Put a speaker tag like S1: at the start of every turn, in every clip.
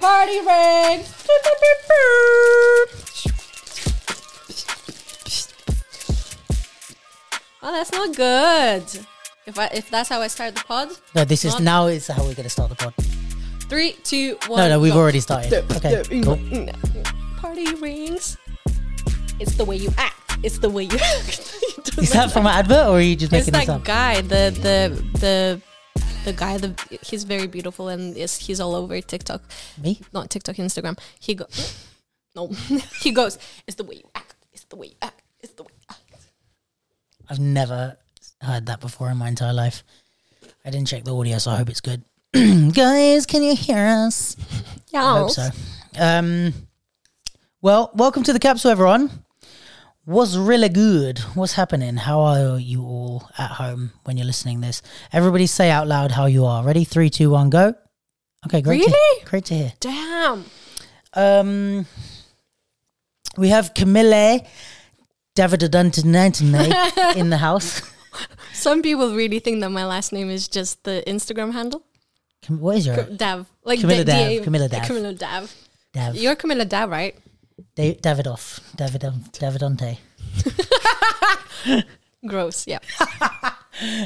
S1: Party rain. Oh, that's not good. If I if that's how I start the pod,
S2: No, this is
S1: Not-
S2: now is how we're gonna start the pod.
S1: three, two, one.
S2: No, no, we've
S1: go.
S2: already started. Okay, cool.
S1: mm, Party rings. It's the way you act. It's the way you act. You don't
S2: Is
S1: know
S2: that from an advert or are you just
S1: mm. It's
S2: making
S1: that
S2: this up?
S1: guy, the the the the guy. The he's very beautiful and is he's all over TikTok,
S2: Me?
S1: not TikTok, Instagram. He go, no, he goes. It's the way you act. It's the way you act. It's the way. You act.
S2: I've never heard that before in my entire life. I didn't check the audio, so I hope it's good. Guys, can you hear us?
S1: Yeah,
S2: I hope so. Um, well, welcome to the capsule, everyone. What's really good? What's happening? How are you all at home when you're listening this? Everybody say out loud how you are. Ready? Three, two, one, go. Okay, great. to-
S1: Really?
S2: great to hear.
S1: Damn.
S2: Um, we have Camille Davidaduntanantane in the house.
S1: Some people really think that my last name is just the Instagram handle.
S2: Cam- What is your
S1: Dav. Like
S2: Camilla
S1: D-
S2: Dav,
S1: D- A-
S2: Camilla Dav.
S1: Camilla Dav.
S2: Dav?
S1: You're Camilla Dav, right?
S2: Da- Davidoff, Davidon, Davidonte.
S1: Gross, yeah.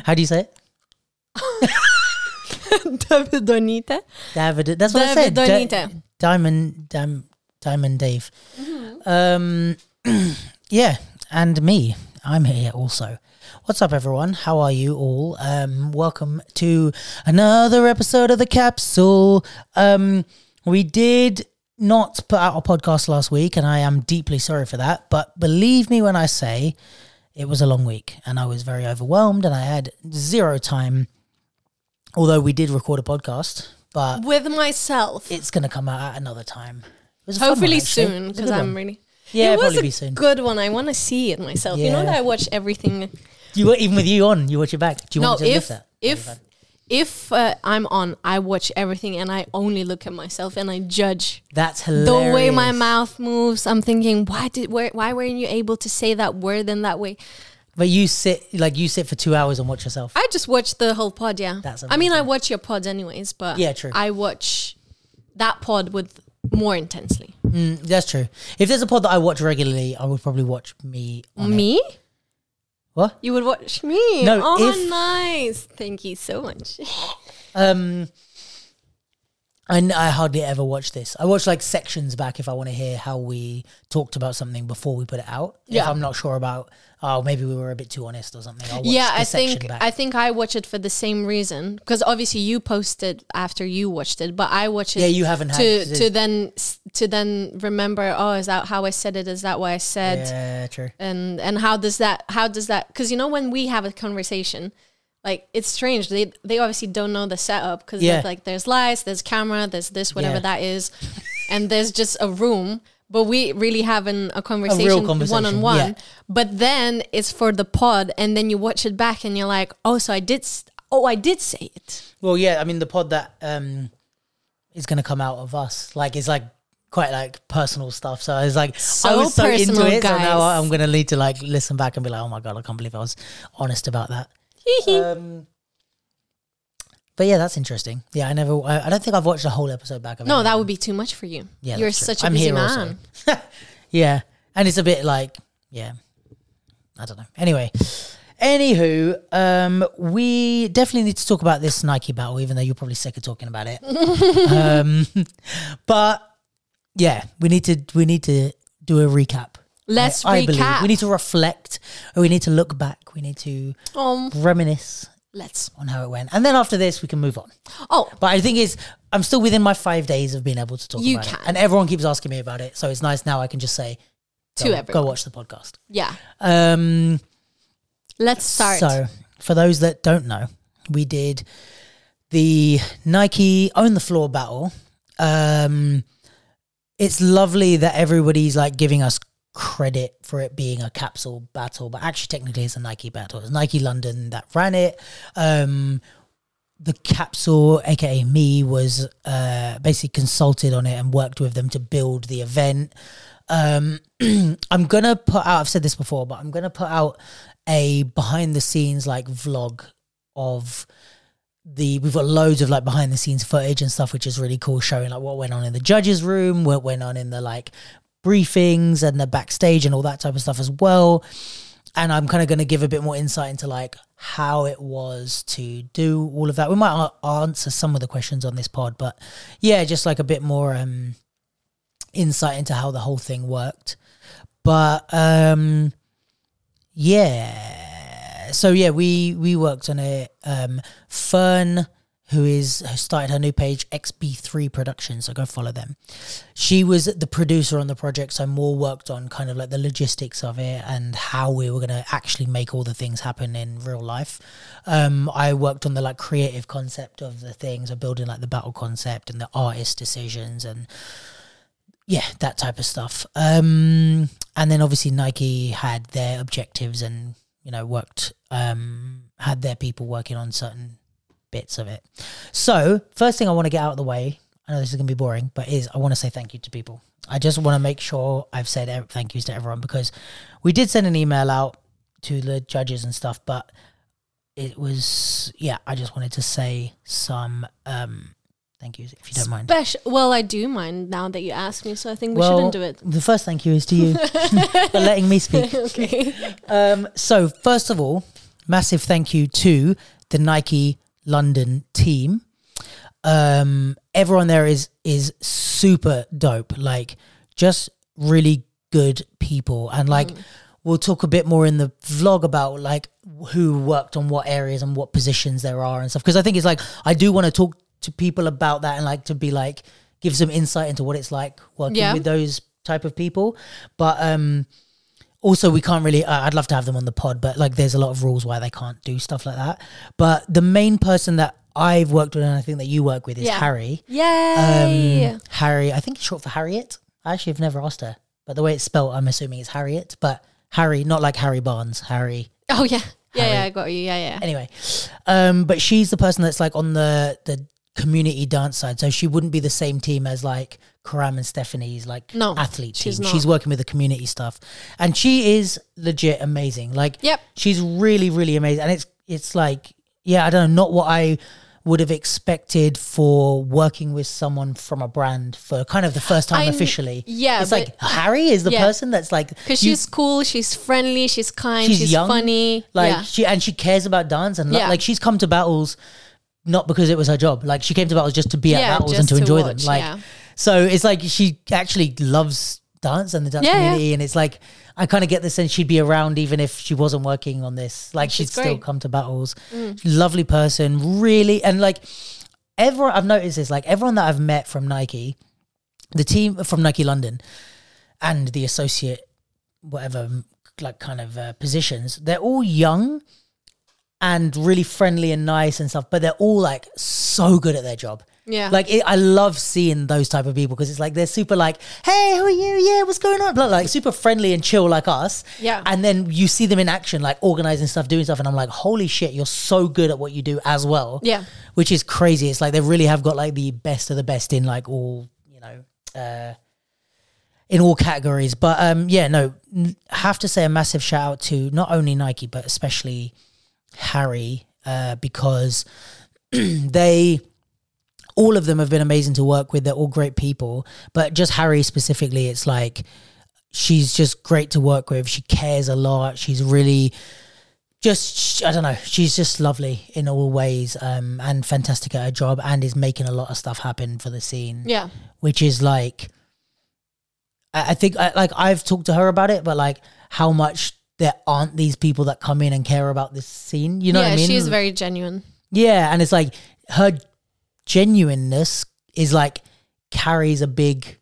S2: How do you say it?
S1: Davidonita.
S2: David. That's what I said. Da-
S1: Davidonita.
S2: Diamond, Dam- Diamond Dave. Um, yeah, and me. I'm here also. What's up, everyone? How are you all? Um, welcome to another episode of the capsule. Um, we did not put out a podcast last week, and I am deeply sorry for that. But believe me when I say it was a long week, and I was very overwhelmed, and I had zero time. Although we did record a podcast, but
S1: With myself.
S2: it's going to come out at another time. It was a fun one,
S1: Hopefully
S2: actually.
S1: soon,
S2: It was a
S1: because
S2: good
S1: I'm
S2: one.
S1: really.
S2: Yeah,
S1: it was
S2: probably
S1: a
S2: be soon.
S1: good one. I want to see it myself. You know
S2: Yeah.
S1: that I watch everything.
S2: You were, even with you on, you watch it back. Do you
S1: No,
S2: want me to lift
S1: if
S2: that?
S1: if if uh, I'm on, I watch everything and I only look at myself and I judge
S2: That's
S1: the
S2: hilarious.
S1: way my mouth moves. I'm thinking, why did where, why weren't you able to say that word in that way?
S2: But you sit like you sit for two hours and watch yourself.
S1: I just watched the whole pod. Yeah,
S2: That's
S1: I mean, I watch your pods anyways, but
S2: Yeah, true.
S1: I watch that pod with more intensely.
S2: Mm, that's true. If there's a pod that I watch regularly, I would probably watch me. On it.
S1: Me?
S2: What?
S1: You would watch me?
S2: No,
S1: Oh,
S2: if-
S1: nice. Thank you so much.
S2: Um, I n- I hardly ever watch this. I watch like sections back if I want to hear how we talked about something before we put it out. If
S1: Yeah.
S2: I'm not sure about, oh, maybe we were a bit too honest or something. I'll watch
S1: yeah,
S2: the
S1: I
S2: section
S1: think
S2: back.
S1: I think I watch it for the same reason because obviously you posted after you watched it, but I watch it.
S2: Yeah, you haven't had
S1: to
S2: to-
S1: to then s- to then remember. Oh, is that how I said it? Is that what I said?
S2: yeah, true.
S1: and and how does that how does that because you know when we have a conversation like it's strange they they obviously don't know the setup because
S2: Yeah.
S1: like there's lights there's camera there's this whatever
S2: Yeah.
S1: that is and there's just a room but we really having a
S2: real
S1: conversation
S2: conversation,
S1: one on one
S2: yeah.
S1: but then it's for the pod and then you watch it back and you're like oh so i did s- oh i did say it
S2: Well, yeah, I mean the pod that um is going to come out of us, like it's like quite like personal stuff. So it's like I
S1: So
S2: was so into
S1: personal,
S2: it, so now
S1: guys.
S2: I'm going to need to like listen back and be like, oh my god, I can't believe I was honest about that. um, but yeah, that's interesting. Yeah, I never, I, I don't think I've watched a whole episode back. Of
S1: no
S2: any
S1: that
S2: of
S1: would be too much for you
S2: Yeah,
S1: you're
S2: that's true.
S1: such a
S2: I'm
S1: busy
S2: here also.
S1: man
S2: them. yeah, and it's a bit like yeah, I don't know. Anyway. Anywho, um, we definitely need to talk about this Nike battle, even though you're probably sick of talking about it. um, but yeah, we need to we need to do a recap.
S1: let's
S2: I,
S1: recap
S2: I believe we need to reflect. We need to look back. We need to
S1: um
S2: reminisce
S1: let's
S2: on how it went, and then after this, we can move on.
S1: oh
S2: But I think it's I'm still within my five days of being able to talk
S1: You
S2: about
S1: can.
S2: it, and everyone keeps asking me about it, so it's nice now I can just say
S1: To
S2: go, go
S1: everyone.
S2: watch the podcast.
S1: yeah
S2: Um,
S1: let's start
S2: So, for those that don't know, we did the Nike own the floor battle. Um, it's lovely that everybody's like giving us credit for it being a capsule battle, but actually, technically, it's a Nike battle. It's Nike London that ran it. Um, the capsule, aka me, was uh, basically consulted on it and worked with them to build the event. Um, I'm gonna put out. I've said this before, but I'm gonna put out a behind the scenes like vlog of the we've got loads of like behind the scenes footage and stuff, which is really cool, showing like what went on in the judges' room, what went on in the like briefings and the backstage and all that type of stuff as well. And I'm kind of going to give a bit more insight into like how it was to do all of that. We might a- answer some of the questions on this pod, but yeah, just like a bit more um insight into how the whole thing worked. But um yeah. So yeah, we we worked on it. Um Fern, who is who started her new page, XB3 Productions, so go follow them. She was the producer on the project, so more worked on kind of like the logistics of it and how we were gonna actually make all the things happen in real life. Um I worked on the like creative concept of the things, of building like the battle concept and the artist decisions and yeah, that type of stuff. Um, and then obviously Nike had their objectives and you know worked um, had their people working on certain bits of it. So first thing I want to get out of the way. I know this is going to be boring, but is I want to say thank you to people. I just want to make sure I've said ev- thank yous to everyone because we did send an email out to the judges and stuff, but it was yeah. I just wanted to say some um, thank yous if you don't mind.
S1: Special. Well, I do mind now that you ask me, so I think we shouldn't do it.
S2: The first thank you is to you for letting me speak.
S1: okay.
S2: Um, so, first of all, massive thank you to the Nike London team. Um, everyone there is is super dope. Like, just really good people, and like. We'll talk a bit more in the vlog about like who worked on what areas and what positions there are and stuff. Because I think it's like I do want to talk to people about that and like to be like give some insight into what it's like working
S1: Yeah.
S2: with those type of people. But um, also we can't really uh, i'd love to have them on the pod but like there's a lot of rules why they can't do stuff like that but the main person that i've worked with and i think that you work with is
S1: Yeah.
S2: harry
S1: Yay.
S2: um, harry i think it's short for harriet i actually have never asked her but the way it's spelled i'm assuming it's harriet but harry not like harry barnes harry
S1: oh yeah. Yeah, yeah,
S2: Harry.
S1: I got you. Yeah, yeah.
S2: anyway um but she's the person that's like on the the community dance side so she wouldn't be the same team as like karam and stephanie's like
S1: No,
S2: athlete team
S1: she's
S2: she's,
S1: not.
S2: working with the community stuff and she is legit amazing like
S1: Yep.
S2: she's really really amazing and it's it's like yeah i don't know not what i would have expected for working with someone from a brand for kind of the first time
S1: I'm-
S2: officially
S1: yeah,
S2: it's like harry is the
S1: yeah.
S2: person that's like
S1: Because
S2: you-
S1: she's cool, she's friendly, she's kind,
S2: She's
S1: she's,
S2: young,
S1: funny.
S2: like
S1: yeah.
S2: she and she cares about dance and lo-
S1: Yeah.
S2: like she's come to battles not because it was her job. Like she came to battles just to be at
S1: Yeah,
S2: battles and
S1: just
S2: to,
S1: to
S2: enjoy
S1: watch,
S2: them. Like
S1: yeah.
S2: so it's like she actually loves dance and the dance
S1: Yeah, yeah.
S2: community and it's like I kind of get the sense she'd be around even if she wasn't working on this. Like
S1: Which is
S2: she'd still
S1: great. Mm.
S2: come to battles. Lovely person, really and like everyone I've noticed this, like everyone that I've met from Nike, the team from Nike London and the associate whatever like kind of uh, positions they're all young and really friendly and nice and stuff but they're all like so good at their job
S1: Yeah.
S2: like it, i love seeing those type of people because it's like they're super like hey who are you yeah what's going on Blah, like super friendly and chill like us
S1: Yeah.
S2: and then you see them in action like organizing stuff doing stuff and i'm like holy shit you're so good at what you do as well
S1: Yeah.
S2: which is crazy it's like they really have got like the best of the best in like all you know uh in all categories. But um, yeah, no, n- have to say a massive shout out to not only Nike but especially Harry uh, because they. All of them have been amazing to work with. They're all great people, but just Harry specifically, it's like she's just great to work with. She cares a lot. She's really just I don't know. She's just lovely in all ways, um, and fantastic at her job, and is making a lot of stuff happen for the scene
S1: Yeah.
S2: which is like I I think I, like I've talked to her about it, but like how much there aren't these people that come in and care about this scene. You know
S1: yeah,
S2: what I mean?
S1: she is very genuine.
S2: yeah, and it's like her genuineness is like carries a big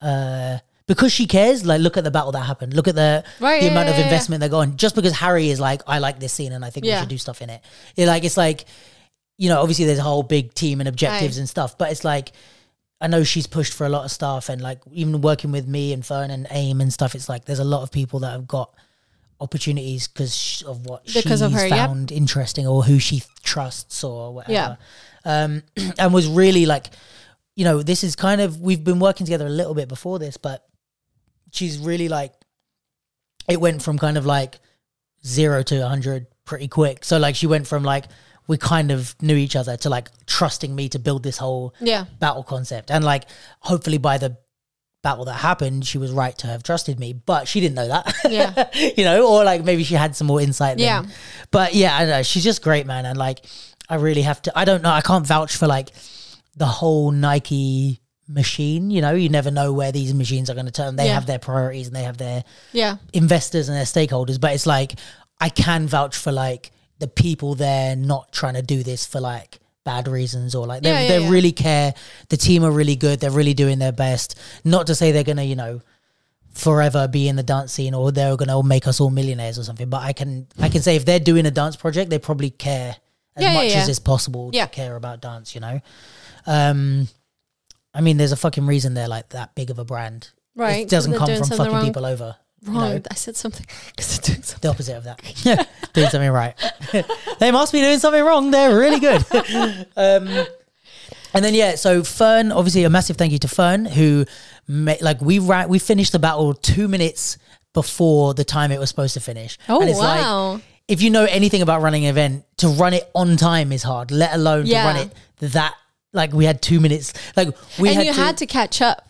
S2: uh because she cares, like look at the battle that happened. Look at the
S1: Right,
S2: the
S1: yeah,
S2: amount
S1: yeah,
S2: of
S1: yeah, yeah.
S2: investment they're going. Just because Harry is like, I like this scene and I think we
S1: Yeah.
S2: should do stuff in it. It like it's like, you know, obviously there's a whole big team and objectives
S1: Aye.
S2: and stuff, but it's like I know she's pushed for a lot of stuff and like even working with me and Fern and Aim and stuff, it's like there's a lot of people that have got opportunities because of what
S1: Because
S2: she's
S1: of her, yep.
S2: found interesting or who she trusts or whatever
S1: Yeah.
S2: um, and was really like, you know, this is kind of we've been working together a little bit before this, but she's really like, it went from kind of like zero to a hundred pretty quick. So like she went from like we kind of knew each other to like trusting me to build this whole
S1: Yeah.
S2: battle concept. And like, hopefully by the battle that happened, she was right to have trusted me, but she didn't know that.
S1: Yeah.
S2: you know, or like maybe she had some more insight. Than,
S1: Yeah.
S2: But yeah, I know. She's just great, man. And like, I really have to, I don't know. I can't vouch for like the whole Nike machine. You know, you never know where these machines are going to turn. They
S1: Yeah.
S2: have their priorities and they have their
S1: Yeah.
S2: investors and their stakeholders, but it's like I can vouch for like the people there not trying to do this for like bad reasons or like they
S1: Yeah, yeah,
S2: they
S1: yeah.
S2: really care. The team are really good. They're really doing their best. Not to say they're gonna you know forever be in the dance scene or they're gonna make us all millionaires or something. But I can I can say if they're doing a dance project, they probably care as
S1: Yeah, yeah,
S2: much
S1: yeah.
S2: as is possible
S1: Yeah.
S2: to care about dance. You know. Um, I mean, there's a fucking reason they're like that big of a brand.
S1: Right.
S2: It doesn't
S1: They're
S2: come
S1: doing
S2: from
S1: something
S2: fucking
S1: wrong.
S2: people over. you know?
S1: Wrong. I said something because they're doing something.
S2: the opposite of that. doing something right. they must be doing something wrong. They're really good. um, and then yeah, so Fern, obviously a massive thank you to Fern who, ma- like we ran, we finished the battle two minutes before the time it was supposed to finish.
S1: Oh
S2: and it's like
S1: wow.
S2: if you know anything about running an event, to run it on time is hard. Let alone
S1: Yeah.
S2: to run it that like we had two minutes. Like we
S1: and
S2: had
S1: you
S2: to,
S1: had to catch up.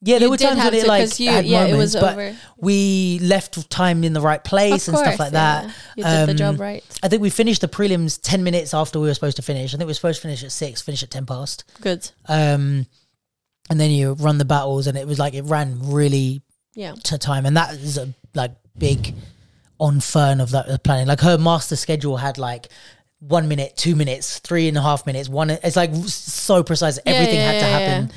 S2: yeah, there
S1: You
S2: were
S1: did
S2: times
S1: have
S2: when it
S1: to,
S2: like
S1: 'cause you-
S2: had
S1: yeah, it
S2: moments,
S1: was
S2: but
S1: over.
S2: we left time in the right place and stuff like
S1: yeah.
S2: that.
S1: You did the
S2: Um,
S1: job right.
S2: I think we finished the prelims ten minutes after we were supposed to finish. I think we were supposed to finish at six, finish at ten past.
S1: Good.
S2: Um, and then you run the battles, and it was like it ran really
S1: Yeah.
S2: to time, and that is a like big on Fern of that planning. Like her master schedule had like one minute, two minutes, three and a half minutes, one. It's like so precise. Everything
S1: yeah,
S2: had to
S1: yeah, yeah.
S2: happen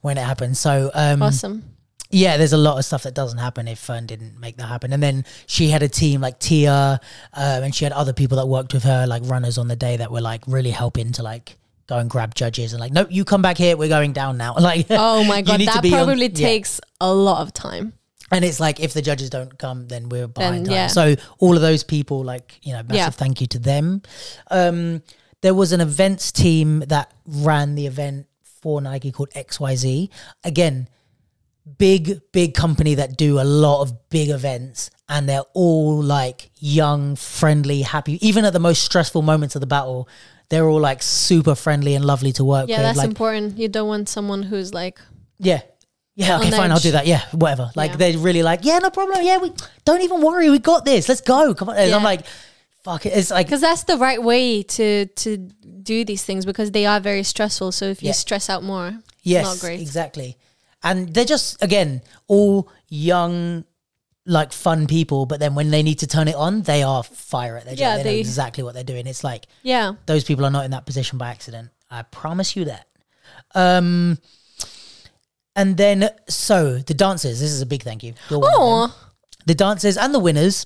S2: when it happened. So um,
S1: Awesome.
S2: yeah, there's a lot of stuff that doesn't happen if Fern didn't make that happen. And then she had a team like Tia, um, and she had other people that worked with her, like runners on the day that were like really helping to like go and grab judges and like, nope, you come back here, we're going down now. Like,
S1: Oh my
S2: you
S1: god,
S2: need to
S1: that
S2: be on-
S1: probably
S2: yeah.
S1: takes a lot of time.
S2: And it's like if the judges don't come, then we're behind
S1: Then, yeah.
S2: time. So all of those people, like you know, massive
S1: Yeah.
S2: thank you to them. Um, there was an events team that ran the event for Nike called XYZ. Again, big big company that do a lot of big events, and they're all like young, friendly, happy. Even at the most stressful moments of the battle, they're all like super friendly and lovely to work
S1: Yeah,
S2: with.
S1: that's
S2: like,
S1: important. You don't want someone who's like,
S2: yeah. Yeah, okay,
S1: On
S2: fine, I'll
S1: edge.
S2: do that. Yeah, whatever. Like
S1: Yeah.
S2: they're really like, yeah, no problem. Yeah, we don't even worry, we got this. Let's go. Come on. And I'm
S1: Yeah.
S2: like, fuck it. It's like
S1: because that's the right way to to do these things because they are very stressful. So if you
S2: Yeah.
S1: stress out more,
S2: yes,
S1: not great.
S2: exactly. And they're just again, all young, like fun people, but then when they need to turn it on, they are fire at their job.
S1: Yeah,
S2: They, know
S1: they-
S2: exactly what they're doing. It's like
S1: yeah,
S2: those people are not in that position by accident. I promise you that. Um and then so the dancers, this is a big thank you. You're one of them.
S1: oh,
S2: The dancers and the winners.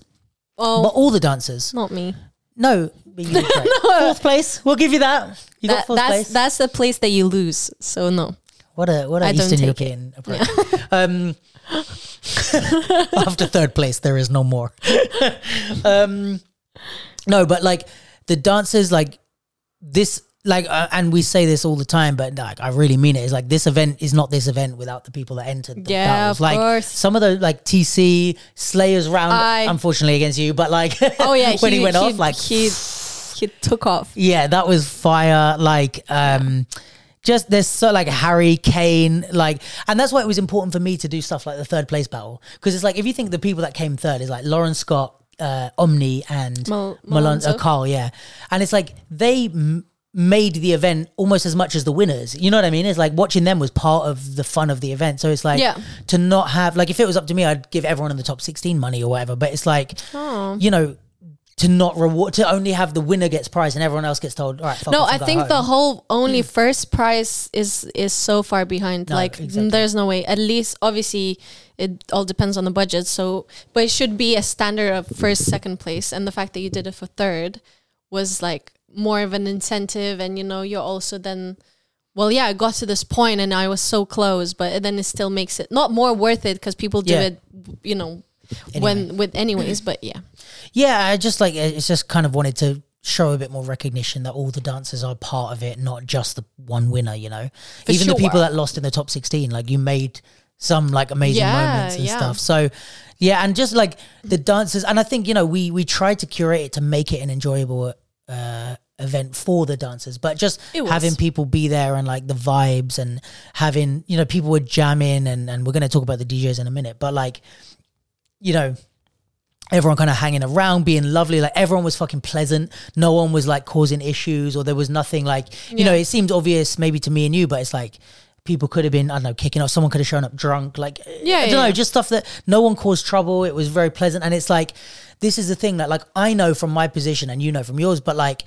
S1: oh,
S2: But all the dancers.
S1: not me.
S2: No, but you did great. fourth place. We'll give you that. You got
S1: That,
S2: fourth
S1: that's
S2: place.
S1: that's the place that you lose. So no,
S2: what a what a
S1: I don't
S2: Eastern
S1: take
S2: European approach. um, after third place, there is no more. um, no, but like the dancers, like this, like, uh, and we say this all the time, but like I really mean it. Is like this event is not this event without the people that entered. The
S1: Yeah,
S2: battles.
S1: of
S2: like
S1: course.
S2: some of the like TC Slayers round,
S1: I-
S2: unfortunately against you, but like
S1: oh yeah,
S2: when he, went off, like
S1: he he took off.
S2: Yeah, that was fire. Like, um, just there's so like Harry Kane, like, and that's why it was important for me to do stuff like the third place battle because it's like if you think the people that came third is like Lauren Scott, uh, Omni, and
S1: Mal-
S2: Malon- uh,
S1: Malonzo.
S2: Carl, yeah, and it's like they. M- made the event almost as much as the winners you know what i mean it's like watching them was part of the fun of the event so it's like
S1: Yeah.
S2: to not have like if it was up to me i'd give everyone in the top 16 money or whatever but it's like
S1: Oh.
S2: you know, to not reward, to only have the winner gets prize and everyone else gets told, all right, fuck
S1: No,
S2: off
S1: I
S2: and go
S1: think
S2: home."
S1: the whole only
S2: Mm.
S1: first prize is is so far behind. like n-
S2: exactly.
S1: there's no way. At least obviously it all depends on the budget. So but it should be a standard of first, second place. And the fact that you did it for third was like more of an incentive and you know, you're also then well, yeah, I got to this point and I was so close, but then it still makes it not more worth it because people do
S2: Yeah.
S1: it, you know, when with anyways. But yeah,
S2: yeah, I just like it's just kind of wanted to show a bit more recognition that all the dancers are part of it, not just the one winner, you know, even the people
S1: sure.
S2: that lost in the top 16, like you made some like amazing
S1: Yeah,
S2: moments and
S1: yeah.
S2: stuff. So yeah, and just like the dancers, and I think, you know, we, we tried to curate it to make it an enjoyable, uh, event for the dancers, but just
S1: It was.
S2: having people be there and like the vibes and having you know people were jamming and and we're gonna talk about the DJs in a minute, but like you know. Everyone kind of hanging around, being lovely. Like everyone was fucking pleasant. No one was like causing issues, or there was nothing like you know.
S1: Yeah.
S2: It seems obvious maybe to me and you, but it's like people could have been I don't know kicking off. Someone could have shown up drunk. Like
S1: Yeah,
S2: I don't
S1: yeah,
S2: know,
S1: yeah.
S2: just stuff that no one caused trouble. It was very pleasant, and it's like this is the thing that like I know from my position and you know from yours, but like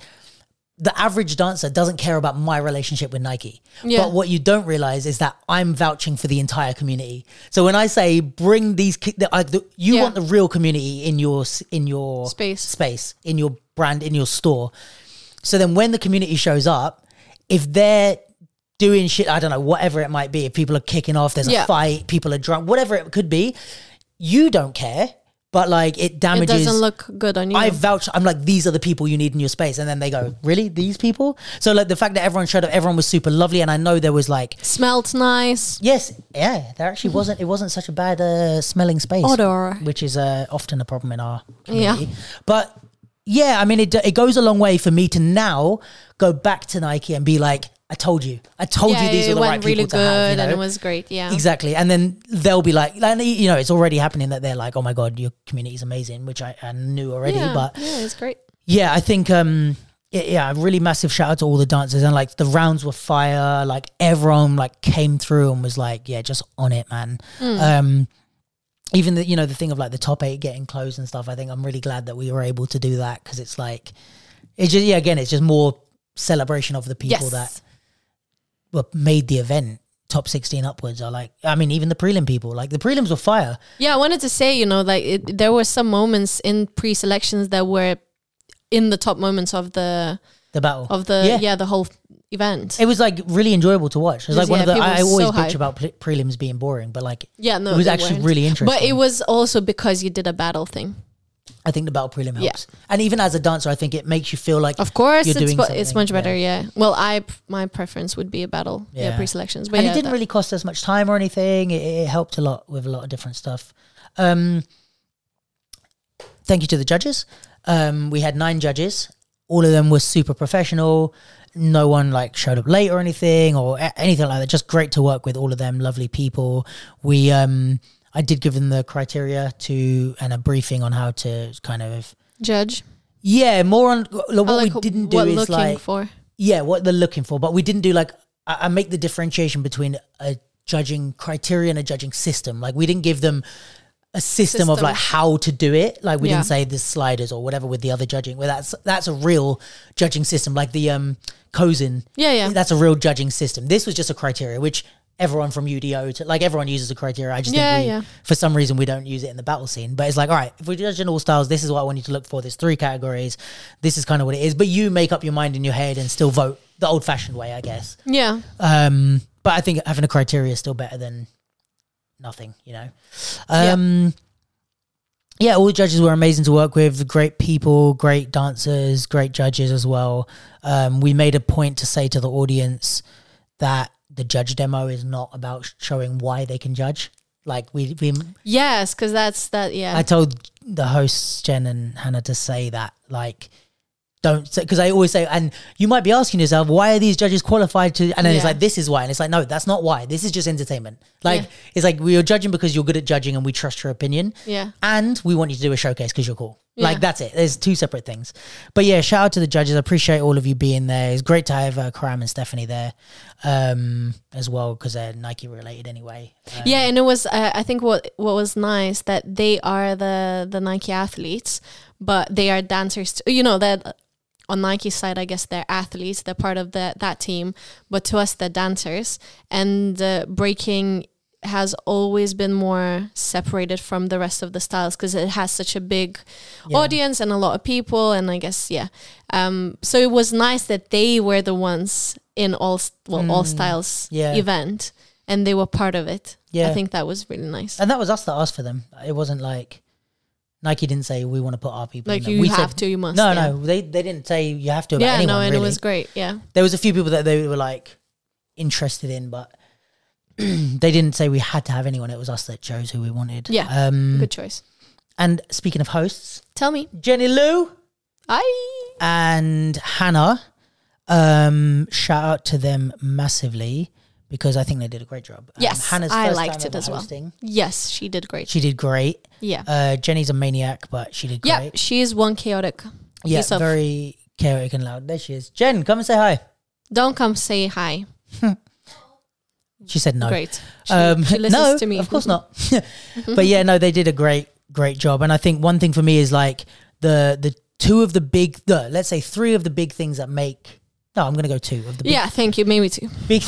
S2: the average dancer doesn't care about my relationship with Nike.
S1: Yeah.
S2: But what you don't realize is that I'm vouching for the entire community. So when I say bring these, ki- the, I, the, you
S1: Yeah.
S2: want the real community in your s- in your
S1: Space.
S2: space in your brand in your store. So then when the community shows up, if they're doing shit, I don't know, whatever it might be, if people are kicking off, there's a
S1: Yeah.
S2: fight, people are drunk, whatever it could be, you don't care. But like it
S1: It
S2: damages.
S1: doesn't look good on you.
S2: I vouch. I'm like, these are the people you need in your space, and then they go, really, these people. So like the fact that everyone showed up, everyone was super lovely, and I know there was like,
S1: Smelled nice.
S2: yes, yeah, there actually wasn't. It wasn't such a bad uh, smelling space,
S1: Odor.
S2: which is uh, often a problem in our
S1: Yeah.
S2: community. But yeah, I mean, it it goes a long way for me to now go back to Nike and be like, I told you, I told you these
S1: it
S2: are the
S1: went
S2: right
S1: really
S2: people to have. you
S1: good and it
S2: know?
S1: was great. Yeah.
S2: Exactly. And then they'll be like, like, you know, it's already happening that they're like, oh my God, your community is amazing, which I, I knew already.
S1: Yeah,
S2: But
S1: yeah, it's great.
S2: yeah, I think um yeah, yeah, a really massive shout out to all the dancers and like the rounds were fire, like everyone like came through and was like, yeah, just on it, man.
S1: Hmm.
S2: Um even the you know the thing of like the top 8 getting closed and stuff, I think I'm really glad that we were able to do that cuz it's like it's just yeah, again, it's just more celebration of the
S1: Yes.
S2: people that were made the event top 16 upwards are like I mean even the prelim people, like the prelims were fire.
S1: Yeah, I wanted to say, you know, like it, there were some moments in pre-selections that were in the top moments of the
S2: The battle
S1: of the yeah,
S2: yeah
S1: the whole event.
S2: It was like really enjoyable to watch. It was like
S1: Yes,
S2: one of
S1: yeah,
S2: the
S1: people
S2: I
S1: were
S2: always
S1: so
S2: bitch
S1: hyped.
S2: about pre- prelims being boring, but like
S1: yeah, no,
S2: it was
S1: they
S2: actually
S1: weren't.
S2: really interesting.
S1: But it was also because you did a battle thing.
S2: I think the battle prelim
S1: Yeah.
S2: helps, and even as a dancer, I think it makes you feel like
S1: Of course,
S2: You're
S1: it's
S2: doing
S1: bu- it's
S2: something,
S1: much better. Yeah. Well, I p- my preference would be a battle. Yeah,
S2: Yeah.
S1: pre-selections, but
S2: And
S1: yeah,
S2: it didn't
S1: that-
S2: really cost us much time or anything. It, it helped a lot with a lot of different stuff. Um, thank you to the judges. Um, we had nine judges. All of them were super professional. No one like showed up late or anything or a- anything like that. Just great to work with all of them. Lovely people. We um, I did give them the criteria to and a briefing on how to kind of
S1: judge.
S2: yeah more on like, what
S1: I like
S2: we
S1: wh-
S2: didn't do
S1: what
S2: is
S1: looking
S2: like
S1: for.
S2: yeah, what they're looking for. But we didn't do like I, I make the differentiation between a judging criteria and a judging system. Like we didn't give them a system, of
S1: System.
S2: like how to do it. Like we
S1: Yeah.
S2: didn't say the sliders or whatever with the other judging. Well, that's that's a real judging system. Like the um Cozen,
S1: Yeah, yeah.
S2: that's a real judging system. This was just a criteria which. Everyone from UDO to like everyone uses a criteria. I just
S1: Yeah,
S2: think we,
S1: yeah.
S2: for some reason we don't use it in the battle scene. But it's like, all right, if we're judging all styles, this is what I want you to look for. There's three categories. This is kind of what it is. But you make up your mind in your head and still vote the old fashioned way, I guess.
S1: yeah,
S2: Um, but I think having a criteria is still better than nothing, you know? Um, yeah. all the judges were amazing to work with. Great people, great dancers, great judges as well. Um, we made a point to say to the audience that the judge demo is not about showing why they can judge. Like we, we
S1: yes, because that's that. Yeah,
S2: I told the hosts Jen and Hannah to say that, like, don't say because I always say, and you might be asking yourself, why are these judges qualified to? And then it's
S1: Yeah.
S2: like, this is why, and it's like, no, that's not why. This is just entertainment. Like,
S1: Yeah.
S2: it's like we are judging because you're good at judging, and we trust your opinion,
S1: yeah.
S2: and we want you to do a showcase because you're cool. Like
S1: Yeah.
S2: that's it. There's two separate things. But yeah, shout out to the judges. I appreciate all of you being there. It's great to have uh, Karam and Stephanie there um, as well because they're Nike related anyway. Um,
S1: yeah and it was uh, i think what what was nice that they are the the nike athletes but they are dancers t- you know that uh, on Nike's side, I guess they're athletes. They're part of the, that team, but to us, they're dancers. And uh, breaking has always been more separated from the rest of the styles because it has such a big audience and a lot of people. And I guess yeah, um, so it was nice that they were the ones in all s- well all styles
S2: yeah.
S1: event, and they were part of it.
S2: Yeah.
S1: I think that was really nice.
S2: And that was us that asked for them. It wasn't like Nike didn't say we want to put our people. in
S1: Like
S2: them.
S1: you
S2: we
S1: have
S2: said,
S1: to, you must.
S2: No,
S1: yeah.
S2: no, they they didn't say you have to about
S1: yeah,
S2: anyone.
S1: no, and
S2: really.
S1: it was great. Yeah,
S2: There was a few people that they were like interested in, but they didn't say we had to have anyone. It was us that chose who we wanted.
S1: Yeah.
S2: Um.
S1: good choice.
S2: And speaking of hosts,
S1: Tell me,
S2: Jenny Lou,
S1: I
S2: and Hannah. Um, shout out to them massively because I think they did a great job. Um,
S1: Yes,
S2: Hannah's
S1: I
S2: first
S1: liked
S2: time
S1: it
S2: ever
S1: as well.
S2: hosting.
S1: Yes, she did great.
S2: She did great.
S1: yeah.
S2: Uh, Jenny's a maniac, but she did
S1: yeah,
S2: great.
S1: she is one chaotic
S2: Yeah,
S1: piece of.
S2: very chaotic and loud. There she is. Jen, come and say hi.
S1: Don't come say hi.
S2: She said no.
S1: Great. She,
S2: Um,
S1: she listens
S2: no,
S1: to me.
S2: of course not. but yeah, no, they did a great, great job. And I think one thing for me is like the the two of the big, the, let's say three of the big things that make. No, I'm going to go two of the big,
S1: Yeah, thank you. Maybe too.
S2: big,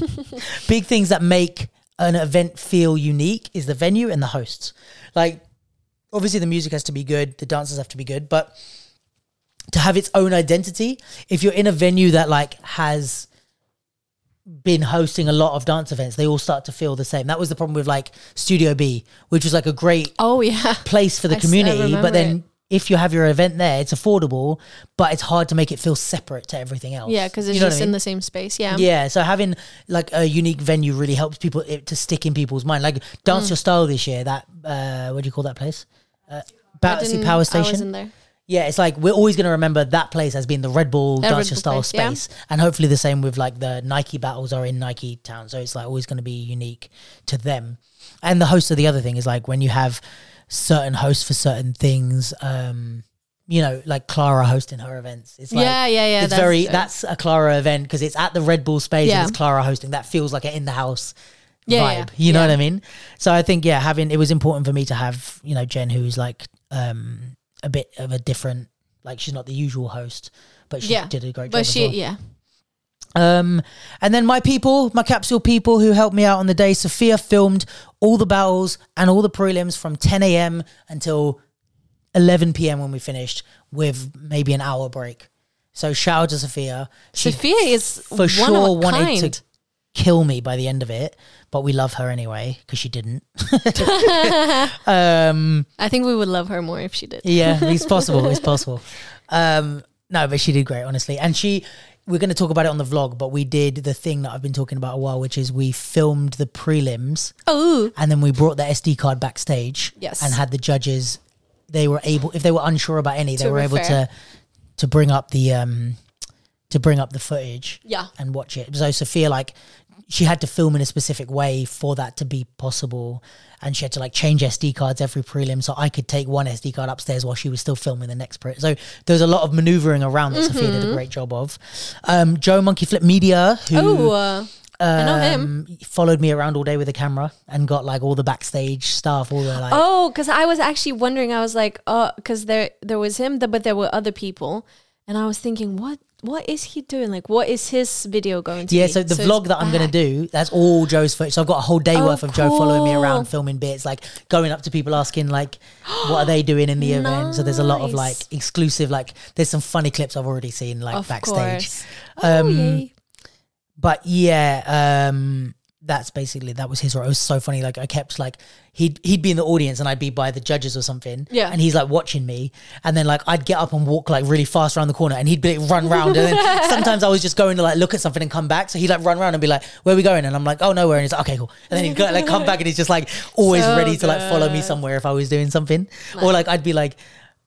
S2: big things that make an event feel unique is the venue and the hosts. Like, obviously, the music has to be good, the dancers have to be good, but to have its own identity, if you're in a venue that like has been hosting a lot of dance events, they all start to feel the same. That was the problem with like Studio B, which was like a great
S1: Oh yeah.
S2: place for the
S1: I s- I
S2: community. But
S1: remember
S2: then
S1: it.
S2: if you have your event there, it's affordable, but it's hard to make it feel separate to everything else.
S1: Yeah, because it's
S2: Oh, You know what
S1: just
S2: I
S1: in
S2: mean?
S1: the same space. Yeah.
S2: Yeah, so having like a unique venue really helps people it, to stick in people's mind. Like
S1: Mm.
S2: Dance Your Style this year, that uh, what do you call that place? Uh,
S1: I
S2: Battersea
S1: didn't-
S2: Power
S1: I
S2: Station.
S1: was in there.
S2: Yeah, it's like we're always going to remember that place as being the Red Bull
S1: That
S2: Dance
S1: Red
S2: Your
S1: Bull
S2: Style
S1: place, yeah.
S2: space, and hopefully the same with like the Nike battles are in Nike Town, so it's like always going to be unique to them. And the host of the other thing is like when you have certain hosts for certain things, um, you know, like Clara hosting her events. It's like
S1: yeah, yeah, yeah.
S2: it's very that's a Clara event because it's at the Red Bull space
S1: Yeah.
S2: and it's Clara hosting. That feels like an in the house
S1: Yeah, yeah,
S2: vibe. You know
S1: yeah.
S2: what I mean? So I think yeah, having it was important for me to have you know Jen who's like um a bit of a different like she's not the usual host, but she
S1: Yeah.
S2: did a great job.
S1: But
S2: as
S1: she,
S2: well.
S1: yeah,
S2: Um, and then my people, my capsule people who helped me out on the day, Sophia filmed all the battles and all the prelims from 10 a.m. until 11 p.m. when we finished, with maybe an hour break. So shout out to Sophia. She
S1: Sophia is
S2: for
S1: one
S2: sure
S1: of a
S2: wanted
S1: kind.
S2: to kill me by the end of it, but we love her anyway because she didn't. um,
S1: I think we would love her more if she did.
S2: yeah, it's possible. It's possible. Um, no, but she did great, honestly. And she, we're going to talk about it on the vlog, but we did the thing that I've been talking about a while, which is we filmed the prelims
S1: Oh,
S2: and then we brought the SD card backstage.
S1: Yes.
S2: And had the judges, they were able, if they were unsure about any, they
S1: To
S2: were able
S1: refer.
S2: to, to bring up the, um, to bring up the footage
S1: yeah.
S2: and watch it. So Sophia like she had to film in a specific way for that to be possible and she had to like change SD cards every prelim so I could take one SD card upstairs while she was still filming the next prelim. So there was a lot of maneuvering around that Sophia
S1: Mm-hmm.
S2: did a great job of. Um, Joe Monkey Flip Media
S1: Oh,
S2: who
S1: uh, I know him.
S2: um, followed me around all day with a camera and got like all the backstage stuff all the like
S1: Oh, because I was actually wondering. I was like, oh, because there there was him, th- but there were other people, and I was thinking, what what is he doing? Like, what is his video going to?
S2: Yeah,
S1: be?
S2: so the
S1: it's
S2: vlog that I'm going to
S1: back.
S2: do, that's all Joe's footage. So I've got a whole day
S1: Oh,
S2: worth of Joe following me
S1: cool.
S2: around, filming bits, like going up to people asking, like, what are they doing in the event? So there's a lot of like
S1: Nice.
S2: exclusive, like, there's some funny clips I've already seen, like,
S1: Of
S2: backstage.
S1: course. Oh,
S2: Um,
S1: yay.
S2: But yeah, um, that's basically that was his role. It was so funny. Like I kept like he'd he'd be in the audience and I'd be by the judges or something.
S1: Yeah.
S2: And he's like watching me, and then like I'd get up and walk like really fast around the corner, and he'd be like, run round. And then sometimes I was just going to like look at something and come back. So he'd like run round and be like, "Where are we going?" And I'm like, "Oh nowhere." And he's like, "Okay, cool." And then he'd go, like come back and he's just like always
S1: So
S2: ready to like follow me somewhere if I was doing something, or like I'd be like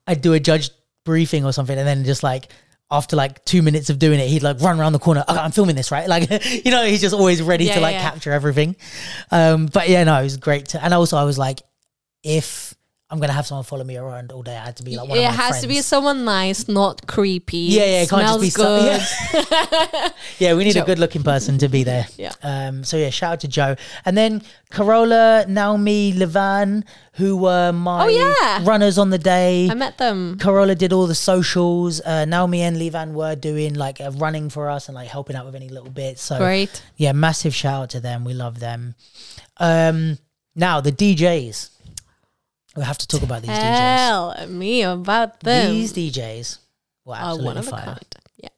S2: I'd do a judge briefing or something, and then just like after like two minutes of doing it, he'd like run around the corner. "Oh, I'm filming this, right? Like, you know, he's just always ready
S1: Yeah,
S2: to like
S1: yeah.
S2: capture everything. Um, but yeah, no, it was great. To, and also, I was like, if I'm gonna have someone follow me around all day, I had to be like one
S1: it
S2: of my
S1: has to be
S2: friends.
S1: someone nice, not creepy.
S2: yeah, yeah, it can't just
S1: smells
S2: be so-
S1: good.
S2: yeah, we need
S1: Joe.
S2: a good-looking person to be there.
S1: Yeah.
S2: Um, so yeah, shout out to Joe, and then Carola, Naomi, Levan, who were my
S1: Oh, yeah.
S2: runners on the day.
S1: I met them.
S2: Carola did all the socials. Uh, Naomi and Levan were doing like a running for us and like helping out with any little bits. So
S1: Great.
S2: yeah, massive shout out to them. We love them. Um, now the DJs. We have to talk about these DJs.
S1: Tell me about them.
S2: These DJs were
S1: are
S2: absolutely
S1: one of a
S2: fire.
S1: kind. Yeah.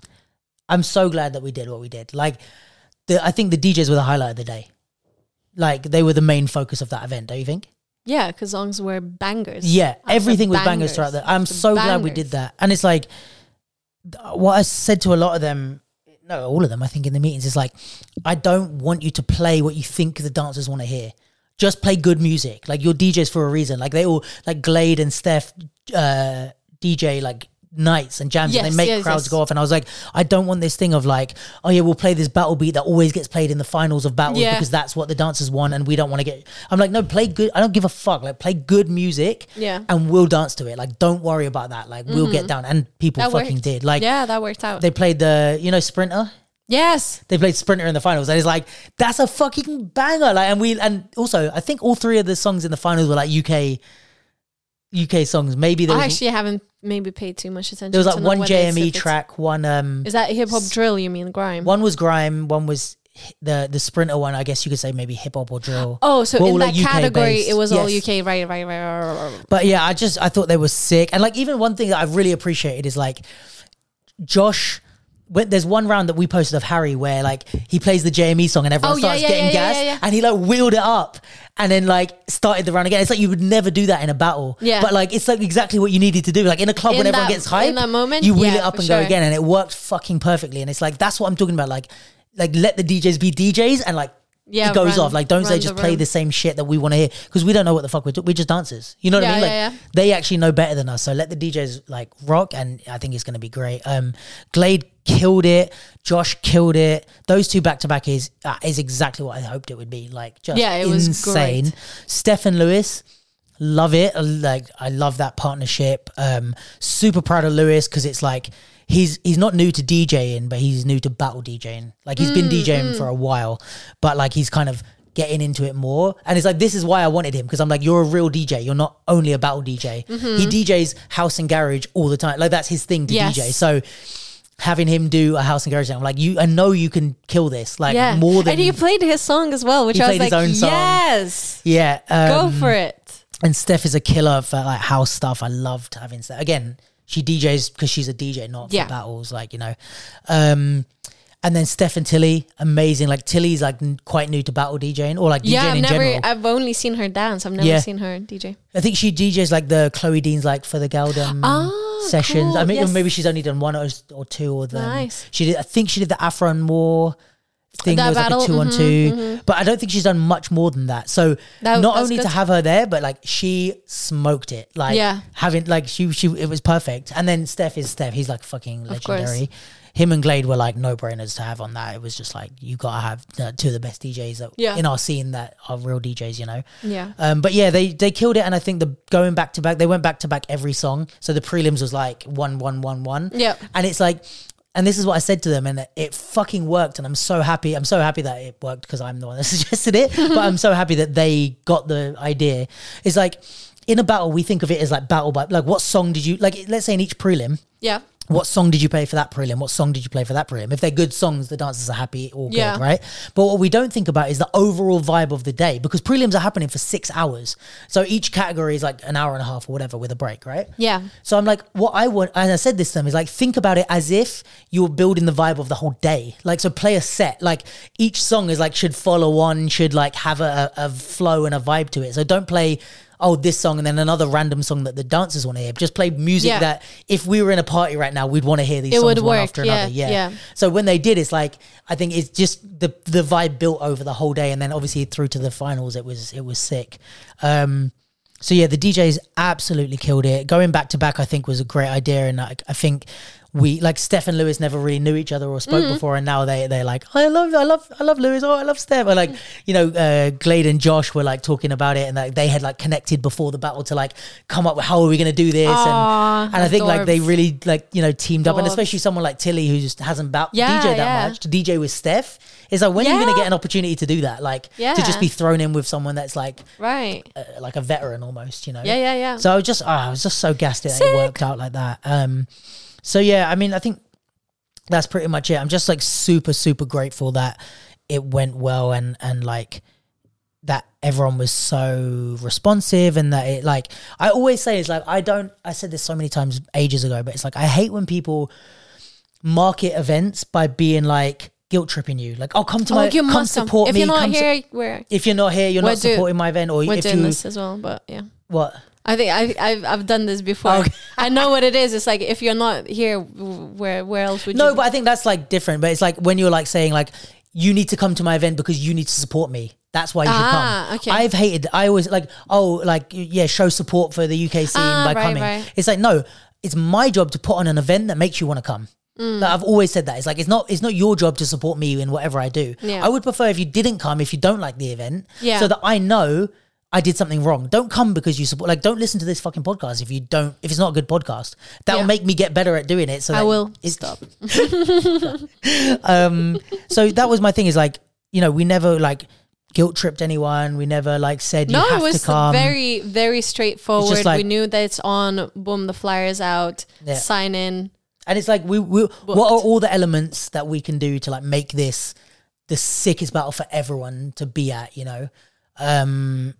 S2: I'm so glad that we did what we did. Like, the, I think the DJs were the highlight of the day. Like they were the main focus of that event. Don't you think?
S1: Yeah, because songs were bangers.
S2: Yeah,
S1: After
S2: everything was bangers throughout that. I'm
S1: After
S2: so glad we
S1: bangers.
S2: did that. And it's like th- what I said to a lot of them, no, all of them, I think in the meetings is like, I don't want you to play what you think the dancers want to hear. Just play good music. Like your DJs for a reason. Like they all like Glade and Steph uh, DJ like nights and jams and
S1: Yes,
S2: they make
S1: yes,
S2: crowds
S1: yes.
S2: go off and I was like I don't want this thing of like oh yeah we'll play this battle beat that always gets played in the finals of battles
S1: Yeah.
S2: because that's what the dancers want and we don't want to get I'm like no play good I don't give a fuck like play good music
S1: Yeah.
S2: and we'll dance to it like don't worry about that like we'll get down and people
S1: Mm-hmm. That
S2: fucking
S1: worked.
S2: did like
S1: yeah, that worked out.
S2: they played the you know sprinter
S1: yes.
S2: they played Sprinter in the finals, and it's like that's a fucking banger. Like, and we and also I think all three of the songs in the finals were like UK, UK songs. Maybe there
S1: I
S2: was,
S1: actually haven't maybe paid too much attention.
S2: there was like
S1: to know
S2: one
S1: whether it's- if
S2: JME
S1: it's-
S2: track, one um,
S1: Is that hip hop drill? You mean grime?
S2: one was grime, one was hi- the the Sprinter one. I guess you could say maybe hip hop or drill.
S1: Oh, so
S2: Well,
S1: in
S2: like
S1: that
S2: UK
S1: category,
S2: based.
S1: it was all
S2: Yes.
S1: UK. Right, right, right, right, right, right.
S2: But yeah, I just I thought they were sick, and like even one thing that I've really appreciated is like Josh. When, there's one round that we posted of Harry where like he plays the JME song and everyone
S1: Oh, yeah,
S2: starts
S1: yeah,
S2: getting
S1: yeah, yeah,
S2: gas
S1: yeah, yeah.
S2: and he like wheeled it up and then like started the round again. It's like you would never do that in a battle,
S1: Yeah.
S2: But like it's like exactly what you needed to do. Like in a club
S1: In
S2: when everyone
S1: that-
S2: gets hyped,
S1: in that moment,
S2: you wheel
S1: yeah,
S2: it up
S1: for
S2: and go
S1: sure.
S2: again, and it worked fucking perfectly. And it's like that's what I'm talking about. Like like let the DJs be DJs and like.
S1: Yeah,
S2: it goes
S1: run-
S2: off like don't say
S1: run
S2: just
S1: the
S2: play
S1: room.
S2: the same shit that we want to hear because we don't know what the fuck we're doing. We're just dancers, you know what I
S1: Yeah,
S2: mean? Like
S1: yeah, yeah.
S2: they actually know better than us. So let the DJs like rock, and I think it's going to be great. Um, Glade killed it. Josh killed it. Those two back to back is uh, is exactly what I hoped it would be. Like just
S1: Yeah, it was
S2: insane.
S1: great.
S2: Stefan Lewis. Love it. Uh, Like I love that partnership. Um, super proud of Lewis because it's like he's he's not new to DJing, but he's new to battle DJing. Like he's been
S1: Mm,
S2: DJing for a while, but like he's kind of getting into it more. And it's like this is why I wanted him because I'm like you're a real DJ. You're not only a battle DJ. He DJs house and garage all the time. Like that's his thing to
S1: Mm-hmm. Yes.
S2: DJ. So having him do a house and garage, thing, I'm like you. I know you can kill this. Like
S1: Yeah,
S2: more than
S1: and he played his song as well, which
S2: He
S1: I was
S2: played his
S1: like,
S2: own song.
S1: yes,
S2: yeah. Um,
S1: go for it.
S2: and Steph is a killer for like house stuff. I loved having Steph again. She DJs because she's a DJ, not
S1: Yeah.
S2: for battles, like you know. Um, and then Steph and Tilly, amazing. Like Tilly's like n- quite new to battle DJing or like DJing
S1: Yeah, I've
S2: in
S1: never, e,
S2: general. I,
S1: I've only seen her dance. I've never
S2: Yeah.
S1: seen her DJ.
S2: think she DJs like the Chloe Dean's like for the Galdem
S1: Ah,
S2: Mm. sessions. I
S1: cool,
S2: mean,
S1: yes.
S2: maybe she's only done one or, s- or two or them.
S1: Nice.
S2: She did. I think she did the Afro and More thing.
S1: That
S2: That was like
S1: battle,
S2: a 2 on
S1: mhm,
S2: 2 but I don't think she's done much more than that. So
S1: That-
S2: not
S1: that's
S2: only to
S1: good.
S2: have her there, but like she smoked it. Like
S1: Yeah.
S2: having like she she it was perfect. And then Steph is Steph. He's like fucking
S1: course.
S2: legendary. Him and Glade were like no brainers to have on that. It was just like you gotta have uh, two of the best DJs that
S1: Yeah.
S2: in our scene that are real DJs. You know.
S1: Yeah,
S2: Um, but yeah, they they killed it, and I think the going back to back, they went back to back every song. So the prelims was like one, one, one, one.
S1: Yep.
S2: And it's like, and this is what I said to them, and it fucking worked, and I'm so happy. I'm so happy that it worked because I'm the one that suggested it. but I'm so happy that they got the idea. It's like in a battle, we think of it as like battle by like what song did you like? Let's say in each prelim,
S1: yeah,
S2: what song did you play for that prelim? What song did you play for that prelim? If they're good songs, the dancers are happy, all
S1: Yeah.
S2: good, right? But what we don't think about is the overall vibe of the day because prelims are happening for six hours. So each category is like an hour and a half or whatever with a break, right?
S1: yeah.
S2: So I'm like, what I want, and I said this to them, is like, think about it as if you're building the vibe of the whole day. Like, so play a set. Like, each song is like, should follow on, should like have a, a flow and a vibe to it. So don't play, oh, this song and then another random song that the dancers want to hear. Just play music
S1: Yeah.
S2: that if we were in a party right now, we'd want to hear these
S1: It
S2: songs
S1: would
S2: one
S1: work,
S2: after
S1: yeah,
S2: another. Yeah.
S1: yeah.
S2: So when they did, it's like, I think it's just the, the vibe built over the whole day. And then obviously through to the finals, it was, it was sick. Um, so yeah, the DJs absolutely killed it. Going back to back, I think was a great idea, and I, I think we like Steph and Lewis never really knew each other or spoke
S1: Mm.
S2: before, and now they they're like, I love, I love, I love Lewis. Oh, I love Steph. Or like, you know, uh, Glade and Josh were like talking about it, and like they had like connected before the battle to like come up with how are we going to do this,
S1: Aw,
S2: and and I think like they
S1: adorbs.
S2: really like you know teamed up, and
S1: Adorbs.
S2: especially someone like Tilly who just hasn't bat
S1: Yeah,
S2: DJ that
S1: yeah.
S2: much to DJ with Steph. It's like when are you going to
S1: Yeah.
S2: get an opportunity to do that? Like to
S1: Yeah.
S2: just be thrown in with someone that's like
S1: Right.
S2: uh, like a veteran almost, you know.
S1: Yeah, yeah, yeah.
S2: So I was just, oh, I was just so gassed that it worked out like that. Um, so yeah, I mean, I think that's pretty much it. I'm just like super, super grateful that it went well and and like that everyone was so responsive and that it like I always say it's like I don't I said this so many times ages ago, but it's like I hate when people market events by being like guilt tripping you, like oh come to
S1: oh,
S2: my
S1: you
S2: come
S1: must come.
S2: support
S1: if
S2: me,
S1: you're not
S2: come su-
S1: here, we're
S2: if you're not here, you're
S1: We're
S2: not
S1: doing-
S2: supporting my event, or
S1: we're
S2: if
S1: doing
S2: you
S1: this as well. But yeah,
S2: what
S1: I think I've I've, I've done this before.
S2: Okay.
S1: I know what it is. It's like if you're not here, w- where where else would
S2: No,
S1: you?
S2: but I think that's like different. But it's like when you're like saying like you need to come to my event because you need to support me. That's why you
S1: Ah,
S2: should
S1: okay.
S2: come. I've hated. I always like oh like yeah show support for the UK scene
S1: Ah,
S2: by
S1: right,
S2: coming.
S1: right.
S2: It's like no. it's my job to put on an event that makes you want to come.
S1: Mm.
S2: Like, I've always said that. It's like it's not it's not your job to support me in whatever I do.
S1: Yeah.
S2: I would prefer if you didn't come if you don't like the event.
S1: Yeah.
S2: So that I know I did something wrong. Don't come because you support like don't listen to this fucking podcast if you don't if it's not a good podcast. That'll
S1: Yeah.
S2: make me get better at doing it. So
S1: I
S2: that
S1: will
S2: it's-
S1: stop.
S2: um so that was my thing is like, you know, we never like guilt tripped anyone. We never like said you
S1: No,
S2: have
S1: it was
S2: to come.
S1: very, very straightforward. we
S2: like-
S1: knew that it's on. Boom, the flyers out.
S2: Yeah.
S1: Sign in.
S2: And it's like we, we what are all the elements that we can do to like make this the sickest battle for everyone to be at, you know? Um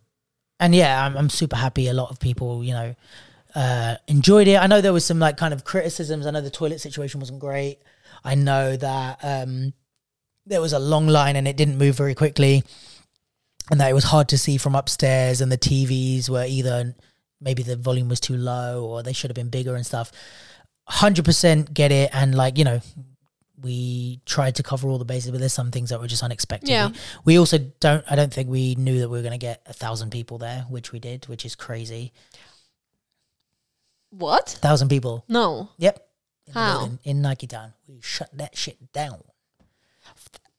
S2: and yeah, I'm I'm super happy a lot of people, you know, uh enjoyed it. I know there was some like kind of criticisms. I know the toilet situation wasn't great. I know that um there was a long line and it didn't move very quickly and that it was hard to see from upstairs and the TVs were either maybe the volume was too low or they should have been bigger and stuff hundred percent get it, and like you know, we tried to cover all the bases, but there's some things that were just unexpected.
S1: Yeah.
S2: We also don't. I don't think we knew that we were going to get a thousand people there, which we did, which is crazy.
S1: What?
S2: Thousand people.
S1: No,
S2: Yep. In the
S1: How?
S2: building, in Nike Town, we shut that shit down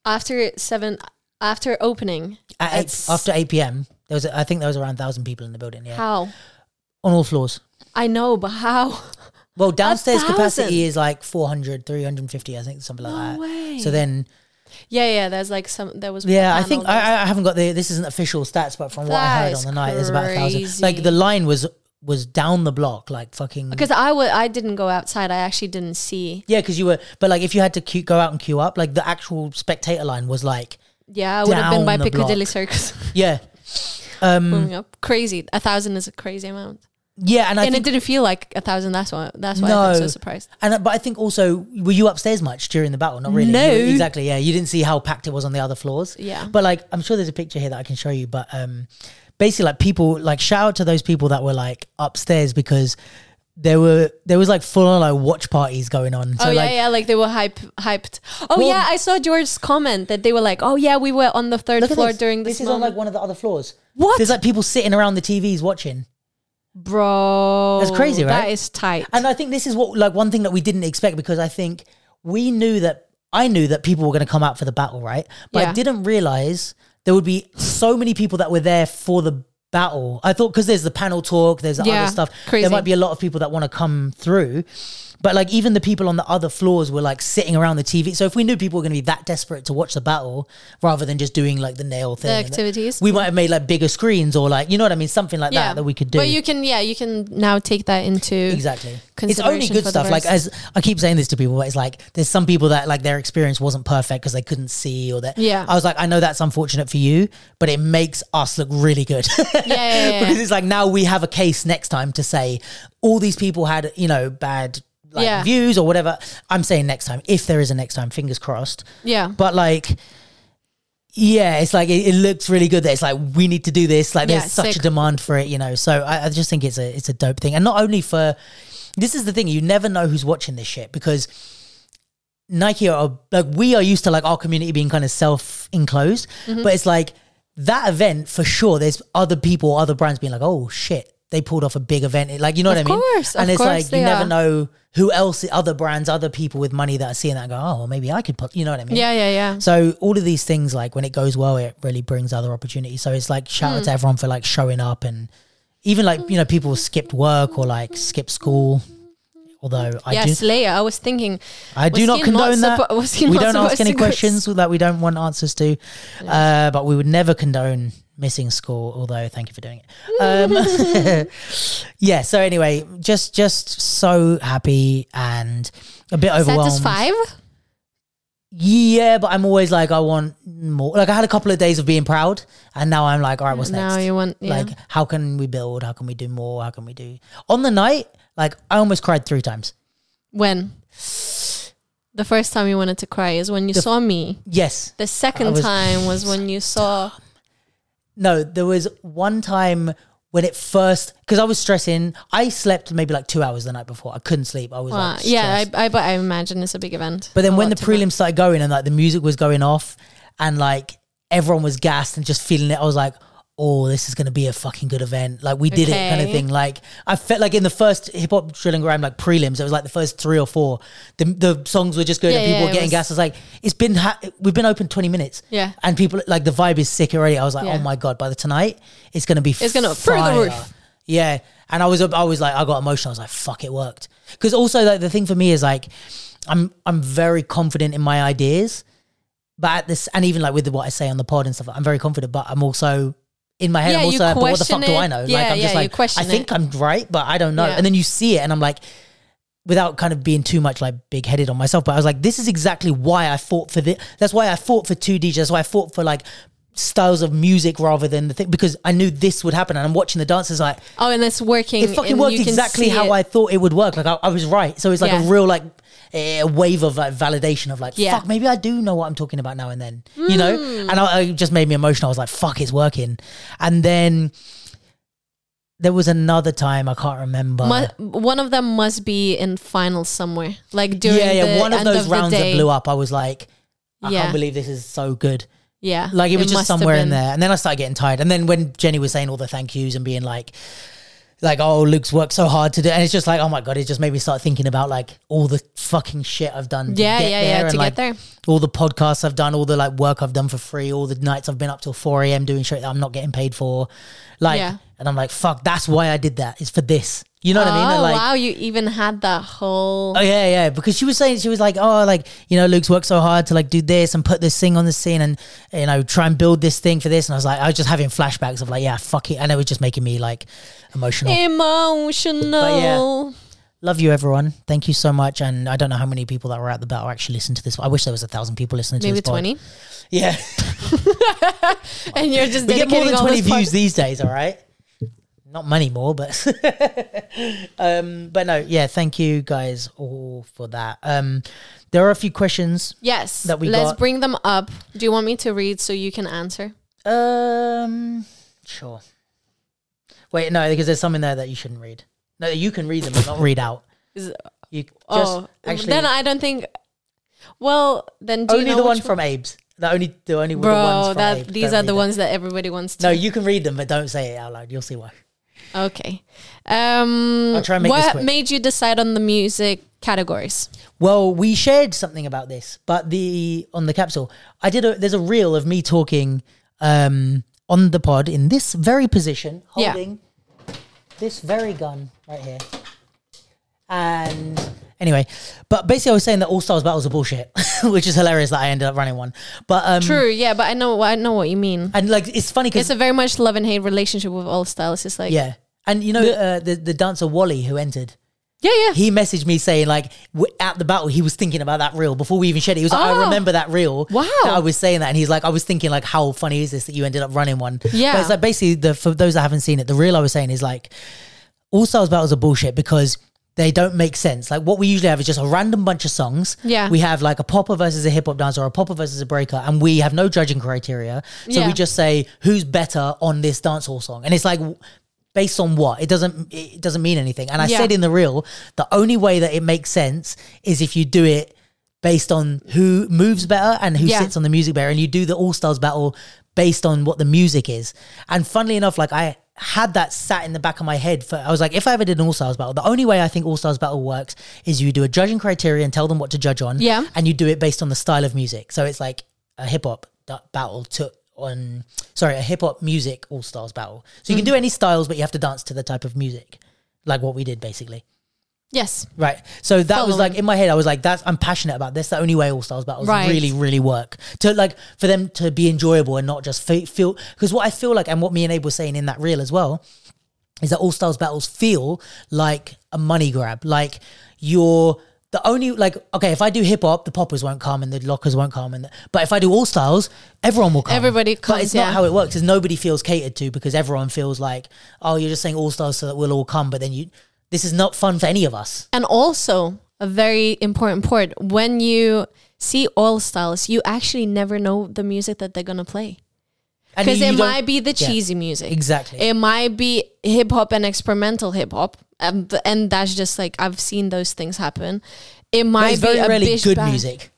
S1: after seven, after opening.
S2: at eight,
S1: That's-
S2: after eight p.m. There was, I think, there was around thousand people in the building. Yeah,
S1: How?
S2: on all floors.
S1: I know, but how?
S2: Well, downstairs
S1: thousand?
S2: capacity is like 400, 350, I think, something like
S1: No
S2: that.
S1: way.
S2: So then
S1: Yeah, yeah. There's like some. There was.
S2: Yeah, I
S1: panel
S2: think
S1: that was-
S2: I, I- I haven't got the. This isn't official stats, but from what I
S1: That
S2: heard on
S1: is
S2: the night, there's about a thousand.
S1: crazy.
S2: Like the line was was down the block, like fucking.
S1: because I w- I didn't go outside. I actually didn't see.
S2: yeah, because you were, but like if you had to queue, go out and queue up, like the actual spectator line was like,
S1: Yeah, I would have
S2: Down
S1: been by
S2: the
S1: Piccadilly
S2: block. Mm.
S1: Circus.
S2: yeah, Um,
S1: moving up. Crazy. A thousand is a crazy amount,
S2: yeah, and I
S1: and it
S2: think,
S1: didn't feel like a thousand. That's why. That's why I'm
S2: No.
S1: so surprised.
S2: and but I think also, were you upstairs much during the battle? Not really. You
S1: No.
S2: didn't- exactly. Yeah, you didn't see how packed it was on the other floors.
S1: Yeah.
S2: but like I'm sure there's a picture here that I can show you, but um, basically like people like shout out to those people that were like upstairs because. There were there was like full on like watch parties going on. So
S1: oh yeah,
S2: like
S1: yeah, like they were hype, hyped. Oh
S2: Well-
S1: yeah, I saw George's comment that they were like, "Oh yeah, we were on the third
S2: Look at
S1: floor
S2: this.
S1: during
S2: this
S1: this."
S2: is on like one of the other floors.
S1: what,
S2: There's like people sitting around the TVs watching,
S1: bro?
S2: That's crazy,
S1: That
S2: right?
S1: is tight.
S2: and I think this is what like one thing that we didn't expect because I think we knew that I knew that people were going to come out for the battle, right? But I
S1: Yeah.
S2: didn't realize there would be so many people that were there for the battle. I thought because there's the panel talk, there's the
S1: Yeah,
S2: other stuff.
S1: crazy.
S2: There might be a lot of people that want to come through. But like even the people on the other floors were like sitting around the TV. So if we knew people were going to be that desperate to watch the battle rather than just doing like the nail thing,
S1: the
S2: and the-
S1: activities.
S2: we might have made like bigger screens or like you know what I mean, something like that that we could do.
S1: But you can, yeah, you can now take that into
S2: exactly. It's
S1: Consideration
S2: only good
S1: for the
S2: stuff. Like
S1: rest.
S2: as I keep saying this to people, but it's like there's some people that like their experience wasn't perfect because they couldn't see or that.
S1: Yeah.
S2: I was like, I know that's unfortunate for you, but it makes us look really good.
S1: Yeah, yeah, yeah,
S2: because it's like now we have a case next time to say all these people had you know bad like
S1: Yeah.
S2: views or whatever. I'm saying next time if there is a next time, fingers crossed.
S1: yeah.
S2: But like, yeah, it's like it, it looks really good. That it's like we need to do this. Like
S1: Yeah,
S2: there's such a
S1: sick.
S2: demand for it, you know. So I, I just think it's a it's a dope thing, and not only for this is the thing you never know who's watching this shit because Nike are like we are used to like our community being kind of self enclosed,
S1: Mm-hmm.
S2: but it's like that event for sure. There's other people, other brands being like, oh shit. They pulled off a big event, It- like you know
S1: Of
S2: what I mean.
S1: course, of
S2: and it's
S1: course
S2: like you
S1: they
S2: never
S1: are.
S2: know who else, other brands, other people with money that are seeing that and go, oh, well, maybe I could put, you know what I mean?
S1: yeah, yeah, yeah.
S2: So all of these things, like when it goes well, it really brings other opportunities. So it's like shout
S1: Hmm.
S2: out to everyone for like showing up and even like you know people skipped work or like skipped school. Although I
S1: yeah,
S2: do,
S1: Slayer. I was thinking,
S2: I do
S1: was
S2: not
S1: he not
S2: condone that.
S1: suppo- was he
S2: we
S1: not
S2: don't ask
S1: supposed
S2: any
S1: to go-
S2: questions that we don't want answers to, uh, but we would never condone missing school. Although, thank you for doing it. Um, yeah. So anyway, just just so happy and a bit overwhelmed.
S1: satisfied.
S2: Yeah, but I'm always like, I want more. Like, I had a couple of days of being proud, and now I'm like, all right, what's
S1: Now
S2: next?
S1: you want, yeah.
S2: Like, how can we build? How can we do more? How can we do? On the night, like, I almost cried three times.
S1: when the first time you wanted to cry is when you saw me.
S2: Yes.
S1: The second
S2: was-
S1: time was when you saw.
S2: No, there was one time when it first, because I was stressing. I slept maybe like two hours the night before. I couldn't sleep. I was
S1: Wow.
S2: like, stressed.
S1: uh, yeah, I, I, but I imagine it's a big event.
S2: But then
S1: A
S2: when the
S1: lot to go-
S2: prelims started going and like the music was going off and like everyone was gassed and just feeling it, I was like, oh, this is going to be a fucking good event. Like we did it kind of
S1: Okay.
S2: thing. Like I felt like in the first hip hop drill and grime like prelims, it was like the first three or four. The, the songs were just going
S1: Yeah,
S2: and people
S1: yeah,
S2: were
S1: it
S2: getting
S1: was-
S2: gas. It's like it's been ha- we've been open twenty minutes.
S1: Yeah.
S2: and people like the vibe is sick already. I was like,
S1: Yeah.
S2: oh my god, by the tonight it's going to be
S1: It's gonna- through the
S2: fire.
S1: roof.
S2: Yeah, and I was I was like I got emotional. I was like, fuck, it worked. Because also like the thing for me is like I'm I'm very confident in my ideas, but at this and even like with what I say on the pod and stuff, I'm very confident. But I'm also in my head,
S1: Yeah,
S2: I'm
S1: you
S2: also like, but what the
S1: question
S2: fuck do I
S1: it.
S2: know? like
S1: Yeah,
S2: I'm
S1: yeah,
S2: just
S1: you
S2: like I
S1: question
S2: think
S1: it.
S2: I'm right, but I don't know.
S1: Yeah.
S2: And then you see it, and I'm like. Without kind of being too much like big headed on myself, but I was like, this is exactly why I fought for this. That's why I fought for two DJs. That's why I fought for like styles of music rather than the thing because I knew this would happen. And I'm watching the dancers like,
S1: Oh, and it's working.
S2: it fucking
S1: and
S2: worked
S1: you can
S2: exactly
S1: see
S2: how
S1: it.
S2: I thought it would work. Like I, I was right. So it's like a
S1: Yeah.
S2: real like a wave of like validation of like
S1: Yeah. Mm.
S2: fuck maybe I do know what I'm talking about now and then you know and I, it just made me emotional I was like fuck it's working and then there was another time I can't remember
S1: Mu- one of them must be in finals somewhere, like during
S2: yeah yeah
S1: the
S2: one of
S1: end
S2: those
S1: of
S2: rounds
S1: the
S2: that
S1: day.
S2: blew up I was like I
S1: Yeah.
S2: can't believe this is so good
S1: Yeah,
S2: like it was just
S1: must have
S2: somewhere in
S1: been.
S2: there. And then I started getting tired. And then when Jenny was saying all the thank yous and being like, like, oh, Luke's worked so hard to do, and it's just like, oh my god, it just made me start thinking about like all the fucking shit I've done. To
S1: Yeah,
S2: get
S1: yeah,
S2: there
S1: yeah,
S2: and,
S1: to get
S2: like,
S1: there.
S2: All the podcasts I've done, all the like work I've done for free, all the nights I've been up till four a.m. doing shit that I'm not getting paid for, like,
S1: Yeah.
S2: and I'm like, fuck, that's why I did that. It's for this. You know what I mean?
S1: oh
S2: And, like,
S1: wow, you even had that whole.
S2: Oh yeah, yeah. Because she was saying she was like, oh, like you know, Luke's worked so hard to like do this and put this thing on the scene and you know try and build this thing for this. And I was like, I was just having flashbacks of like, yeah, fuck it, and it was just making me like emotional.
S1: Emotional.
S2: Love you, everyone. Thank you so much. And I don't know how many people that were at the battle actually listened to this. I wish there was a thousand people listening to
S1: Maybe
S2: this. pod.
S1: 20.
S2: Yeah,
S1: And you're just
S2: we get more
S1: dedicating
S2: than
S1: all
S2: twenty
S1: this
S2: views
S1: part-
S2: these days. All right. Not many more, but um, but no, yeah. Thank you guys all for that. Um, there are a few questions
S1: Yes.
S2: that we
S1: Let's
S2: got.
S1: bring them up. Do you want me to read so you can answer?
S2: Um, sure. Wait, no, because there's some in there that you shouldn't read. No, you can read them, but not read out.
S1: Is-
S2: You just
S1: oh,
S2: actually
S1: then I don't think. Well, then do you
S2: only
S1: know
S2: the one
S1: which
S2: from Abe's. The only the only the ones
S1: Bro,
S2: from
S1: that
S2: Abe's.
S1: these
S2: Don't
S1: are the
S2: read them.
S1: ones that everybody wants to.
S2: No, you can read them, but don't say it out loud. You'll see why.
S1: Okay. Um,
S2: I'll try and make this
S1: what
S2: quick.
S1: made you decide on the music categories?
S2: Well, we shared something about this, but the on the capsule, I did. A, there's a reel of me talking um, on the pod in this very position,
S1: Yeah.
S2: holding this very gun right here. And anyway, but basically, I was saying that All Stars battles are bullshit, which is hilarious that I ended up running one. But um,
S1: True. Yeah, but I know. I know what you mean.
S2: and like it's funny because
S1: It's a very much love and hate relationship with all styles. It's like yeah,
S2: yeah, and you know uh, the the dancer Wally who entered.
S1: yeah, yeah.
S2: he messaged me saying like w- at the battle he was thinking about that reel before we even shared it. He was like, I
S1: Oh.
S2: remember that reel.
S1: Wow.
S2: that I was saying that, and he's like, I was thinking like, how funny is this that you ended up running one?
S1: Yeah.
S2: but it's like basically the for those that haven't seen it, the reel I was saying is like all stars battles are bullshit because. They don't make sense. Like what we usually have is just a random bunch of songs.
S1: Yeah.
S2: We have like a popper versus a hip hop dancer or a popper versus a breaker, and we have no judging criteria. So
S1: Yeah.
S2: we just say who's better on this dancehall song, and it's like w- based on what? It doesn't. It doesn't mean anything. And I
S1: Yeah.
S2: said in the reel, the only way that it makes sense is if you do it based on who moves better and who
S1: Yeah.
S2: sits on the music better, and you do the All Stars battle based on what the music is. And funnily enough, like I had that sat in the back of my head for I was like, if I ever did an All Stars battle, the only way I think All Stars battle works is you do a judging criteria and tell them what to judge on,
S1: Yeah.
S2: and you do it based on the style of music. So it's like a hip hop da- battle to on sorry, a hip hop music All Stars battle. So you can do any styles, but you have to dance to the type of music, like what we did basically.
S1: Yes.
S2: Right. So that was
S1: Following.
S2: like in my head. I was like, "That's I'm passionate about this. The only way All Stars battles
S1: Right.
S2: really, really work to like for them to be enjoyable and not just fe- feel because what I feel like and what me and Abe were saying in that reel as well is that All Stars battles feel like a money grab. Like you're the only like okay, if I do hip hop, the poppers won't come and the lockers won't come, and the, but if I do All Stars, everyone will come.
S1: Everybody
S2: But
S1: comes,
S2: it's not
S1: yeah.
S2: how it works. Is nobody feels catered to because everyone feels like oh, you're just saying All Stars so that we'll all come, but then you. This is not fun for any of us.
S1: And also, a very important part when you see all styles, you actually never know the music that they're going to play.
S2: And
S1: Because
S2: you- you
S1: it
S2: don't-
S1: might be the
S2: yeah,
S1: cheesy music.
S2: exactly.
S1: It might be hip hop and experimental hip hop. And, th- and that's just like, I've seen those things happen. It
S2: But
S1: might
S2: it's
S1: be
S2: very
S1: a
S2: rarely
S1: bish
S2: good
S1: bang.
S2: music.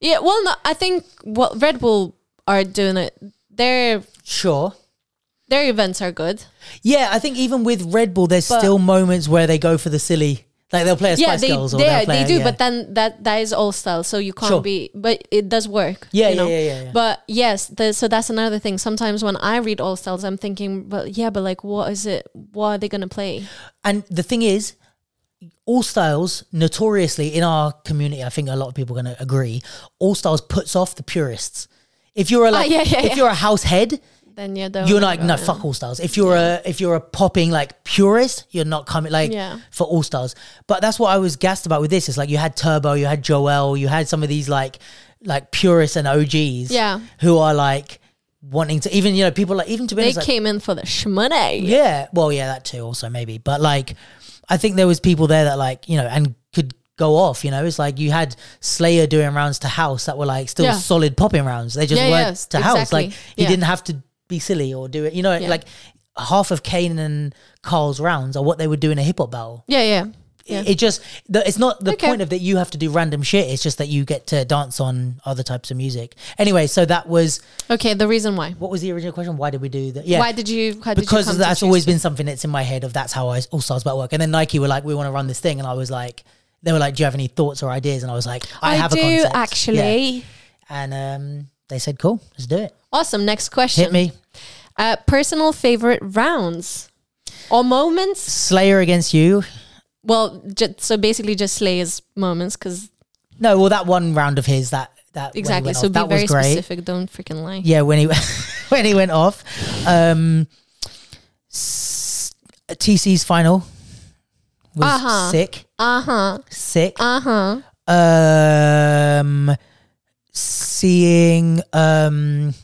S1: Yeah, well, no, I think what Red Bull are doing it, they're
S2: Sure,
S1: Their events are good.
S2: Yeah, I think even with Red Bull, there's
S1: But-
S2: still moments where they go for the silly. Like they'll play a
S1: yeah,
S2: Spice
S1: they
S2: Girls or
S1: they,
S2: they'll play
S1: they
S2: a-
S1: do,
S2: yeah.
S1: but then that that is all style, so you can't
S2: Sure.
S1: be. But it does work. you
S2: Yeah, yeah,
S1: know?
S2: yeah, yeah, yeah.
S1: But yes, the, so that's another thing. Sometimes when I read all styles, I'm thinking, but yeah, but like, what is it? What are they gonna play?
S2: And the thing is, All Styles, notoriously in our community, I think a lot of people are going to agree, All Styles puts off the purists. If you're a like,
S1: Oh, yeah, yeah,
S2: if
S1: yeah.
S2: you're a house head,
S1: Then yeah, they're uh,
S2: you're
S1: all
S2: like, no,
S1: gonna-
S2: fuck All Stars. If you're a if you're a popping like purist, you're not coming like
S1: Yeah.
S2: for All Stars. But that's what I was gassed about with this. It's like you had Turbo, you had Joel, you had some of these like like purists and OGs,
S1: Yeah.
S2: who are like wanting to even you know people like even to be
S1: They
S2: honest, like,
S1: came in for the shmoney.
S2: yeah. Well, yeah, that too, also maybe. But like, I think there was people there that like you know and could go off. You know, it's like you had Slayer doing rounds to House that were like still
S1: Yeah.
S2: solid popping rounds. They just
S1: Yeah,
S2: weren't
S1: yes,
S2: to House. Like
S1: exactly.
S2: he
S1: Yeah.
S2: didn't have to be silly or do it. You know,
S1: Yeah.
S2: like half of Kane and Carl's rounds are what they would do in a hip hop battle.
S1: yeah, yeah. yeah.
S2: It just the, it's not the
S1: Okay.
S2: point of that you have to do random shit. It's just that you get to dance on other types of music. Anyway, so that was
S1: Okay, the reason why.
S2: what was the original question? Why did we do that? Yeah,
S1: Why did you? How did
S2: because
S1: you come
S2: that's
S1: to choose
S2: always
S1: to-
S2: been something that's in my head of that's how I all stars about work. And then Nike were like, we want to run this thing, and I was like, they were like, do you have any thoughts or ideas? And I was like, I, have
S1: do
S2: a concept Yeah.
S1: actually.
S2: And um, they said, cool, let's do it.
S1: Awesome. Next question.
S2: Hit me,
S1: Uh, personal favorite rounds or moments.
S2: Slayer against you.
S1: Well, ju- so basically just Slayer's moments because
S2: No, well that one round of his that that when he
S1: exactly.
S2: went
S1: So
S2: off,
S1: be
S2: that
S1: very
S2: was great.
S1: specific. Don't freaking lie.
S2: Yeah, when he when he went off, um, s- TC's final was
S1: Uh-huh.
S2: sick,
S1: Uh huh.
S2: sick.
S1: Uh huh.
S2: um seeing um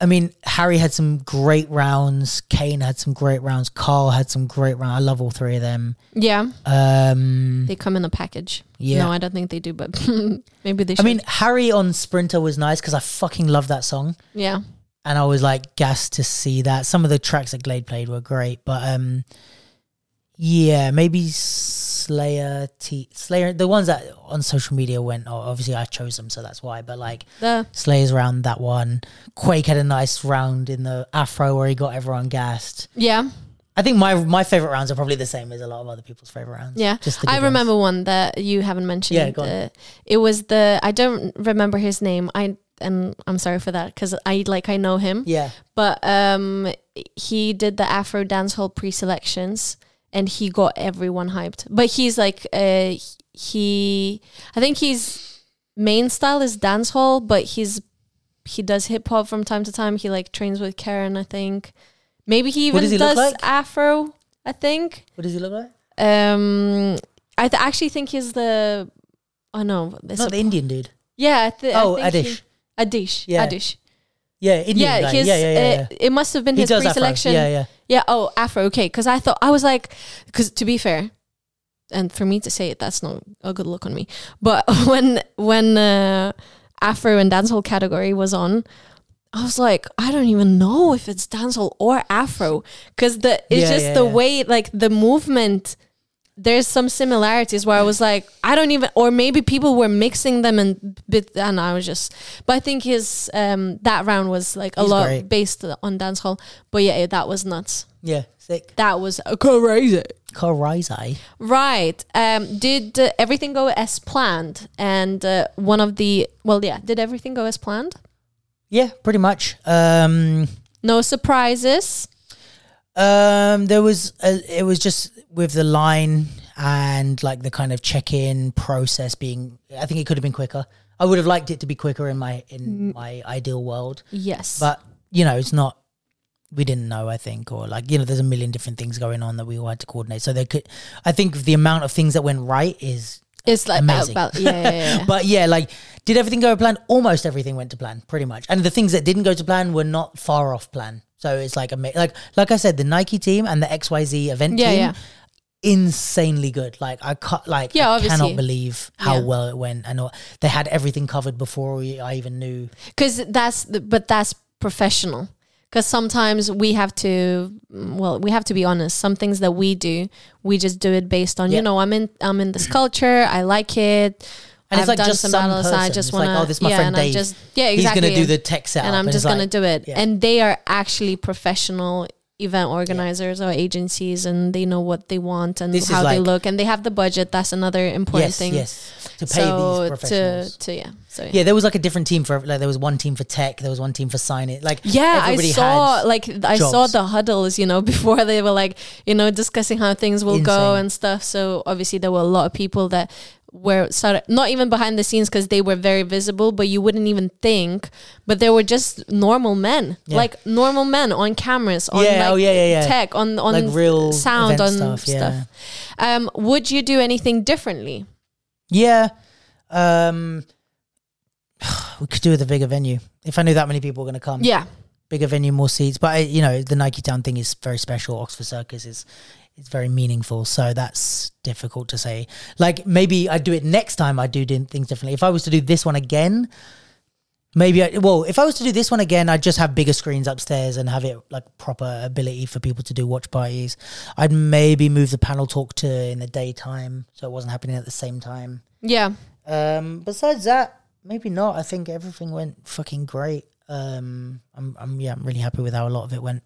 S2: I mean, Harry had some great rounds. Kane had some great rounds. Carl had some great rounds. I love all three of them.
S1: Yeah,
S2: Um,
S1: they come in a package.
S2: Yeah.
S1: No, I don't think they do, but maybe they
S2: I
S1: should.
S2: mean, Harry on Sprinter was nice because I fucking love that song,
S1: yeah.
S2: and I was like gassed to see that. Some of the tracks that Glade played were great, but um, yeah, maybe Slayer, T- Slayer, the ones that on social media went. Oh, obviously, I chose them, so that's why. But like,
S1: The
S2: Slayer's round that one. Quake had a nice round in the Afro where he got everyone gassed.
S1: yeah
S2: I think my my favorite rounds are probably the same as a lot of other people's favorite rounds.
S1: yeah.
S2: just the
S1: I
S2: good
S1: remember one that you haven't mentioned.
S2: Yeah, go on.
S1: Uh, it was the I don't remember his name. I and I'm sorry for that because I like I know him.
S2: ones. Yeah,
S1: but um he did the afro dancehall pre-selections and he got everyone hyped but he's like uh he i think his main style is dancehall but he's he does hip hop from time to time he like trains with karen i think maybe he
S2: What
S1: even
S2: does he look
S1: does
S2: like?
S1: afro i think
S2: what does he look like?
S1: um i th- actually think he's the oh no it's
S2: Not
S1: a-
S2: the Indian dude.
S1: yeah I th-
S2: Oh,
S1: I think
S2: Adish.
S1: he- adish
S2: Yeah.
S1: adish
S2: Yeah, Indian
S1: yeah,
S2: guy.
S1: his,
S2: yeah, yeah, yeah. yeah.
S1: Uh, it must have been
S2: He
S1: his
S2: does Afro.
S1: pre-selection.
S2: Yeah, yeah.
S1: Yeah, oh, Afro. Okay, because I thought I was like, because to be fair, and for me to say it, that's not a good look on me. But when when uh, Afro and dancehall category was on, I was like, I don't even know if it's dancehall or Afro, because the it's
S2: Yeah,
S1: just
S2: yeah,
S1: the
S2: yeah.
S1: way like the movement. There's some similarities where I was like, I don't even, or maybe people were mixing them and bit, and I was just. But I think his um that round was like a
S2: He's
S1: lot
S2: great.
S1: based on dancehall. But yeah, that was nuts.
S2: Yeah, sick.
S1: That was crazy.
S2: Karizai.
S1: Right. Um, did uh, everything go as planned? And uh, one of the, well, yeah, did everything go as planned?
S2: Yeah, pretty much. Um,
S1: No surprises.
S2: Um, there was a, it was just with the line and like the kind of check-in process being. I think it could have been quicker. I would have liked it to be quicker in my in my ideal world,
S1: Yes.
S2: but you know, it's not. We didn't know, I think, or like you know, there's a million different things going on that we all had to coordinate. So there could, I think, the amount of things that went right is.
S1: it's like
S2: amazing.
S1: about, yeah, yeah, yeah, yeah.
S2: But yeah, like, did everything go to plan? Almost everything went to plan, pretty much. And the things that didn't go to plan were not far off plan. So it's like a like like I said, the Nike team and the XYZ event
S1: Yeah,
S2: team,
S1: yeah.
S2: insanely good. Like I cut like
S1: Yeah,
S2: I
S1: obviously.
S2: cannot believe how
S1: Yeah.
S2: well it went, and all- they had everything covered before we, I even knew.
S1: because that's the, but that's professional because sometimes we have to mm, well we have to be honest some things that we do we just do it based on
S2: Yeah.
S1: you know i'm in i'm in this culture i like it I've
S2: And it's like
S1: done
S2: just
S1: some
S2: some
S1: battles.
S2: person.
S1: I just
S2: it's
S1: want to.
S2: like, oh, this is my
S1: yeah,
S2: friend
S1: and I
S2: Dave.
S1: just- yeah, exactly.
S2: He's gonna do the tech setup,
S1: and I'm just gonna
S2: to
S1: do it.
S2: yeah.
S1: And they are actually professional event organizers or agencies, and they know what they want and
S2: This is
S1: how they
S2: like-
S1: look, and they have the budget. That's another important
S2: yes,
S1: thing.
S2: yes, to pay
S1: so
S2: these professionals.
S1: to to yeah, so yeah.
S2: yeah, there was like a different team for like there was one team for tech, there was one team for sign it. Like
S1: Yeah, I
S2: everybody
S1: saw
S2: had-
S1: like I saw
S2: jobs.
S1: the huddles, you know, before they were like, you know, discussing how things will go
S2: Insane.
S1: and stuff. So obviously there were a lot of people that were sort of not even behind the scenes because they were very visible, but you wouldn't even think. But they were just normal men,
S2: Yeah.
S1: like normal men on cameras, on
S2: Yeah,
S1: like
S2: oh, yeah, yeah, yeah.
S1: tech, on on
S2: Like real
S1: sound,
S2: event
S1: on stuff.
S2: stuff, yeah.
S1: Um, would you do anything differently?
S2: yeah. Um, we could do with a bigger venue if I knew that many people were going to come.
S1: Yeah,
S2: bigger venue, more seats. But I, you know, the Nike Town thing is very special. Oxford Circus is it's very meaningful. So that's difficult to say. Like maybe I do it next time. I do din- things differently. If I was to do this one again, maybe I, well, if I was to do this one again, I'd just have bigger screens upstairs and have it like proper ability for people to do watch parties. I'd maybe move the panel talk to in the daytime, so it wasn't happening at the same time.
S1: yeah.
S2: Um, besides that, maybe not. I think everything went fucking great. Um, I'm, I'm, yeah, I'm really happy with how a lot of it went.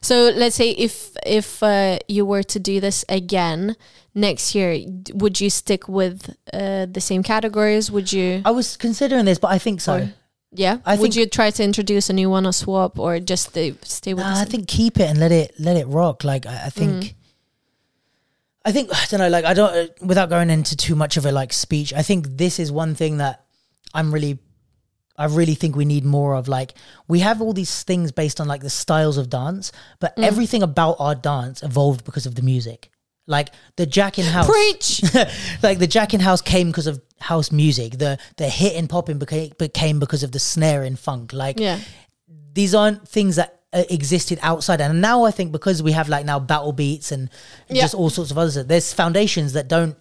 S1: So let's say if if uh, you were to do this again next year, d- would you stick with uh, the same categories? Would you?
S2: I was considering this, but I think so.
S1: Or- yeah.
S2: I
S1: would
S2: think-
S1: you try to introduce a new one or swap or just stay, stay with? the
S2: Nah, I
S1: same?
S2: think keep it and let it let it rock. Like I, I think, I think I don't know. Like I don't uh, without going into too much of a like speech. I think this is one thing that I'm really. I really think we need more of like we have all these things based on like the styles of dance, but everything about our dance evolved because of the music. Like the Jack in House,
S1: preach.
S2: like the Jack in House came because of house music. The the hit in popping became, became because of the snare in funk. Like
S1: yeah.
S2: these aren't things that uh, existed outside. And now I think because we have like now battle beats and
S1: Yeah.
S2: just all sorts of others, there's foundations that don't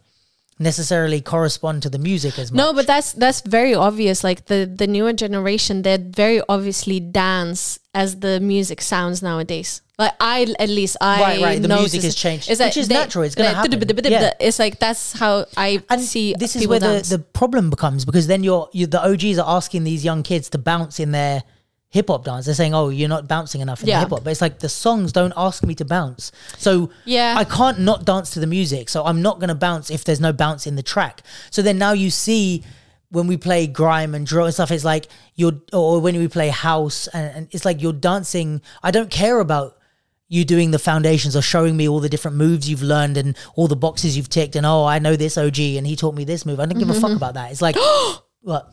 S2: necessarily correspond to the music as much.
S1: No, but that's that's very obvious. Like the the newer generation, they very obviously dance as the music sounds nowadays. Like I, at least I
S2: Right, right, the
S1: notice-
S2: music has changed,
S1: It's like
S2: which is natural, it's gonna
S1: they-
S2: happen. Yeah.
S1: It's like that's how I
S2: and
S1: see.
S2: this is
S1: people
S2: where
S1: dance.
S2: the, the problem becomes because then you're you, the OGs are asking these young kids to bounce in their hip hop dance. They're saying, "Oh, you're not bouncing enough in
S1: Yeah.
S2: hip hop." But it's like the songs don't ask me to bounce, so
S1: Yeah.
S2: I can't not dance to the music. So I'm not going to bounce if there's no bounce in the track. So then now you see. When we play grime and drill and stuff, it's like you're, or when we play house, and, and it's like you're dancing. I don't care about you doing the foundations or showing me all the different moves you've learned and all the boxes you've ticked and oh I know this OG and he taught me this move. I don't give a fuck about that. It's like what?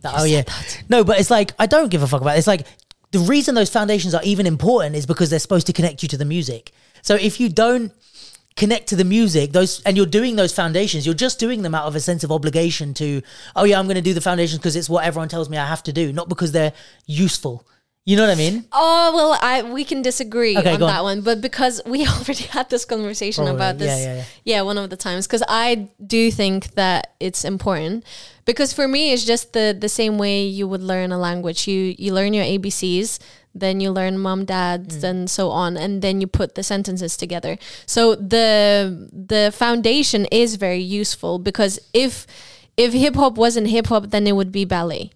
S2: That- oh yeah. No, but it's like I don't give a fuck about it. It's like the reason those foundations are even important is because they're supposed to connect you to the music. So if you don't connect to the music those and you're doing those foundations you're just doing them out of a sense of obligation to oh yeah i'm going to do the foundations because it's what everyone tells me i have to do not because they're useful you know what i mean
S1: Oh well, I we can disagree
S2: Okay,
S1: on
S2: go on.
S1: that one, but because we already had this conversation
S2: Probably,
S1: about
S2: yeah,
S1: this,
S2: yeah, yeah.
S1: one of the times, because I do think that it's important. Because for me, it's just the the same way you would learn a language. You you learn your ABCs, then you learn mom, dad,
S2: Mm.
S1: and so on, and then you put the sentences together. So the the foundation is very useful because if if hip hop wasn't hip hop, then it would be ballet.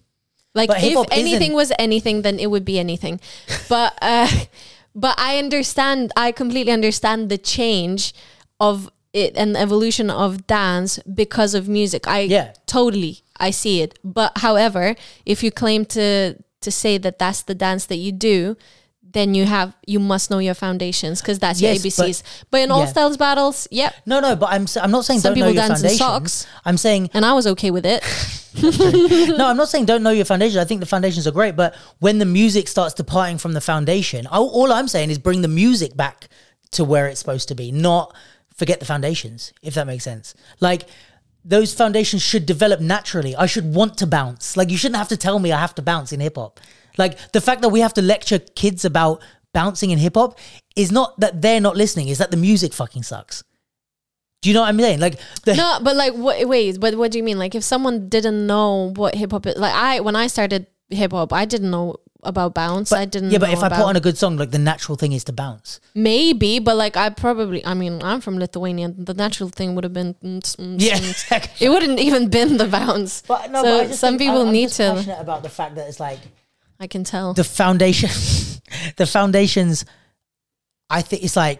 S1: Like
S2: But hip
S1: if
S2: hop isn't-
S1: anything was anything, then it would be anything. but uh, but I understand. I completely understand the change of it and evolution of dance because of music. I
S2: Yeah.
S1: totally I see it. But however, if you claim to to say that that's the dance that you do. Then you have you must know your foundations because that's
S2: Yes,
S1: your
S2: but-
S1: ABCs. But, in all
S2: yeah.
S1: styles battles, yep.
S2: No, no, but I'm s- I'm not saying
S1: Some
S2: don't know
S1: people
S2: your
S1: dance in
S2: foundations.
S1: socks.
S2: I'm saying
S1: And I was okay with it.
S2: no, I'm not saying don't know your foundations. I think the foundations are great, but when the music starts departing from the foundation, I, all I'm saying is bring the music back to where it's supposed to be, not forget the foundations. If that makes sense, like those foundations should develop naturally. I should want to bounce. Like you shouldn't have to tell me I have to bounce in hip hop. Like the fact that we have to lecture kids about bouncing in hip hop is not that they're not listening. Is that the music fucking sucks. Do you know what I'm saying? Like the
S1: no, but like, what, wait, but what do you mean? Like, if someone didn't know what hip hop is, like, I when I started hip hop. I didn't know about bounce. I didn't.
S2: yeah, but
S1: know
S2: if I put
S1: about-
S2: on a good song, like the natural thing is to bounce.
S1: maybe, but like I probably. I mean, I'm from Lithuania. The natural thing would have been. mm, mm, mm,
S2: Yeah,
S1: mm.
S2: exactly.
S1: It wouldn't even been the bounce.
S2: But no,
S1: So
S2: but I just
S1: some
S2: think-
S1: people
S2: I'm
S1: need
S2: just
S1: to-
S2: passionate about the fact that it's like
S1: I can tell.
S2: the foundation, the foundations. I think it's like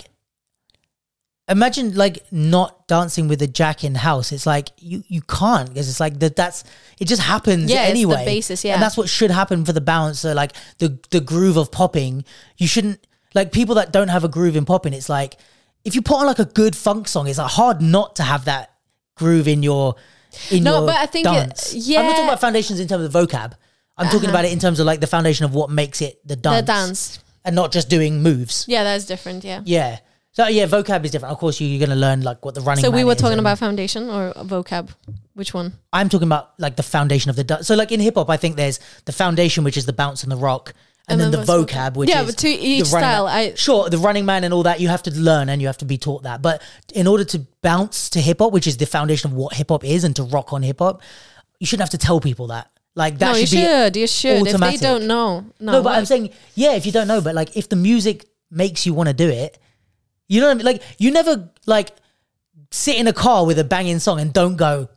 S2: imagine like not dancing with a jack in house. It's like you you can't because it's like that. That's it just happens
S1: Yeah, it's the
S2: anyway.
S1: basis, yeah.
S2: and that's what should happen for the bounce. So like the the groove of popping. You shouldn't like people that don't have a groove in popping. It's like if you put on like a good funk song, it's like hard not to have that groove in your in
S1: No,
S2: your
S1: but I think it-
S2: dance. I'm not
S1: yeah.
S2: talking about foundations in terms of vocab. I'm talking about it in terms of like the foundation of what makes it the dance,
S1: The dance.
S2: and not just doing moves.
S1: Yeah, that's different. Yeah.
S2: Yeah. So yeah, vocab is different. Of course, you, you're going to learn like what the running.
S1: So we
S2: man
S1: were
S2: is
S1: talking
S2: and-
S1: about foundation or vocab. Which one?
S2: I'm talking about like the foundation of the. dance. so like in hip hop, I think there's the foundation, which is the bounce and the rock, and, then, the
S1: what's-
S2: vocab, which
S1: yeah,
S2: is
S1: but to
S2: the
S1: each
S2: running
S1: style.
S2: man.
S1: I
S2: Sure, the running man and all that you have to learn and you have to be taught that. But in order to bounce to hip hop, which is the foundation of what hip hop is, and to rock on hip hop, you shouldn't have to tell people that. Like that
S1: no, you
S2: should be
S1: should. You should. If they
S2: automatic.
S1: don't know, no.
S2: No, but
S1: what-
S2: I'm saying, yeah, if you don't know, but like if the music makes you want to do it, you know what I mean? Like you never like sit in a car with a banging song and don't go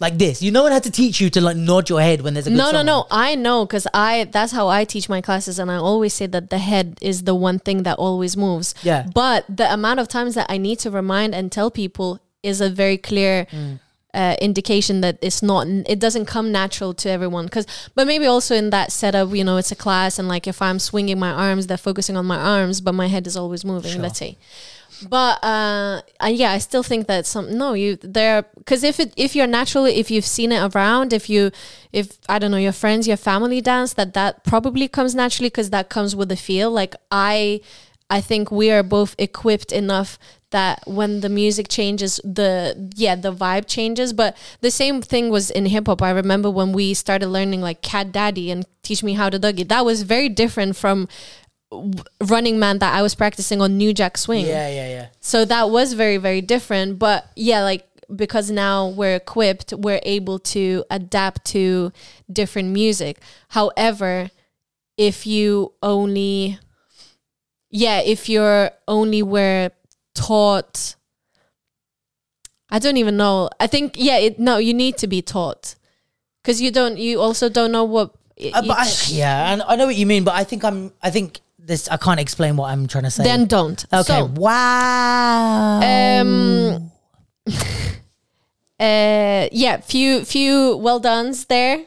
S2: like this. You no one had to teach you to like nod your head when there's a good
S1: no, no,
S2: song on.
S1: no. I know because I. That's how I teach my classes, and I always say that the head is the one thing that always moves.
S2: Yeah.
S1: But the amount of times that I need to remind and tell people is a very clear.
S2: Mm.
S1: Uh, indication that it's not it doesn't come natural to everyone because but maybe also in that setup you know it's a class and like if i'm swinging my arms they're focusing on my arms but my head is always moving let's say but uh, I, yeah, I still think that some no, you there because if it if you're naturally if you've seen it around, if you if I don't know your friends, your family dance, that that probably comes naturally because that comes with the feel. Like I, I think we are both equipped enough that when the music changes, the yeah the vibe changes. But the same thing was in hip hop. I remember when we started learning like Cat Daddy and Teach Me How to Dougie. That was very different from. w- Running Man that I was practicing on New Jack Swing.
S2: Yeah, yeah, yeah.
S1: So that was very, very different. But yeah, like because now we're equipped, we're able to adapt to different music. However, if you only, yeah, if you're only were taught, I don't even know. I think, yeah, it, no, you need to be taught because you don't, you also don't know what.
S2: Uh, but I,
S1: each-
S2: yeah, and I know what you mean, but I think I'm I think this I can't explain what I'm trying to say.
S1: then don't.
S2: okay.
S1: So,
S2: wow.
S1: Um, uh, yeah, few few well done's there.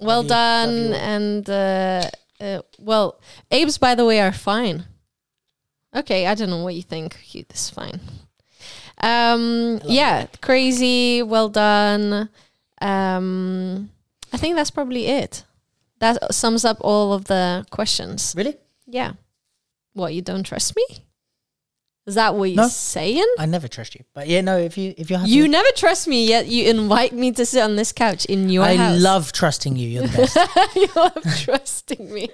S1: Well
S2: Love you-
S1: done,
S2: love you all.
S1: and uh, uh, well, apes by the way are fine. Okay, I don't know what you think. You- This is fine. Um, yeah, crazy. Well done. Um, I think that's probably it. That sums up all of the questions.
S2: really?
S1: Yeah. What you don't trust me? Is that what you're
S2: No.
S1: saying?
S2: I never trust you. But yeah, no, if you if you're happy
S1: You never trust me yet. You invite me to sit on this couch in your
S2: I
S1: house.
S2: love trusting you. You're the best.
S1: you love trusting me.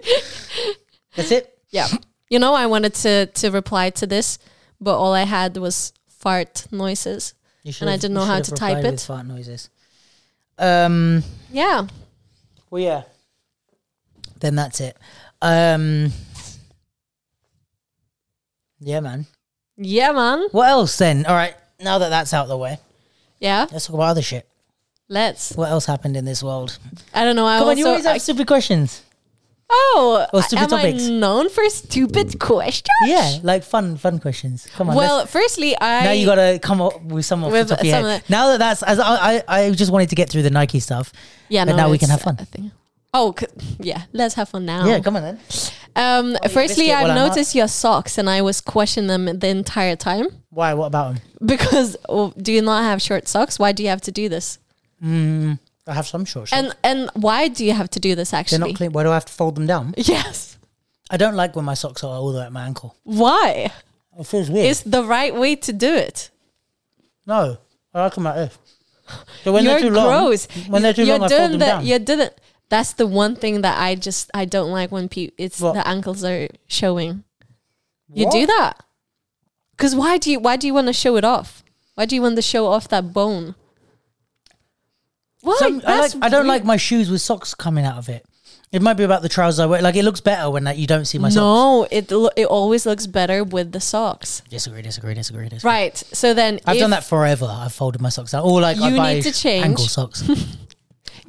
S2: That's it.
S1: Yeah. You know, I wanted to to reply to this, but all I had was fart noises.
S2: You should
S1: And I
S2: have-
S1: didn't
S2: you
S1: know
S2: should
S1: how
S2: have
S1: to type
S2: replied with
S1: it.
S2: Fart noises. Um.
S1: Yeah.
S2: Well, yeah. Then that's it. Um. Yeah, man.
S1: Yeah, man.
S2: What else then? All right. Now that that's out the way,
S1: Yeah.
S2: let's talk about other shit.
S1: Let's.
S2: What else happened in this world?
S1: I don't know. I
S2: Come on,
S1: also,
S2: you always have
S1: Oh, I-
S2: stupid questions.
S1: oh,
S2: Or stupid
S1: am
S2: topics.
S1: I known for stupid questions?
S2: Yeah, like fun, fun questions. Come on.
S1: Well, firstly, I
S2: now you got to come up with some off
S1: With
S2: the top of your
S1: some of
S2: head.
S1: the-
S2: Now that that's as I, I, I just wanted to get through the Nike stuff.
S1: yeah.
S2: but
S1: no,
S2: now we can
S1: it's
S2: have fun.
S1: a thing. Oh, c- yeah. Let's have fun now.
S2: Yeah, come on then.
S1: Um, firstly,
S2: missed it
S1: I've
S2: while I'm out.
S1: noticed your socks, and I was questioning them the entire time
S2: Why? What about them?
S1: because oh, do you not have short socks? Why do you have to do this?
S2: I have some short shorts.
S1: And and why do you have to do this?
S2: They're
S1: Actually,
S2: not clean. Why do I have to fold them down?
S1: yes.
S2: I don't like when my socks are all the way at my ankle.
S1: Why?
S2: It feels weird.
S1: It's the right way to do it.
S2: No, I like them like this. So when
S1: you're
S2: they're too
S1: gross.
S2: long, when they're too
S1: you're
S2: long, I
S1: doing
S2: fold them
S1: that.
S2: down.
S1: You're doing. That's the one thing that I just I don't like when people. It's
S2: What?
S1: the ankles are showing. You
S2: What?
S1: do that because why do you why do you want to show it off? Why do you want to show off that bone? Why?
S2: Some, I, like,
S1: That's
S2: I don't
S1: weird.
S2: like my shoes with socks coming out of it. It might be about the trousers I wear. Like it looks better when that you don't see my socks.
S1: No, it lo- it always looks better with the socks.
S2: Disagree, disagree, disagree, disagree.
S1: Right. So then
S2: I've
S1: if
S2: done that forever. I've folded my socks out. Or like I
S1: You
S2: buy
S1: need to change.
S2: ankle socks.
S1: you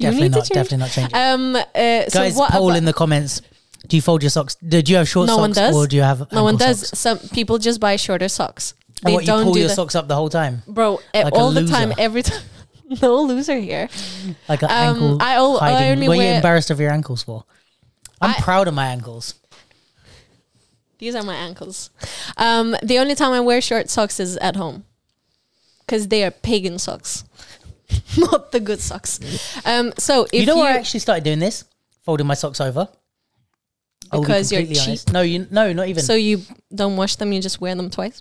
S2: definitely
S1: need
S2: not.
S1: to change.
S2: Definitely not change.
S1: Um. Uh, so
S2: Guys,
S1: what
S2: poll
S1: about-
S2: in the comments. Do you fold your socks? Do do you have short
S1: No
S2: socks
S1: one does.
S2: or do you have
S1: no one
S2: ankle
S1: does.
S2: socks?
S1: Some people just buy shorter socks.
S2: And
S1: They
S2: what, you
S1: don't
S2: pull
S1: do
S2: your
S1: the
S2: socks up the whole time,
S1: bro eh,
S2: Like a
S1: all the time,
S2: loser.
S1: every time. no loser here.
S2: like an
S1: Um,
S2: ankle
S1: I al- I
S2: hiding.
S1: only
S2: what are you
S1: wear-
S2: embarrassed of your ankles for? I'm
S1: I-
S2: proud of my ankles.
S1: These are my ankles. Um, the only time I wear short socks is at home because they are pagan socks, not the good socks. Um, so if
S2: You
S1: you,
S2: know where I actually started doing this? Folding my socks over. I will be
S1: Because you're
S2: completely honest. No, you no, not even.
S1: so you don't wash them, you just wear them twice.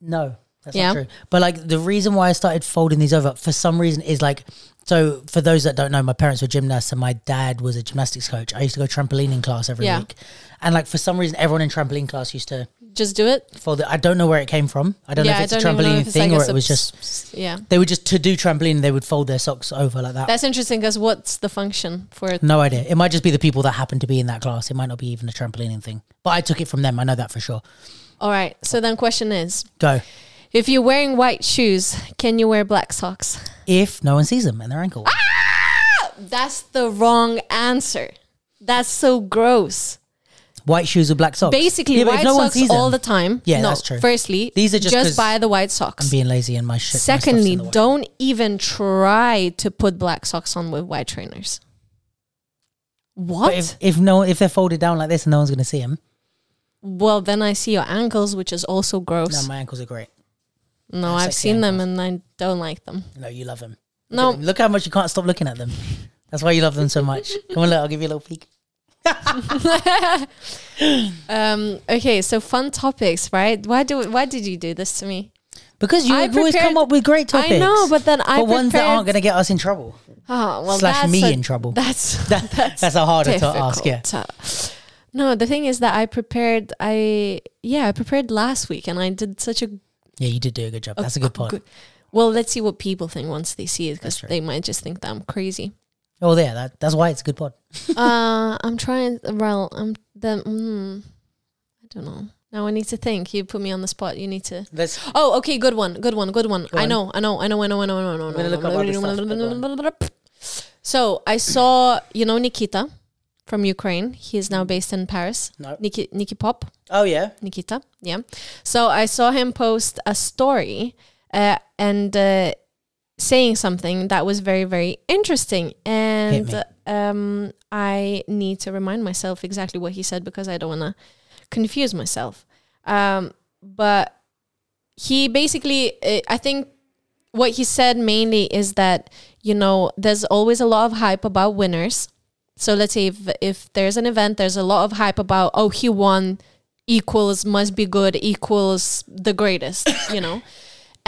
S2: No, that's
S1: Yeah.
S2: not true. But like the reason why I started folding these over for some reason is like so for those that don't know, my parents were gymnasts and my dad was a gymnastics coach. I used to go trampolining class every
S1: Yeah.
S2: week. And like for some reason everyone in trampoline class used to
S1: Just do it.
S2: fold it. I don't know where it came from. I don't know if it's a
S1: even know
S2: trampoline
S1: if it's
S2: thing
S1: like a
S2: or it was just
S1: subs- yeah.
S2: they were just to do trampoline and they would fold their socks over like that.
S1: That's interesting because what's the function for it?
S2: no idea. It might just be the people that happen to be in that class. It might not be even a trampolining thing. But I took it from them. I know that for sure.
S1: All right. So then, question is:
S2: Go.
S1: If you're wearing white shoes, can you wear black socks?
S2: If no one sees them and their ankle.
S1: Ah! That's the wrong answer. That's so gross.
S2: White shoes with black socks.
S1: Basically,
S2: Yeah, but if
S1: white
S2: no one
S1: socks
S2: sees
S1: all
S2: them-
S1: the time.
S2: Yeah, that's true.
S1: Firstly,
S2: These are just 'cause
S1: buy the white socks.
S2: being lazy and my shit. my stuff's in
S1: Secondly,
S2: the way.
S1: don't even try to put black socks on with white trainers. What?
S2: But if, if no, if they're folded down like this and no one's gonna see them,
S1: well, then I see your ankles, which is also
S2: no,
S1: gross.
S2: my ankles are great.
S1: No,
S2: I have
S1: I've
S2: sexy
S1: seen them and I don't like them.
S2: No, you love them. Look
S1: No.
S2: at them. look how much you can't stop looking at them. That's why you love them so much. Come on, look, I'll give you a little peek.
S1: Um, okay, so fun topics, right? Why do why did you do this to me?
S2: Because you
S1: I
S2: always
S1: prepared-
S2: come up with great topics.
S1: I know, but then I
S2: but ones that
S1: prepared-
S2: aren't gonna get us in trouble.
S1: Oh, well,
S2: Slash
S1: that's
S2: me
S1: a-
S2: in trouble.
S1: That's
S2: That-
S1: that's,
S2: that's a harder to ask, yeah.
S1: difficult. No, the thing is that I prepared. I yeah, I prepared last week, and I did such a
S2: Yeah, you did do a good job. That's a good
S1: Oh,
S2: point.
S1: good- Well, let's see what people think once they see it, because
S2: true.
S1: they might just think that I'm crazy.
S2: Oh, there. That, that's why it's a good pod.
S1: uh, I'm trying. Well, I'm then. Mm, I don't know. Now I need to think. You put me on the spot. You need to.
S2: Let's
S1: Oh, okay. Good one. Good one. Good one. I
S2: on.
S1: know. I know. I know. I know. I know. I know. I know.
S2: gonna look up other stuff,
S1: So I saw, you know, Nikita from Ukraine. He is now based in Paris.
S2: Mm. No.
S1: Nikki, Nikki Pop.
S2: Oh yeah.
S1: Nikita. Yeah. So I saw him post a story uh, and uh, saying something that was very, very interesting.
S2: Hit
S1: And um, I need to remind myself exactly what he said because I don't want to confuse myself. Um, but he basically, uh, I think what he said mainly is that, you know, there's always a lot of hype about winners. So let's say if, if there's an event, there's a lot of hype about, oh, he won equals must be good equals the greatest, you know?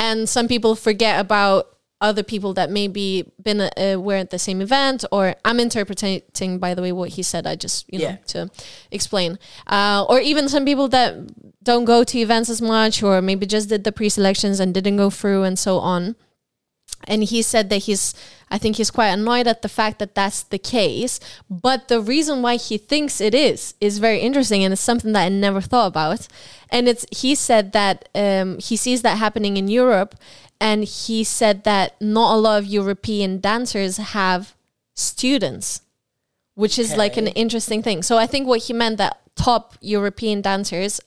S1: And some people forget about other people that maybe been uh, were at the same event or I'm interpreting by the way what he said I just you
S2: Yeah.
S1: know to explain uh, or even some people that don't go to events as much or maybe just did the pre-selections and didn't go through and so on and he said that he's i think he's quite annoyed at the fact that that's the case but the reason why he thinks it is is very interesting and it's something that i never thought about and it's he said that um, he sees that happening in europe and he said that not a lot of european dancers have students which is like an interesting thing so i think what he meant that top european dancers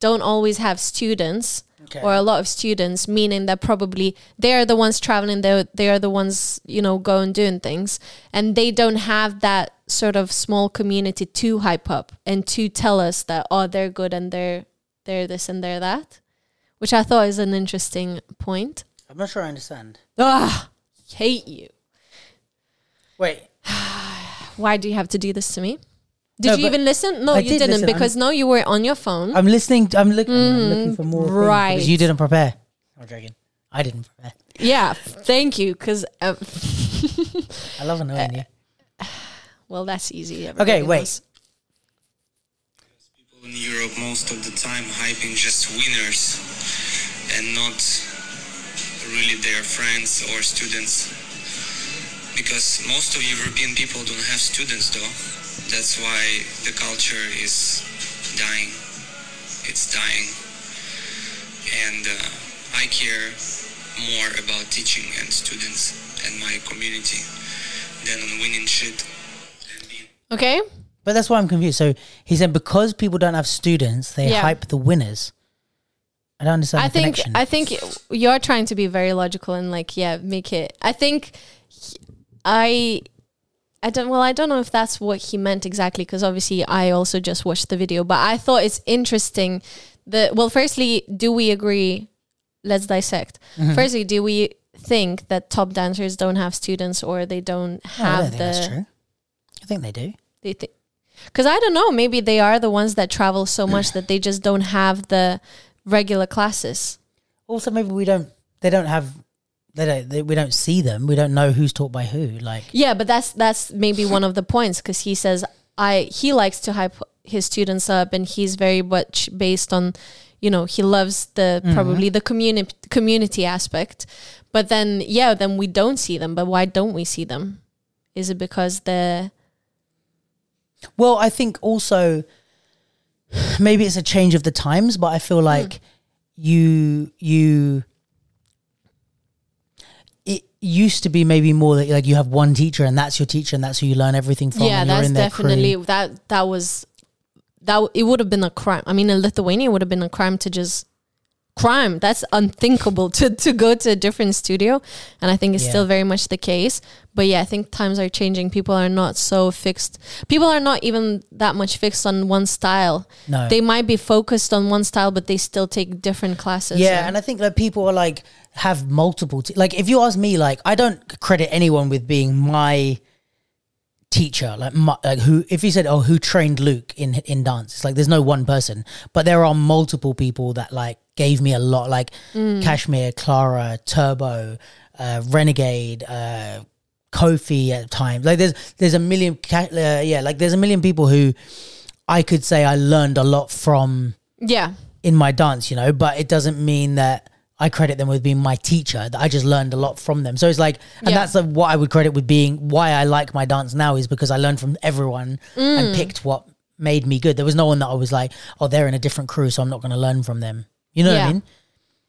S1: don't always have students
S2: Okay.
S1: or a lot of students, meaning that probably they are the ones traveling, they they are the ones you know going doing things, and they don't have that sort of small community to hype up and to tell us that oh they're good and they're they're this and they're that, which I thought is an interesting point.
S2: I'm not sure I understand.
S1: Ah, hate you.
S2: Wait.
S1: Why do you have to do this to me? Did
S2: No,
S1: you
S2: but
S1: even listen? No,
S2: I
S1: you
S2: did
S1: didn't
S2: listen. I'm-
S1: because no, you were on your phone.
S2: I'm listening. I'm looking. I'm looking for more. things
S1: Mm,
S2: because
S1: right.
S2: you didn't prepare. I'm joking. I didn't prepare.
S1: yeah, thank you. Because uh,
S2: I love annoying you.
S1: well, that's easy.
S2: Okay,
S1: everybody
S2: wait.
S1: knows.
S3: People in Europe most of the time hyping just winners and not really their friends or students. because most of European people don't have students though. That's why the culture is dying. It's dying. And uh, I care more about teaching and students and my community than on winning shit.
S1: Okay.
S2: But that's why I'm confused. So he said because people don't have students, they
S1: Yeah.
S2: hype the winners. I don't understand
S1: I
S2: the
S1: think
S2: connection.
S1: I think you're trying to be very logical and like yeah, make it. I think he- I I don't well, I don't know if that's what he meant exactly because obviously I also just watched the video, but I thought it's interesting that well, firstly, do we agree? Let's dissect.
S2: Mm-hmm.
S1: Firstly, do we think that top dancers don't have students or they don't
S2: No, Oh, I
S1: have
S2: don't think that's
S1: the
S2: true. I think they do.
S1: they think because I don't know, maybe they are the ones that travel so much that they just don't have the regular classes.
S2: Also, maybe we don't. They don't have. They don't. They, we don't see them. We don't know who's taught by who. Like
S1: Yeah, but that's that's maybe one of the points because he says I he likes to hype his students up, and he's very much based on, you know, he loves the probably the community community aspect. But then, yeah, then we don't see them. But why don't we see them? Is it because they're
S2: Well, I think also maybe it's a change of the times, but I feel
S1: Hmm.
S2: like you you it used to be maybe more that like you have one teacher and that's your teacher and that's who you learn everything from.
S1: yeah?
S2: and you're
S1: That's
S2: in their
S1: definitely
S2: crew.
S1: that. That was that. w- It would have been a crime. I mean, in Lithuania, it would have been a crime to just crime. That's unthinkable to to go to a different studio, and I think it's
S2: Yeah.
S1: still very much the case. But yeah, I think times are changing. People are not so fixed. People are not even that much fixed on one style.
S2: no.
S1: They might be focused on one style, but they still take different classes.
S2: yeah, and I think like people are like have multiple te- like if you ask me like I don't credit anyone with being my teacher like my, like who if you said oh who trained Luke in in dance it's like there's no one person but there are multiple people that like gave me a lot like Kashmir, Clara, Turbo, uh, Renegade, uh, Kofi at times like there's there's a million ca- uh, yeah like there's a million people who I could say I learned a lot from
S1: yeah,
S2: in my dance, you know, but it doesn't mean that I credit them with being my teacher. That I just learned a lot from them. So it's like, and
S1: Yeah.
S2: that's like what I would credit with being why I like my dance now is because I learned from everyone
S1: Mm.
S2: and picked what made me good. There was no one that I was like, oh, they're in a different crew, so I'm not going to learn from them. You know what
S1: Yeah.
S2: I mean?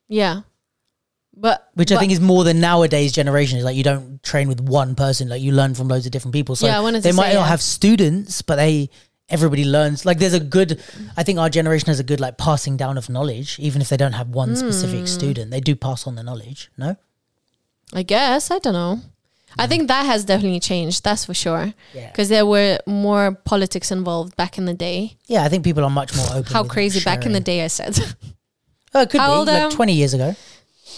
S1: yeah. But
S2: Which I
S1: but-
S2: think is more than nowadays generation is like you don't train with one person, like you learn from loads of different people. So
S1: Yeah, I wanted to
S2: they might
S1: say,
S2: not
S1: yeah.
S2: have students, but they everybody learns. Like there's a good I think our generation has a good like passing down of knowledge, even if they don't have one
S1: Hmm.
S2: specific student. They do pass on the knowledge, no?
S1: I guess I don't know.
S2: Mm.
S1: I think that has definitely changed. That's for sure.
S2: Yeah.
S1: Because there were more politics involved back in the day.
S2: Yeah, I think people are much more open.
S1: How
S2: with
S1: crazy back in the
S2: sharing.
S1: day! I said.
S2: Oh, it could
S1: How
S2: be
S1: old, um,
S2: like twenty years ago.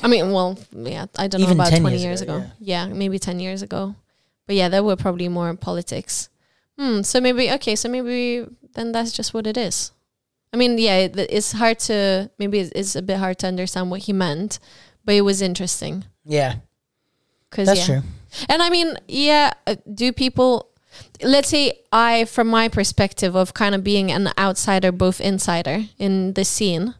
S1: I mean, well, yeah, I don't
S2: Even
S1: know about
S2: 10
S1: twenty
S2: years
S1: years ago.
S2: ago,
S1: Yeah. maybe ten years ago. But yeah, there were probably more politics. Hmm. So maybe okay. So maybe then that's just what it is. I mean, yeah, it, it's hard to maybe it's, it's a bit hard to understand what he meant, but it was interesting.
S2: Yeah.
S1: Cause
S2: That's
S1: yeah.
S2: true.
S1: And I mean, yeah, uh, do people, let's say I, from my perspective of kind of being an outsider, both insider in the scene,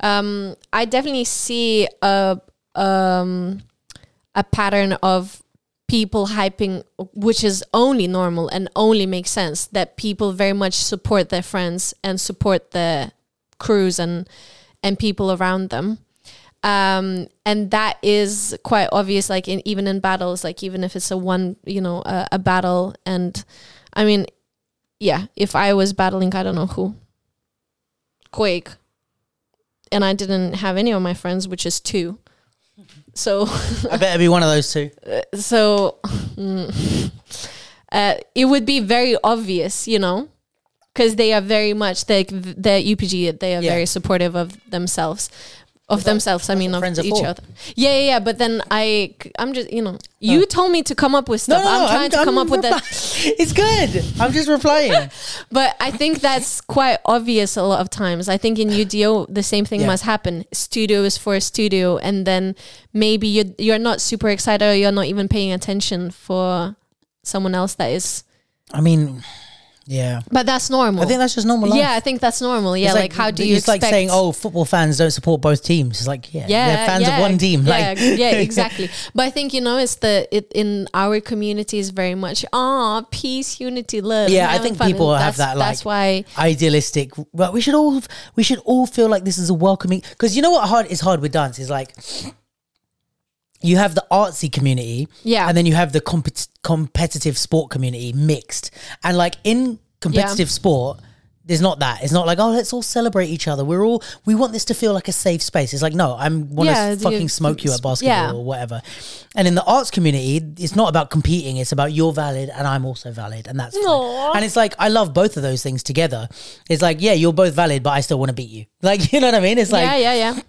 S1: um, I definitely see a, um, a pattern of people hyping, which is only normal and only makes sense that people very much support their friends and support the crews and, and people around them um and that is quite obvious like in even in battles like even if it's a one you know a, a battle and i mean yeah if i was battling i don't know who quake and i didn't have any of my friends which is two so
S2: I better be one of those two.
S1: so mm, uh, it would be very obvious, you know, because they are very much like the UPG. They are
S2: Yeah.
S1: very supportive of themselves, of themselves. I mean, of
S2: friends are
S1: each
S2: for.
S1: other. Yeah, yeah, yeah. But then I, c- I'm just, you know, you told me to come up with
S2: Oh. No,
S1: stuff.
S2: no,
S1: I'm trying to come up with that.
S2: replying. It's good. I'm just replying.
S1: But I think that's quite obvious a lot of times. I think in UDO the same thing
S2: Yeah.
S1: must happen. Studio is for a studio, and then maybe you you're not super excited, or you're not even paying attention for someone else that is.
S2: I mean, Yeah.
S1: But that's normal.
S2: I think that's just normal. life.
S1: yeah, I think that's normal. Yeah,
S2: It's
S1: like, how do you
S2: It's
S1: expect
S2: like saying, "Oh, football fans don't support both teams." It's like, yeah,
S1: yeah,
S2: they're fans
S1: yeah,
S2: of one team.
S1: Yeah,
S2: Like,
S1: yeah, exactly. But I think you know, it's the it in our community is very much ah peace, unity, love.
S2: Yeah, I
S1: having
S2: think
S1: fun," and
S2: people have
S1: that's-
S2: that, like-
S1: that's why.
S2: idealistic. But we should all we should all feel like this is a welcoming because you know what hard is hard with dance is like you have the artsy community,
S1: Yeah.
S2: and then you have the compet- competitive sport community mixed, and like in competitive sport. There's not that. It's not like oh, let's all celebrate each other. We're all we want this to feel like a safe space. It's like no, I'm want to
S1: Yeah, you-
S2: fucking smoke you at basketball
S1: yeah.
S2: or whatever. And in the arts community, it's not about competing. It's about you're valid and I'm also valid, and that's fine.
S1: Aw.
S2: And it's like I love both of those things together. It's like yeah, you're both valid, but I still want to beat you. Like you know what I mean? It's like
S1: yeah, yeah, yeah.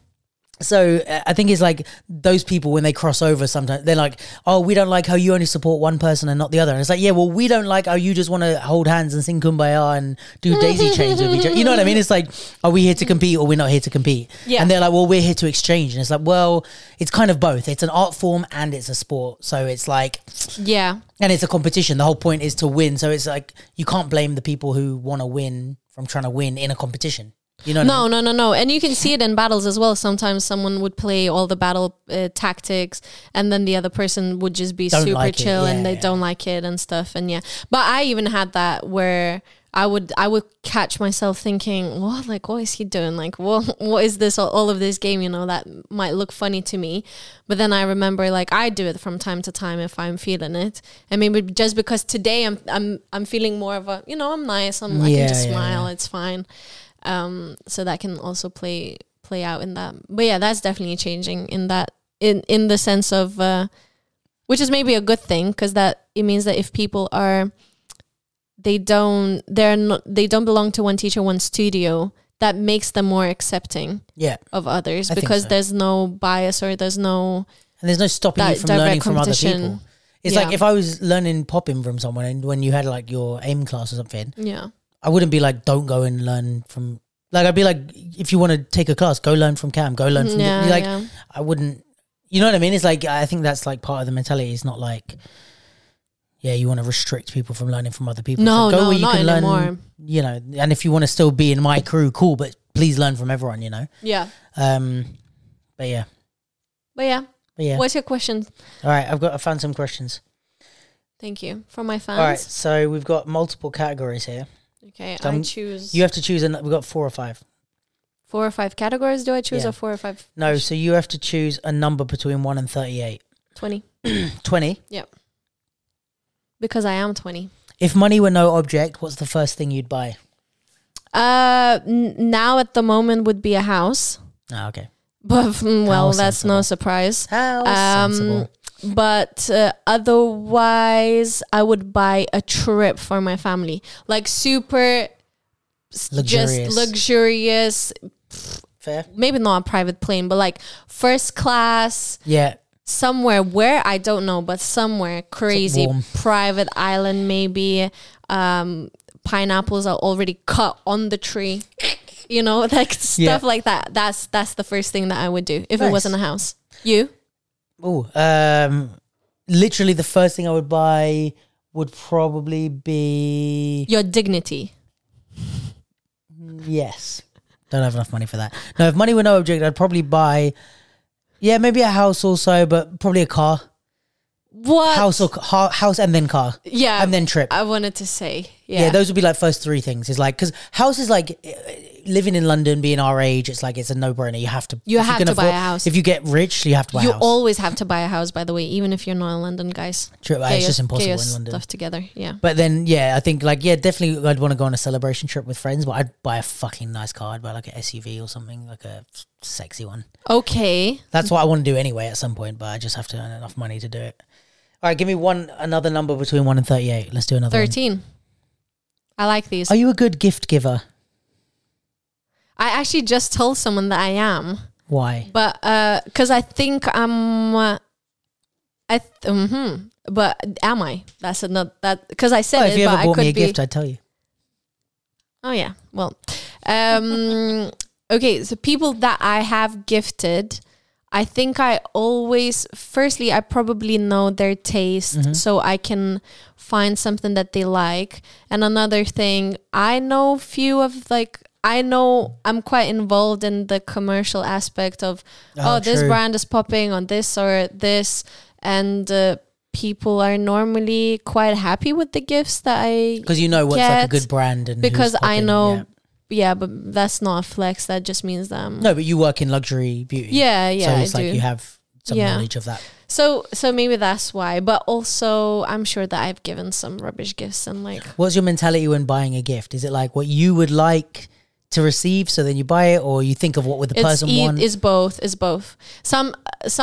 S2: so uh, I think it's like those people when they cross over sometimes they're like, oh, we don't like how you only support one person and not the other. And it's like, yeah, well, we don't like how you just want to hold hands and sing kumbaya and do daisy chains with each other. You know what I mean? It's like, are we here to compete or we're not here to compete?
S1: Yeah.
S2: And they're like, well, we're here to exchange. And it's like, well, it's kind of both. It's an art form and it's a sport. So it's like,
S1: Yeah.
S2: and it's a competition. The whole point is to win. So it's like you can't blame the people who want to win from trying to win in a competition. You know? What I mean?
S1: No, no, no, no. And you can see it in battles as well. Sometimes someone would play all the battle uh, tactics, and then the other person would just be
S2: Don't
S1: super
S2: like it,
S1: chill,
S2: yeah,
S1: and they
S2: yeah.
S1: don't like it and stuff. And yeah, but I even had that where I would I would catch myself thinking, "What? Like, what is he doing? Like, what what is this? All, all of this game? You know, that might look funny to me, but then I remember like I do it from time to time if I'm feeling it. I mean, but just because today I'm I'm I'm feeling more of a you know I'm nice. I'm I
S2: Yeah,
S1: can just
S2: yeah,
S1: smile. It's fine Um, so that can also play play out in that but yeah that's definitely changing in that in in the sense of uh which is maybe a good thing because that it means that if people are they don't they're not they don't belong to one teacher one studio that makes them more accepting
S2: Yeah.
S1: of others
S2: I think
S1: because
S2: so.
S1: there's no bias or there's no
S2: and there's no stopping you
S1: That
S2: from
S1: direct
S2: learning from other
S1: competition.
S2: people. It's
S1: Yeah.
S2: like if I was learning popping from someone, and when you had like your aim class or something,
S1: yeah
S2: I wouldn't be like, "Don't go and learn from." Like I'd be like, "If you want to take a class, go learn from Cam. Go learn from."
S1: Mm-hmm. yeah,
S2: Like
S1: yeah.
S2: I wouldn't. You know what I mean? It's like I think that's like part of the mentality. It's not like, yeah, you want to restrict people from learning from other people.
S1: No,
S2: So go
S1: no,
S2: where you
S1: not
S2: can learn.
S1: anymore.
S2: You know, and if you want to still be in my crew, cool, but please learn from everyone. You know.
S1: yeah
S2: Um, but yeah,
S1: but yeah,
S2: but yeah.
S1: what's your question
S2: All right, I've got. I found some questions.
S1: thank you for my fans
S2: All right, so we've got multiple categories here.
S1: okay
S2: So
S1: i
S2: I'm-
S1: choose
S2: You have to choose, and we've got four or five.
S1: four or five categories do i choose
S2: Yeah.
S1: or four or five
S2: No, so you have to choose a number between one and 38.
S1: 20
S2: 20.
S1: because i am 20
S2: If money were no object, what's the first thing you'd buy?
S1: Uh, n- now at the moment would be a house,
S2: Ah, okay.
S1: but mm, well,
S2: How
S1: that's no
S2: sensible.
S1: surprise.
S2: How
S1: Um,
S2: sensible.
S1: but uh, otherwise, I would buy a trip for my family, like super s-
S2: Luxurious.
S1: just luxurious.
S2: Fair?
S1: Maybe not a private plane, but like first class
S2: Yeah.
S1: somewhere where I don't know, but somewhere crazy
S2: warm.
S1: private island, maybe. Um, pineapples are already cut on the tree, you know, like stuff
S2: Yeah.
S1: like that. That's that's the first thing that I would do if it
S2: Nice.
S1: wasn't a house. You?
S2: Oh, um, literally the first thing I would buy would probably be
S1: Your dignity.
S2: Yes. Don't have enough money for that. No, if money were no object, I'd probably buy, yeah, maybe a house also, but probably a car.
S1: What?
S2: House or ca- house and then car.
S1: Yeah.
S2: and then trip.
S1: I wanted to say. Yeah.
S2: yeah. those would be like first three things. It's like because house is like eh, living in London, being our age. It's like it's a no brainer. You have to.
S1: You
S2: if
S1: have
S2: can
S1: to buy
S2: afford-
S1: a house.
S2: If you get rich, you have to buy
S1: you
S2: a house.
S1: always have to buy a house, by the way, even if you're not in London, guys.
S2: True,
S1: Get
S2: it's
S1: your-
S2: just
S1: get
S2: impossible
S1: your
S2: in London.
S1: Stuff together. Yeah.
S2: But then, yeah, I think like yeah, definitely, I'd want to go on a celebration trip with friends. But I'd buy a fucking nice car. I'd buy like an SUV or something, like a sexy one.
S1: Okay.
S2: That's what I want to do anyway at some point. But I just have to earn enough money to do it. All right, give me one another number between one and thirty-eight. Let's do another. one.
S1: Thirteen. I like these.
S2: Are you a good gift giver?
S1: I actually just told someone that I am,
S2: Why?
S1: but because I think I'm, uh, I th- hmm but am I? That's not that because I said
S2: Oh,
S1: it,
S2: if you
S1: but
S2: ever
S1: I
S2: bought
S1: could
S2: me a
S1: be.
S2: gift, I'd tell you.
S1: oh yeah, well, um, okay. So people that I have gifted, I think I always, firstly, I probably know their taste,
S2: Mm-hmm.
S1: so I can find something that they like. And another thing, I know few of like, I know I'm quite involved in the commercial aspect of,
S2: Oh,
S1: oh, this
S2: true.
S1: brand is popping on this or this. And uh, people are normally quite happy with the gifts that I
S2: Because you know what's like a
S1: Get-
S2: good brand and who's
S1: because I
S2: popping,
S1: know,
S2: yeah.
S1: yeah. but that's not a flex. That just means them.
S2: No, but you work in luxury beauty.
S1: Yeah, yeah,
S2: So
S1: I
S2: it's like
S1: do.
S2: you have some
S1: Yeah.
S2: knowledge of that.
S1: So, so maybe that's why. But also, I'm sure that I've given some rubbish gifts and like,
S2: What's your mentality when buying a gift? Is it like what you would like to receive, so then you buy it, or you think of what would the
S1: it's
S2: person
S1: e-
S2: want?
S1: it's both. It's both. Some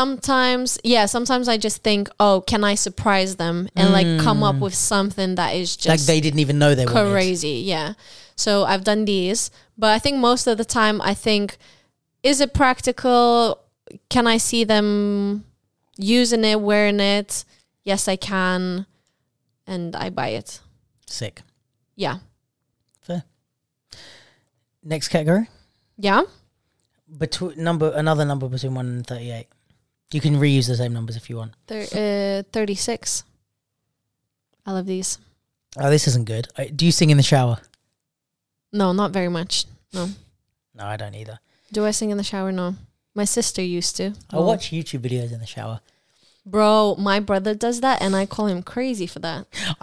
S1: sometimes, yeah. Sometimes I just think, oh, can I surprise them and like come up with something that is
S2: Mm. like
S1: just
S2: they didn't even know they wanted.
S1: crazy. Yeah. So I've done these, but I think most of the time I think is it practical? Can I see them using it, wearing it? Yes, I can. And I buy it.
S2: Sick.
S1: Yeah.
S2: Fair. Next category,
S1: Yeah.
S2: between number another number between one and thirty-eight. You can reuse the same numbers if you want.
S1: Thir- uh, 36. I love these.
S2: Oh, this isn't good. Uh, Do you sing in the shower?
S1: No, not very much. No.
S2: No, I don't either.
S1: Do I sing in the shower? No. My sister used to.
S2: I watch YouTube videos in the shower.
S1: Bro, my brother does that and I call him crazy for that.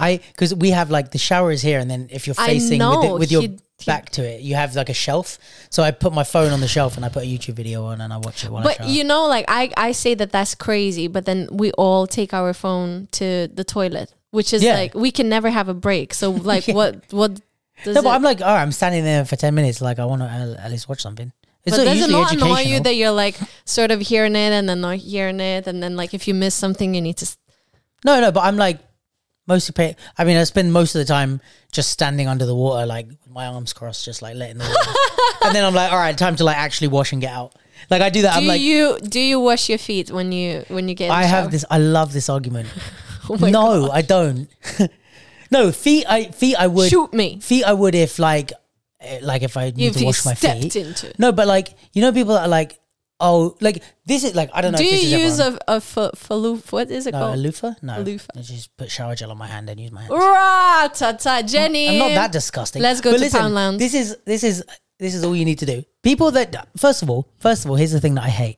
S2: I because we have like the shower is here, and then if you're
S1: I
S2: facing with,
S1: know,
S2: it, with your
S1: he- he-
S2: back to it, you have like a shelf. So I put my phone on the shelf and I put a YouTube video on and I watch it while I
S1: But
S2: shower.
S1: you know, like I, I say that that's crazy, but then we all take our phone to the toilet, which is
S2: Yeah.
S1: like we can never have a break. So like, what what does
S2: no,
S1: it?
S2: but I'm like, oh, I'm standing there for ten minutes. Like I want to at least watch something. It's
S1: but
S2: not
S1: does it
S2: usually
S1: not annoy you
S2: educational.
S1: that you're like sort of hearing it and then not hearing it, and then like if you miss something, you need to. s-
S2: No, no, but I'm like mostly pay. I mean, I spend most of the time just standing under the water, like with my arms crossed, just like letting the water. and then I'm like, all right, time to like actually wash and get out. Like I do that.
S1: Do
S2: I'm like,
S1: you do you wash your feet when you when you get? In
S2: I
S1: the
S2: have
S1: shower?
S2: this. I love this argument.
S1: Oh my
S2: no, I don't. no feet. I feet. I
S1: God.
S2: would
S1: shoot me
S2: feet. I would if like eh, like if I need
S1: if
S2: to
S1: you
S2: wash my
S1: stepped
S2: feet.
S1: into. It.
S2: No, but like you know, people that are like, oh, like this is like I don't know.
S1: do
S2: if this
S1: you
S2: is
S1: use
S2: everyone.
S1: a a fa- faloof? What is it
S2: no, a
S1: called?
S2: loofah? No,
S1: loofah.
S2: I just put shower gel on my hand and use my hand.
S1: Ra ta ta, Jenny.
S2: I'm not that disgusting.
S1: Let's go
S2: But
S1: to
S2: listen,
S1: Poundland.
S2: This is this is this is all you need to do. People that first of all, first of all, here's the thing that I hate.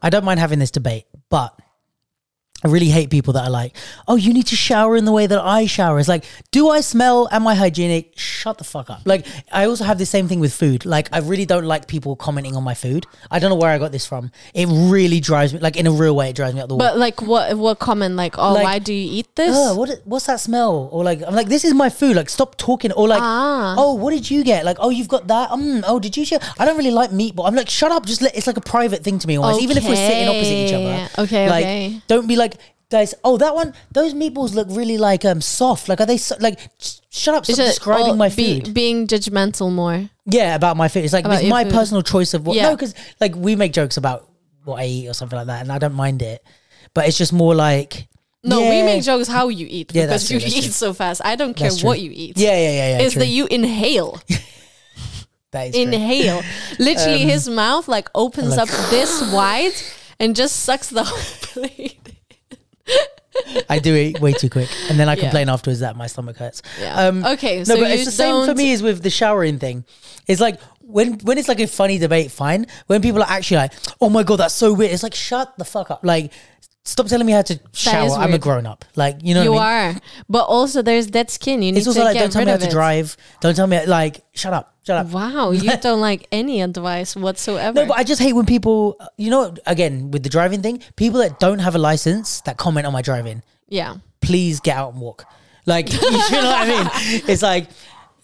S2: I don't mind having this debate, but I really hate people that are like, "Oh, you need to shower in the way that I shower." It's like, do I smell? Am I hygienic? Shut the fuck up. Like, I also have the same thing with food. Like, I really don't like people commenting on my food. I don't know where I got this from. It really drives me, like in a real way, it drives me up the wall.
S1: But like, what what comment? Like, oh,
S2: Like,
S1: why do you eat this?
S2: Ugh, "Oh, what i- what's that smell? Or like, I'm like, this is my food. Like, stop talking. Or like,
S1: Ah.
S2: oh, what did you get? Like, oh, you've got that. Mm, oh, did you? Share? I don't really like meatball. I'm like, shut up. Just let. It's like a private thing to me. Almost, even if we're sitting opposite each other.
S1: Okay. Okay,
S2: Like,
S1: okay.
S2: don't be like. Guys, oh that one, those meatballs look really like um soft. Like, are they so, like? sh- Shut up! Stop
S1: Is it
S2: describing
S1: all
S2: my
S1: oh, be-
S2: food.
S1: being judgmental more.
S2: yeah, about my food. It's like
S1: About
S2: it's
S1: your
S2: my
S1: food.
S2: personal choice of what.
S1: Yeah.
S2: No, because like we make jokes about what I eat or something like that, and I don't mind it. But it's just more like
S1: No, we
S2: yeah,
S1: make jokes how you eat
S2: Yeah, that's
S1: because
S2: true,
S1: you
S2: that's
S1: eat so
S2: true.
S1: fast. I don't care
S2: That's true.
S1: what you eat.
S2: Yeah, yeah, yeah, yeah.
S1: It's
S2: true.
S1: that you inhale,
S2: That is true. Um,
S1: inhale. Literally, his mouth like opens
S2: like-
S1: up this wide and just sucks the whole plate.
S2: I do it way too quick, and then I
S1: Yeah.
S2: complain afterwards that my stomach hurts.
S1: Yeah. Okay,
S2: Um, No,
S1: so
S2: but
S1: you
S2: it's the same for
S1: don't-
S2: me as with the showering thing. It's like when when it's like a funny debate, fine. When people are actually like, "Oh my god, that's so weird," it's like, "Shut the fuck up!" Like, stop telling me how to shower.
S1: is
S2: I'm a
S1: weird.
S2: grown up. Like, you know,
S1: You
S2: what I mean?
S1: are, but also there's dead skin. You need
S2: It's
S1: to
S2: also like,
S1: get
S2: don't tell
S1: rid
S2: me how
S1: of
S2: to
S1: it.
S2: drive. Don't tell me like, shut up, shut up.
S1: Wow, you don't like any advice whatsoever.
S2: No, but I just hate when people, you know, again with the driving thing, people that don't have a license that comment on my driving.
S1: yeah,
S2: please get out and walk. Like, you know what I mean? It's like,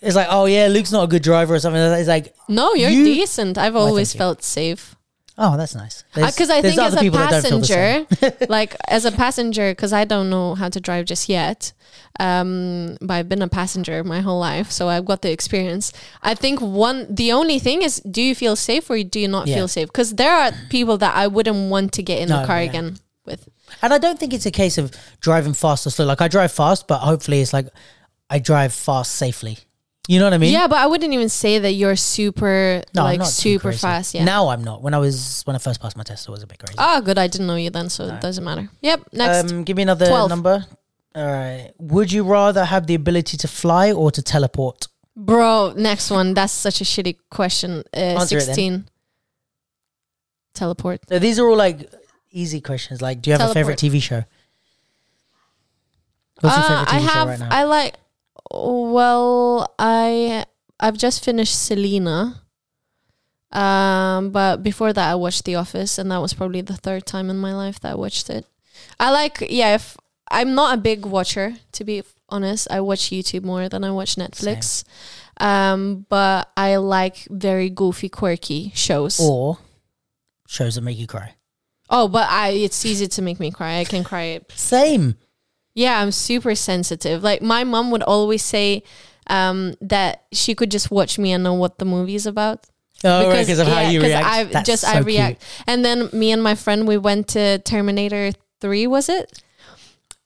S2: it's like, oh yeah, Luke's not a good driver or something. like that. It's like,
S1: no, you're
S2: You-
S1: decent. I've always
S2: you.
S1: felt safe.
S2: oh, that's nice. There's-
S1: because Uh, I
S2: there's
S1: think as
S2: other
S1: a
S2: people that don't feel the same.
S1: passenger, like as a passenger, because I don't know how to drive just yet, um, but I've been a passenger my whole life, so I've got the experience. I think one, the only thing is, do you feel safe or do you not
S2: Yeah.
S1: feel safe? Because there are people that I wouldn't want to get in
S2: No,
S1: the car
S2: yeah.
S1: again with.
S2: and I don't think it's a case of driving fast or slow. Like I drive fast, but hopefully it's like I drive fast safely. You know what I mean?
S1: yeah, but I wouldn't even say that you're super
S2: No, I'm
S1: like
S2: not too
S1: super
S2: crazy.
S1: fast. Yeah.
S2: Now I'm not. When I was when I first passed my test, I was a bit crazy.
S1: Ah, good. I didn't know you then, so it doesn't matter. Yep. Next.
S2: Um, give me another
S1: 12.
S2: number. All right. Would you rather have the ability to fly or to teleport?
S1: Bro, next one. That's such a shitty question. Uh,
S2: Answer it then.
S1: 16. Teleport.
S2: So these are all like easy questions. Like, do you have a favorite TV show? What's your
S1: Uh,
S2: favorite TV
S1: I
S2: show
S1: have,
S2: right now?
S1: I like, well, I, I've just finished Selena. Um, but before that, I watched The Office, and that was probably the third time in my life that I watched it. I like, yeah, if I'm not a big watcher, to be honest. I watch YouTube more than I watch Netflix. Um, but I like very goofy, quirky shows.
S2: or shows that make you cry.
S1: Oh, but I it's easy to make me cry. I can cry.
S2: Same.
S1: Yeah, I'm super sensitive. Like my mom would always say um, that she could just watch me and know what the movie's about.
S2: Oh, right, because of how
S1: yeah,
S2: you
S1: 'cause
S2: react.
S1: I
S2: That's
S1: just
S2: so
S1: I
S2: cute.
S1: react. And then me and my friend we went to Terminator 3 was it?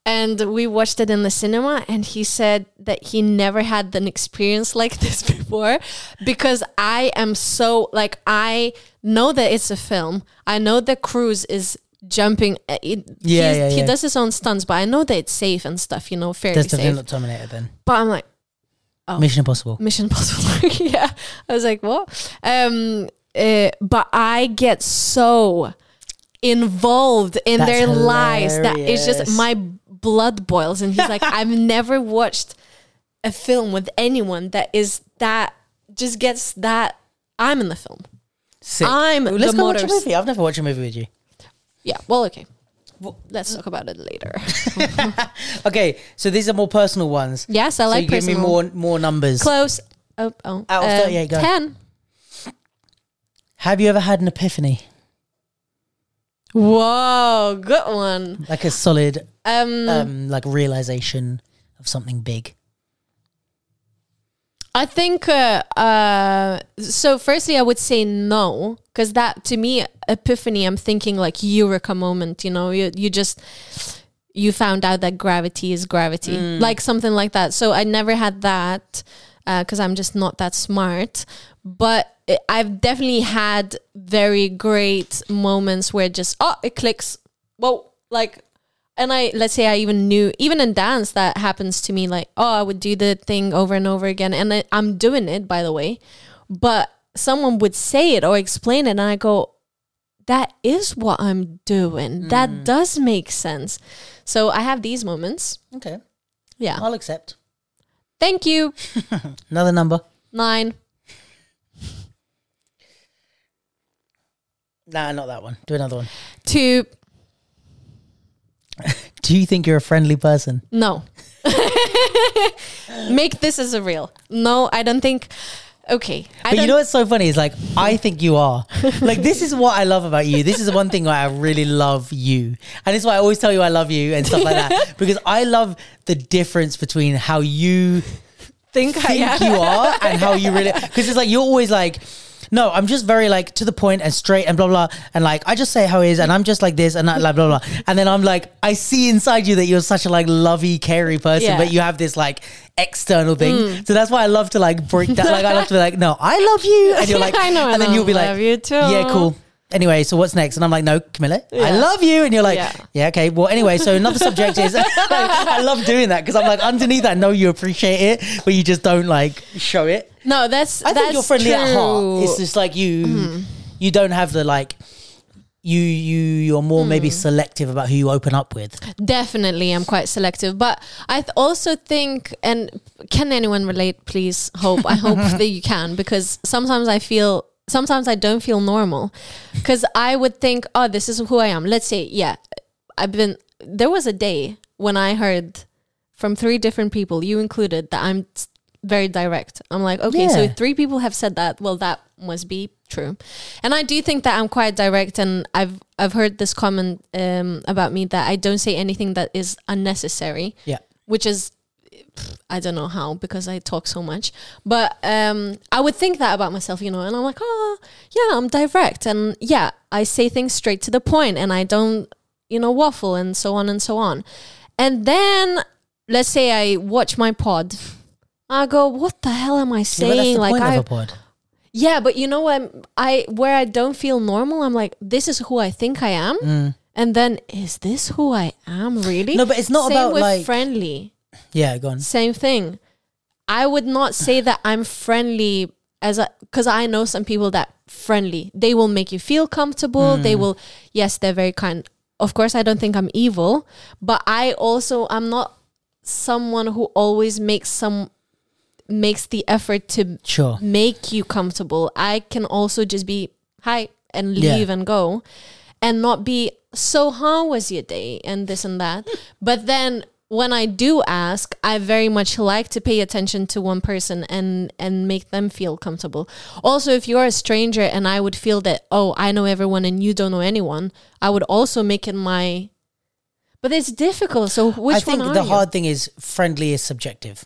S1: And we watched it in the cinema and he said that he never had an experience like this before because I am so like I know that it's a film. I know that Cruise is jumping uh, it,
S2: Yeah,
S1: he's-
S2: yeah,
S1: he
S2: yeah.
S1: does his own stunts but I know that it's safe and stuff, you know, fairly
S2: There's definitely
S1: safe. Oh. Mm.
S2: not Terminator then.
S1: but I'm like
S2: Mission Impossible.
S1: Mission Impossible. yeah, I was like, what? Um, uh, but I get so involved in
S2: That's
S1: their lies that it's just
S2: hilarious.
S1: my blood boils, and he's like, I've never watched a film with anyone that is that just gets that. I'm in the film.
S2: Sick.
S1: I'm
S2: Let's
S1: the
S2: go watch a
S1: motors.
S2: movie. I've never watched a movie with you.
S1: Yeah. Well, okay. Let's talk about it later.
S2: Okay, so these are more personal ones.
S1: yes, Mm, I
S2: so
S1: like
S2: you give me
S1: personal.
S2: more more numbers.
S1: close. Oh, oh.
S2: Out of
S1: um,
S2: 38, go.
S1: ten.
S2: Have you ever had an epiphany,
S1: Whoa, good one.
S2: like a solid,
S1: Um,
S2: um, like realization of something big?
S1: I think uh, uh, so. Firstly, I would say no, because that to me epiphany. I'm thinking like eureka moment. You know, you you just you found out that gravity is gravity, like something like that. So I never had that because I'm just not that smart. But i I've definitely had very great moments where just oh it clicks. Well, like and I let's say I even knew even in dance that happens to me like oh I would do the thing over and over again and I, I'm doing it by the way but someone would say it or explain it and I go that is what I'm doing
S2: Mm.
S1: that does make sense so I have these moments
S2: Okay,
S1: yeah
S2: I'll accept.
S1: thank you
S2: Another number.
S1: nine
S2: Nah, not that one. Do another one.
S1: two
S2: Do you think you're a friendly person?
S1: No. Make this as a real. No, I don't think. Okay. I
S2: But you
S1: don't-
S2: know what's so funny is like I think you are. Like this is what I love about you. This is the one thing why I really love you, and it's why I always tell you I love you and stuff like that because I love the difference between how you
S1: think, I
S2: think
S1: am.
S2: you are and how you really because it's like you're always like no i'm just very like to the point and straight and blah blah and like i just say how it is and i'm just like this and I, like blah blah and then i'm like i see inside you that you're such a like lovey carey person
S1: Yeah. Mm.
S2: but you have this like external thing so that's why i love to like break that like i love to be like no i love you and you're like
S1: I know,
S2: and then
S1: and
S2: you'll be
S1: I
S2: like
S1: love you too.
S2: yeah cool Anyway, so what's next? And I'm like, no, Camilla, I love you. And you're like,
S1: Yeah.
S2: yeah, okay. Well, anyway, so another subject is I love doing that because I'm like, underneath, I know you appreciate it, but you just don't like show it.
S1: No, that's.
S2: I
S1: that's
S2: think you're friendly at
S1: true. Mm-hmm.
S2: heart. It's just like you, you don't have the like, you you you're more
S1: Mm.
S2: maybe selective about who you open up with.
S1: Definitely, I'm quite selective. But I th- also think, and can anyone relate, please? Hope. I hope that you can, because sometimes I feel. Sometimes I don't feel normal because I would think, oh, this is who I am. Let's say, yeah, I've been. There was a day when I heard from three different people, you included, that I'm s- very direct. I'm like, okay, so
S2: Yeah.
S1: three people have said that. Well, that must be true. And I do think that I'm quite direct, and I've I've heard this comment um, about me that I don't say anything that is unnecessary,
S2: Yeah,
S1: which is pff, I don't know how because I talk so much, but um, I would think that about myself, you know, and I'm like, oh yeah, I'm direct, and yeah, I say things straight to the point, and I don't you know waffle and so on and so on, and then let's say I watch my pod I go, what the hell am I
S2: Yeah, but that's
S1: saying?
S2: the
S1: like
S2: point
S1: I
S2: of a pod.
S1: yeah, but you know what? I where I don't feel normal, I'm like, this is who I think I am, and then is this who I am really?
S2: Mm. No, but it's not
S1: Same
S2: about,
S1: with
S2: like-
S1: friendly.
S2: Yeah, go on.
S1: Same thing. I would not say that I'm friendly as a because I know some people that friendly. They will make you feel comfortable. They will. Yes, they're very kind. Of course, I don't think I'm evil, but I also I'm not someone who always makes some makes the effort to
S2: Sure.
S1: make you comfortable. I can also just be hi and
S2: Yeah.
S1: leave and go and not be so how was your day and this and that. but then when I do ask, I very much like to pay attention to one person and and make them feel comfortable. Also, if you're a stranger and I would feel that oh, I know everyone and you don't know anyone, I would also make it my but it's difficult. So which
S2: I think
S1: one are
S2: the
S1: you?
S2: hard thing is friendly is subjective.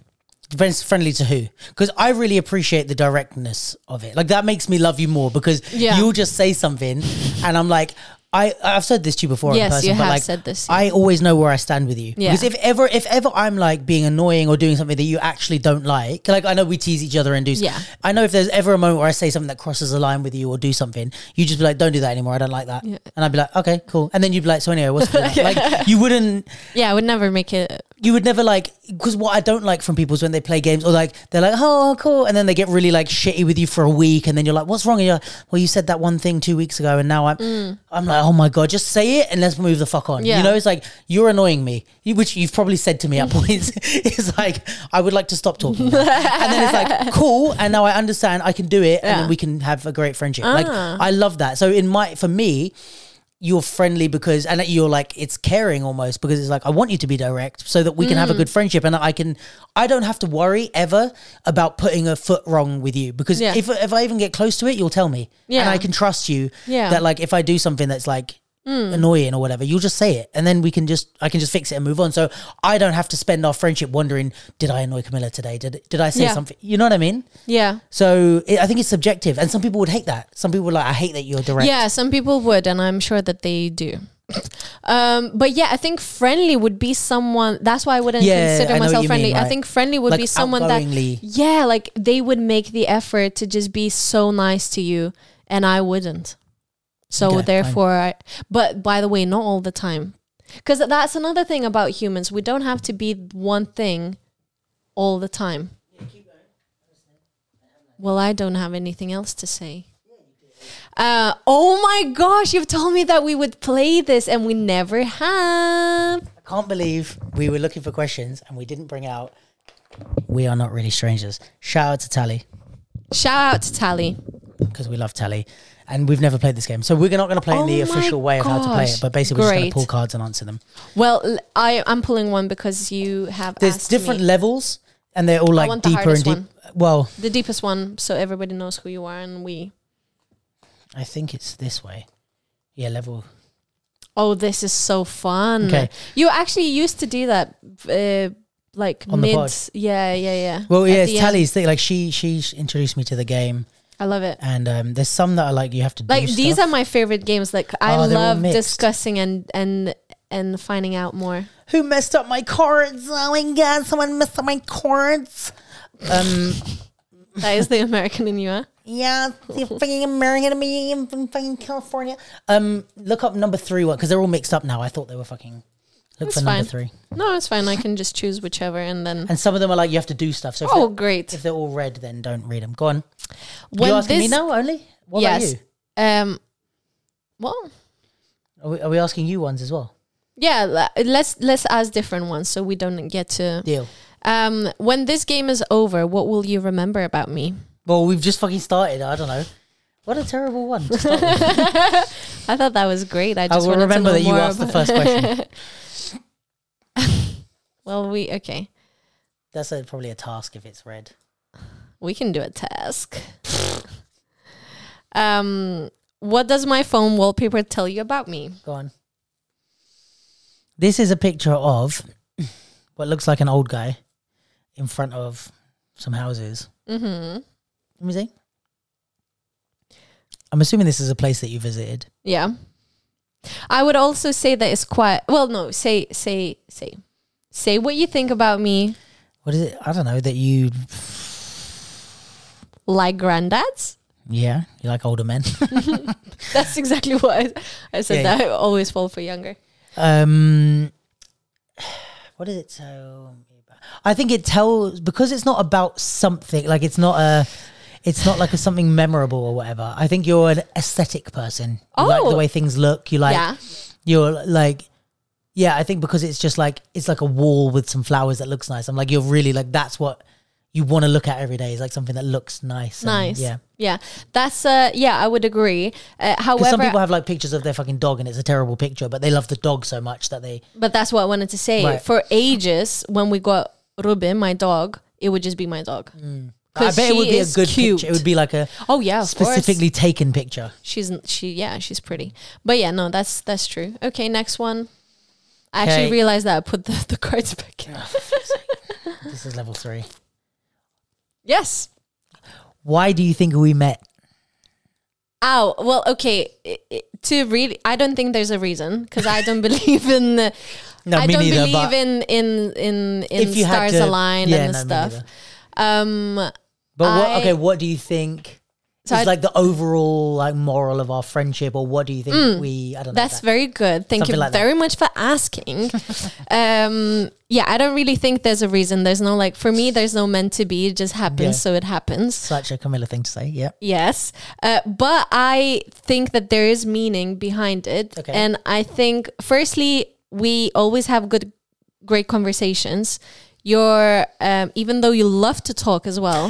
S2: Depends friendly to who, because I really appreciate the directness of it. Like that makes me love you more because
S1: Yeah.
S2: you'll just say something, and I'm like, I I've said this to you before in
S1: Yes,
S2: person,
S1: you
S2: but
S1: have
S2: like
S1: said this,
S2: I always know where I stand with you.
S1: Yeah.
S2: Because if ever if ever I'm like being annoying or doing something that you actually don't like, like I know we tease each other and do. s-
S1: Yeah.
S2: I know if there's ever a moment where I say something that crosses a line with you or do something, you just be like, don't do that anymore. I don't like that. And I'd be like, okay, cool. And then you'd be like, so anyway, what's the plan?" like? You wouldn't
S1: Yeah, I would never make it
S2: you would never like because what I don't like from people is when they play games or like they're like oh cool and then they get really like shitty with you for a week and then you're like what's wrong and you're like, well you said that one thing two weeks ago and now I'm I'm like oh my god just say it and let's move the fuck on
S1: Mm. Yeah.
S2: you know it's like you're annoying me You- which you've probably said to me at points it's like I would like to stop talking now. and then it's like cool and now I understand I can do it
S1: Yeah.
S2: and
S1: Ah.
S2: then we can have a great friendship like I love that so in my for me you're friendly because and you're like it's caring almost because it's like I want you to be direct so that we can have
S1: Mm.
S2: a good friendship and I can I don't have to worry ever about putting a foot wrong with you because
S1: Yeah.
S2: if if I even get close to it you'll tell me and
S1: Yeah.
S2: I can trust you
S1: Yeah. Mm.
S2: that like if I do something that's like annoying or whatever you'll just say it and then we can just I can just fix it and move on so I don't have to spend our friendship wondering did I annoy Camilla today did did I say
S1: Yeah.
S2: something you know what I mean
S1: yeah.
S2: so it, I think it's subjective and some people would hate that some people are like I hate that you're direct
S1: Yeah, some people would, and I'm sure that they do. Um, but yeah, I think friendly would be someone. That's why I wouldn't
S2: Yeah,
S1: consider
S2: I know what
S1: myself
S2: you
S1: friendly.
S2: mean,
S1: I
S2: right.
S1: think friendly would
S2: Like
S1: be someone that,
S2: outgoingly.
S1: yeah, like they would make the effort to just be so nice to you, and I wouldn't. So
S2: Okay, fine.
S1: therefore, I, but by the way, not all the time, because that's another thing about humans. We don't have to be one thing all the time. Well, I don't have anything else to say. Uh, oh my gosh, you've told me that we would play this and we never have.
S2: I can't believe we were looking for questions and we didn't bring out. We are not really strangers. Shout out to Tally
S1: Shout out to Tally.
S2: because we love Tally, and we've never played this game, so we're not going to play it in
S1: Oh
S2: the
S1: my
S2: official way of how to play it.
S1: gosh.
S2: But basically, we're just going
S1: Great.
S2: to pull cards and answer them.
S1: Well, l- I, am pulling one because you have
S2: There's
S1: asked
S2: different
S1: me.
S2: levels, and they're all like
S1: want the
S2: deeper and
S1: hardest
S2: deep.
S1: one.
S2: Well,
S1: the deepest one, so everybody knows who you are and we.
S2: I think it's this way. Yeah, level.
S1: Oh, this is so fun.
S2: Okay.
S1: You actually used to do that, uh, like
S2: On the
S1: mid.
S2: pod.
S1: Yeah, yeah, yeah.
S2: Well,
S1: At
S2: yeah,
S1: the
S2: it's
S1: end.
S2: Tally's thing. Like she, she introduced me to the game,
S1: I love it.
S2: and um, there's some that are like you have to do
S1: Like these
S2: stuff.
S1: are my favorite games. Like I
S2: Oh, they're all
S1: love
S2: mixed.
S1: discussing and and and finding out more.
S2: who messed up my cards. Oh my god, someone messed up my cards. Um,
S1: That is the American in you. Huh?
S2: Yeah, the fucking American me in fucking California. Um, look up number three one because they're all mixed up now. I thought they were fucking. Look
S1: That's
S2: for number
S1: fine.
S2: three,
S1: No, it's fine. I can just choose whichever and then.
S2: and some of them are like you have to do stuff. So if,
S1: Oh,
S2: they're,
S1: great.
S2: if they're all red, then don't read them. Go on.
S1: When
S2: you asking me
S1: this-
S2: now only? What
S1: yes.
S2: about you?
S1: Um, well,
S2: Are we, are we asking you ones as well?
S1: yeah. le- Let's let's ask different ones so we don't get to.
S2: Deal.
S1: Um, when this game is over, what will you remember about me?
S2: Well, we've just fucking started. I don't know. What a terrible one. to start with.
S1: I thought that was great. I
S2: I
S1: just
S2: will
S1: wanted
S2: remember
S1: to know
S2: that you
S1: more
S2: asked the
S1: about-
S2: first question.
S1: Well, we okay.
S2: That's a, probably a task if it's red.
S1: We can do a task. um, what does my phone wallpaper tell you about me?
S2: Go on. This is a picture of what looks like an old guy in front of some houses.
S1: Mm-hmm.
S2: Let me see. I'm assuming this is a place that you visited.
S1: Yeah. I would also say that it's quite well no, say say say. Say what you think about me.
S2: What is it? I don't know that you.
S1: Like granddads?
S2: Yeah, you like older men.
S1: That's exactly what I, I said.
S2: Yeah,
S1: That I always fall for younger.
S2: um, what does it tell me about? I think it tells because it's not about something like it's not a. It's not like a something memorable or whatever. I think you're an aesthetic person. You like the
S1: Oh.
S2: way things look. You like
S1: yeah.
S2: you're like yeah i think because it's just like it's like a wall with some flowers that looks nice i'm like you're really like that's what you want to look at every day is like something that looks nice and-
S1: Nice.
S2: yeah
S1: Yeah. That's uh yeah, I would agree. Uh,
S2: because
S1: however,
S2: some people have like pictures of their fucking dog and it's a terrible picture but they love the dog so much that they
S1: But that's what I wanted to say.
S2: Right.
S1: For ages, when we got Rubin, my dog, it would just be my dog.
S2: Mm. i
S1: 'Cause
S2: bet it
S1: she
S2: would be a
S1: is
S2: good
S1: cute.
S2: picture it would be like a
S1: Oh yeah, of
S2: specifically
S1: course.
S2: taken picture
S1: She's n- she yeah, she's pretty. But yeah, no, that's that's true. Okay, next one. I
S2: Okay.
S1: actually realized that I put the, the cards back in.
S2: this is level three
S1: Yes.
S2: why do you think we met
S1: Ow. Oh, Well, okay. i- i- to really, I don't think there's a reason because I don't believe in. The,
S2: No,
S1: I
S2: me
S1: don't
S2: neither, but-
S1: believe in in in in
S2: If you had
S1: stars
S2: to-
S1: align
S2: yeah,
S1: and
S2: no, me
S1: stuff.
S2: neither.
S1: Um.
S2: but
S1: I-
S2: what okay what do you think
S1: So
S2: is
S1: I-
S2: like the overall like moral of our friendship or what do you think we i don't know
S1: Mm, That's
S2: that-
S1: very good. Thank
S2: Something
S1: you
S2: like that.
S1: very much for asking. um, yeah, I don't really think there's a reason. There's no like for me. There's no meant to be. It just happens,
S2: Yeah.
S1: so it happens.
S2: such a camilla thing to say yeah
S1: Yes, uh, but I think that there is meaning behind it,
S2: Okay.
S1: and I think firstly we always have good, great conversations. You're um, even though you love to talk as well,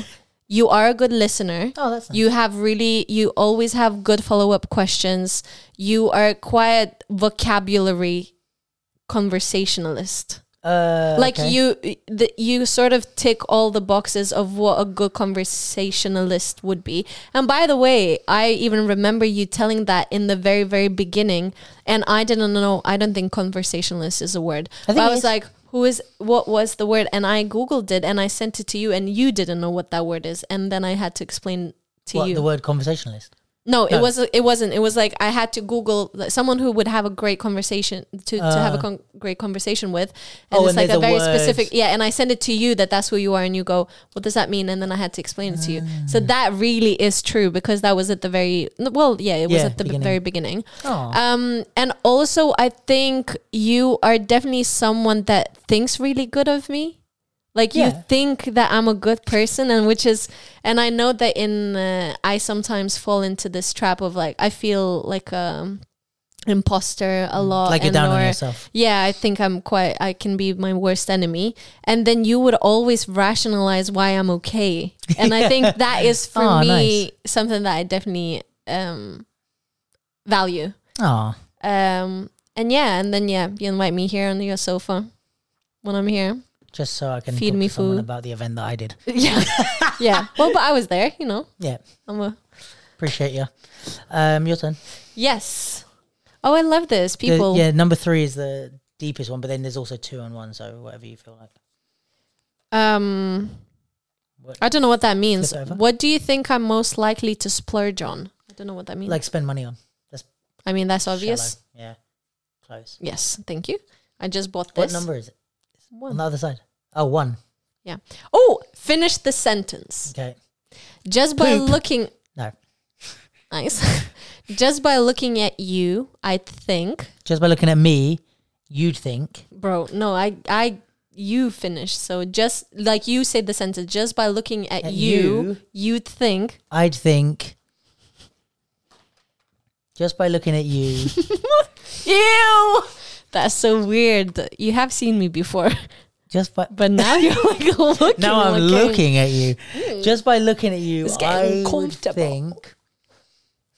S1: you are a good listener.
S2: Oh, that's nice.
S1: you have really you always have good follow up questions. You are quite vocabulary conversationalist.
S2: Uh,
S1: Like
S2: okay.
S1: you, the, you sort of tick all the boxes of what a good conversationalist would be. And by the way, I even remember you telling that in the very, very beginning, and I didn't know. I don't think conversationalist is a word.
S2: think
S1: But I
S2: it
S1: was
S2: is.
S1: like, who is what was the word? And I googled it and I sent it to you, and you didn't know what that word is, and then I had to explain to
S2: what,
S1: you.
S2: the word conversationalist.
S1: No,
S2: No.
S1: it was it wasn't. It was like I had to Google like, someone who would have a great conversation to, to have a con- great conversation with, and
S2: Uh. Oh,
S1: it's
S2: and
S1: like
S2: there's
S1: a
S2: a
S1: very
S2: word.
S1: specific. Yeah, and I send it to you that that's who you are, and you go, "What does that mean?" And then I had to explain it to you. So
S2: Ah.
S1: that really is true because that was at the very well, yeah, it was
S2: Yeah,
S1: at the
S2: beginning.
S1: very beginning.
S2: Oh,
S1: Um, and also, I think you are definitely someone that thinks really good of me. Like
S2: Yeah.
S1: you think that I'm a good person, and which is, and I know that in uh, I sometimes fall into this trap of like I feel like um imposter a lot,
S2: Mm. Oh, like you're
S1: uh, and
S2: down on
S1: or-
S2: yourself.
S1: yeah, I think I'm quite. I can be my worst enemy, and then you would always rationalize why I'm okay, and I think that is for
S2: Aw,
S1: me
S2: Ah, nice.
S1: something that I definitely um value.
S2: Oh,
S1: Um, and yeah, and then yeah, you invite me here on your sofa when I'm here.
S2: just so I can
S1: Feed
S2: talk
S1: me
S2: to someone
S1: food.
S2: about the event that I did.
S1: Yeah, yeah. Well, but I was there, you know.
S2: Yeah,
S1: I'm a
S2: appreciate you. Um, your turn.
S1: yes. Oh, I love this.
S2: The-
S1: People,
S2: yeah, number three is the deepest one, but then there's also two and one, so whatever you feel like.
S1: um,
S2: What-
S1: I don't know what that means.
S2: Flip over.
S1: What do you think I'm most likely to splurge on? I don't know what that means.
S2: Like spend money on. That's
S1: I mean, that's obvious.
S2: shallow. Yeah, close.
S1: Yes, thank you. I just bought
S2: What
S1: this.
S2: number is it? On
S1: One.
S2: the other side. Oh, one.
S1: Yeah. Oh, finish the sentence.
S2: Okay.
S1: Just by
S2: Poop.
S1: looking
S2: No,
S1: nice. just by looking at you, I think
S2: just by looking at me, you'd think.
S1: bro no i i you finish so just like you said the sentence just by looking at,
S2: At
S1: you, you would think
S2: I'd think. Just by looking at you,
S1: ew that's so weird you have seen me before
S2: just by
S1: but now you're like looking
S2: Now I'm
S1: like,
S2: looking at you. Just by looking at you,
S1: Hmm. It's getting
S2: I would
S1: comfortable.
S2: think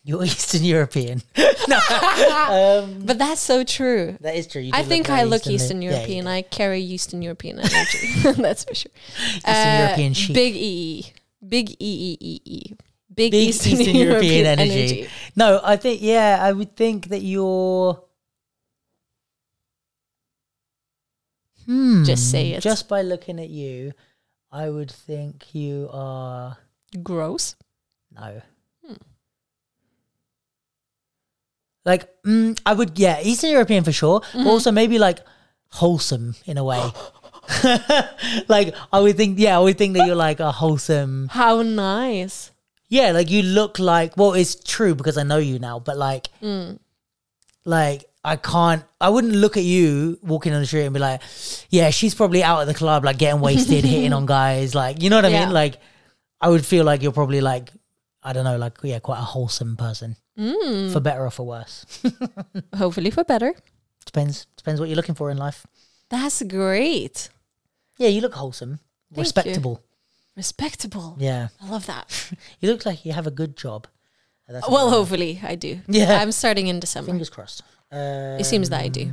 S2: you're Eastern European.
S1: but that's so true
S2: That is true. You
S1: I
S2: do
S1: think
S2: very
S1: I look
S2: Eastern
S1: Eastern
S2: Euro- yeah, you
S1: European.
S2: do.
S1: I carry Eastern European energy. that's for sure. Uh,
S2: Eastern European chic.
S1: Big E. Big E E E E. Big,
S2: Big
S1: Eastern, European, energy.
S2: No, I think yeah, I would think that you're
S1: Just say it.
S2: Hmm. just by looking at you, I would think you are
S1: gross.
S2: no.
S1: Hmm.
S2: Like
S1: Mm-hmm.
S2: mm, I would yeah, Eastern European for sure, but also maybe like wholesome in a way. like I would think, yeah, I would think that you're like a wholesome,
S1: How nice.
S2: yeah, like you look like. Well, it's true because I know you now, but like,
S1: Mm.
S2: like I can't, I wouldn't look at you walking on the street and be like, yeah, she's probably out at the club, like getting wasted, hitting on guys, like you know what I
S1: Yeah.
S2: mean? Like, I would feel like you're probably like, I don't know, like yeah, quite a wholesome person,
S1: Mm.
S2: for better or for worse.
S1: Hopefully for better.
S2: Depends, depends what you're looking for in life.
S1: That's great.
S2: Yeah, you look wholesome,
S1: you.
S2: respectable.
S1: Respectable.
S2: Yeah.
S1: I love that.
S2: You look like you have a good job. That's
S1: well, hopefully I do.
S2: Yeah.
S1: I'm starting in December.
S2: fingers crossed. Uh,
S1: it seems that I do.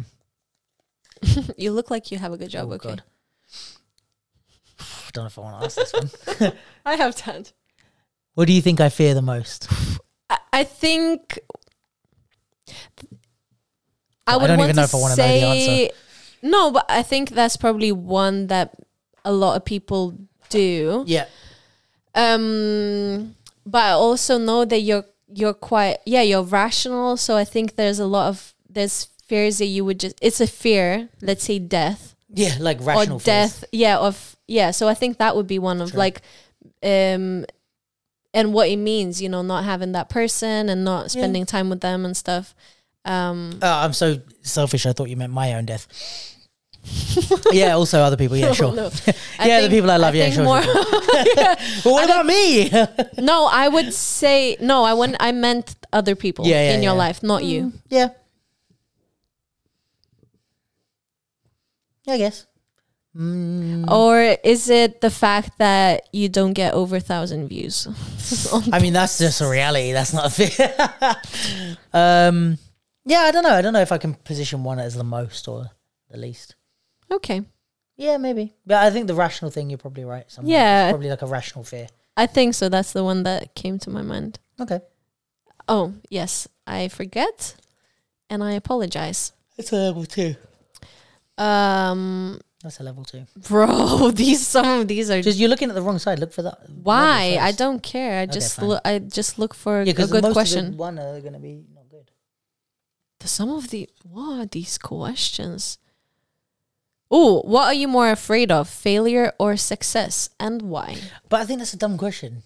S1: you look like you have a good job. Oh, okay.
S2: Oh, God. don't know if I want to ask this one.
S1: I have time.
S2: What do you think I fear the most?
S1: I, I think.
S2: I
S1: would
S2: don't
S1: want
S2: even know if I wanna know the
S1: say- No, but I think that's probably one that a lot of people do.
S2: Yeah,
S1: um but i also know that you're you're quite yeah you're rational so i think there's a lot of there's fears that you would just it's a fear let's say death
S2: yeah, like
S1: or
S2: rational fears.
S1: death yeah of yeah so i think that would be one of
S2: Sure.
S1: like um and what it means you know not having that person and not
S2: Yeah.
S1: spending time with them and stuff um
S2: Oh, I'm so selfish. I thought you meant my own death. yeah, also other people. Yeah, sure.
S1: no. I
S2: yeah, the
S1: think-
S2: people I love. yeah,
S1: think
S2: sure.
S1: more-
S2: sure. But what about me?
S1: no i would say no i wouldn't i meant other people
S2: Yeah, yeah,
S1: in your
S2: yeah.
S1: life not you
S2: yeah. Yeah, I guess. Mm.
S1: Or is it the fact that you don't get over a thousand views?
S2: I mean, that's just a reality. That's not a fear. um, yeah, I don't know. I don't know if I can position one as the most or the least.
S1: okay.
S2: Yeah, maybe. But I think the rational thing, you're probably right. Somewhere.
S1: Yeah.
S2: It's probably like a rational fear.
S1: I think so. That's the one that came to my mind.
S2: Okay.
S1: Oh, yes. I forget and I apologize.
S2: That's a level two.
S1: Um,
S2: That's a level two.
S1: bro, these some of these are
S2: Just you're looking at the wrong side. Look for that.
S1: why
S2: level
S1: I
S2: first.
S1: don't care. I just
S2: fine.
S1: loo- I just look for
S2: Yeah,
S1: a
S2: because
S1: good
S2: most
S1: question.
S2: of the one are going to be not good.
S1: The- some of the what are these questions? Oh, what are you more afraid of, failure or success, and why?
S2: But I think that's a dumb question.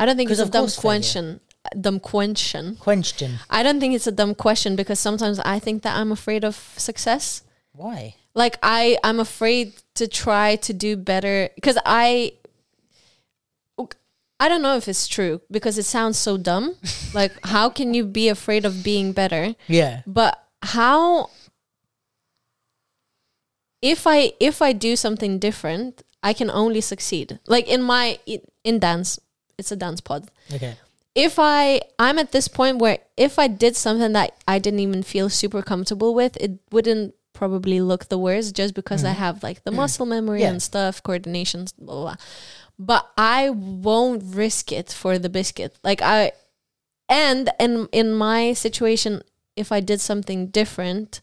S1: I don't think
S2: 'Cause
S1: it's a
S2: of
S1: dumb
S2: course failure.
S1: question. Dumb question.
S2: Question.
S1: I don't think it's a dumb question because sometimes I think that I'm afraid of success.
S2: Why?
S1: Like I, I'm afraid to try to do better because I, I don't know if it's true because it sounds so dumb. like how can you be afraid of being better?
S2: Yeah.
S1: but how if i if i do something different i can only succeed like in my in dance it's a dance pod
S2: Okay.
S1: if i i'm at this point where if i did something that i didn't even feel super comfortable with it wouldn't probably look the worst just because i have like the muscle memory
S2: Mm. Yeah.
S1: and stuff coordination blah, blah blah but i won't risk it for the biscuit like i and in in my situation if i did something different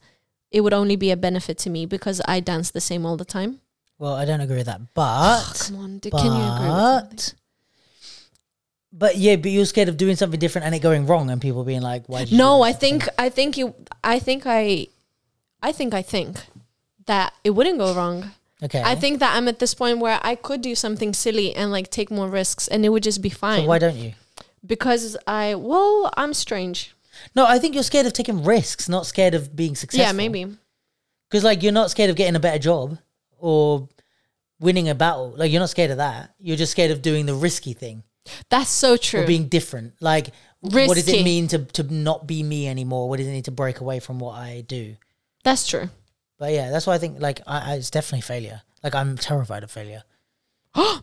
S1: it would only be a benefit to me because i dance the same all the time
S2: Well, I don't agree with that. But.
S1: come on d-
S2: but,
S1: can you agree with me?
S2: But yeah, but you're scared of doing something different and it going wrong and people being like, why did you
S1: No,
S2: do
S1: I
S2: this?
S1: think I think you I think I I think I think that it wouldn't go wrong.
S2: Okay.
S1: I think that I'm at this point where I could do something silly and like take more risks and it would just be fine.
S2: Why don't you?
S1: because I well, I'm strange.
S2: No, I think you're scared of taking risks, not scared of being successful.
S1: Yeah, maybe.
S2: Because like you're not scared of getting a better job or winning a battle. Like you're not scared of that. You're just scared of doing the risky thing
S1: That's so true.
S2: or being different. Like what does
S1: Risky.
S2: it mean to to not be me anymore? What does it mean to break away from what I do?
S1: That's true.
S2: But yeah, that's why I think like I, I, it's definitely failure. Like I'm terrified of failure.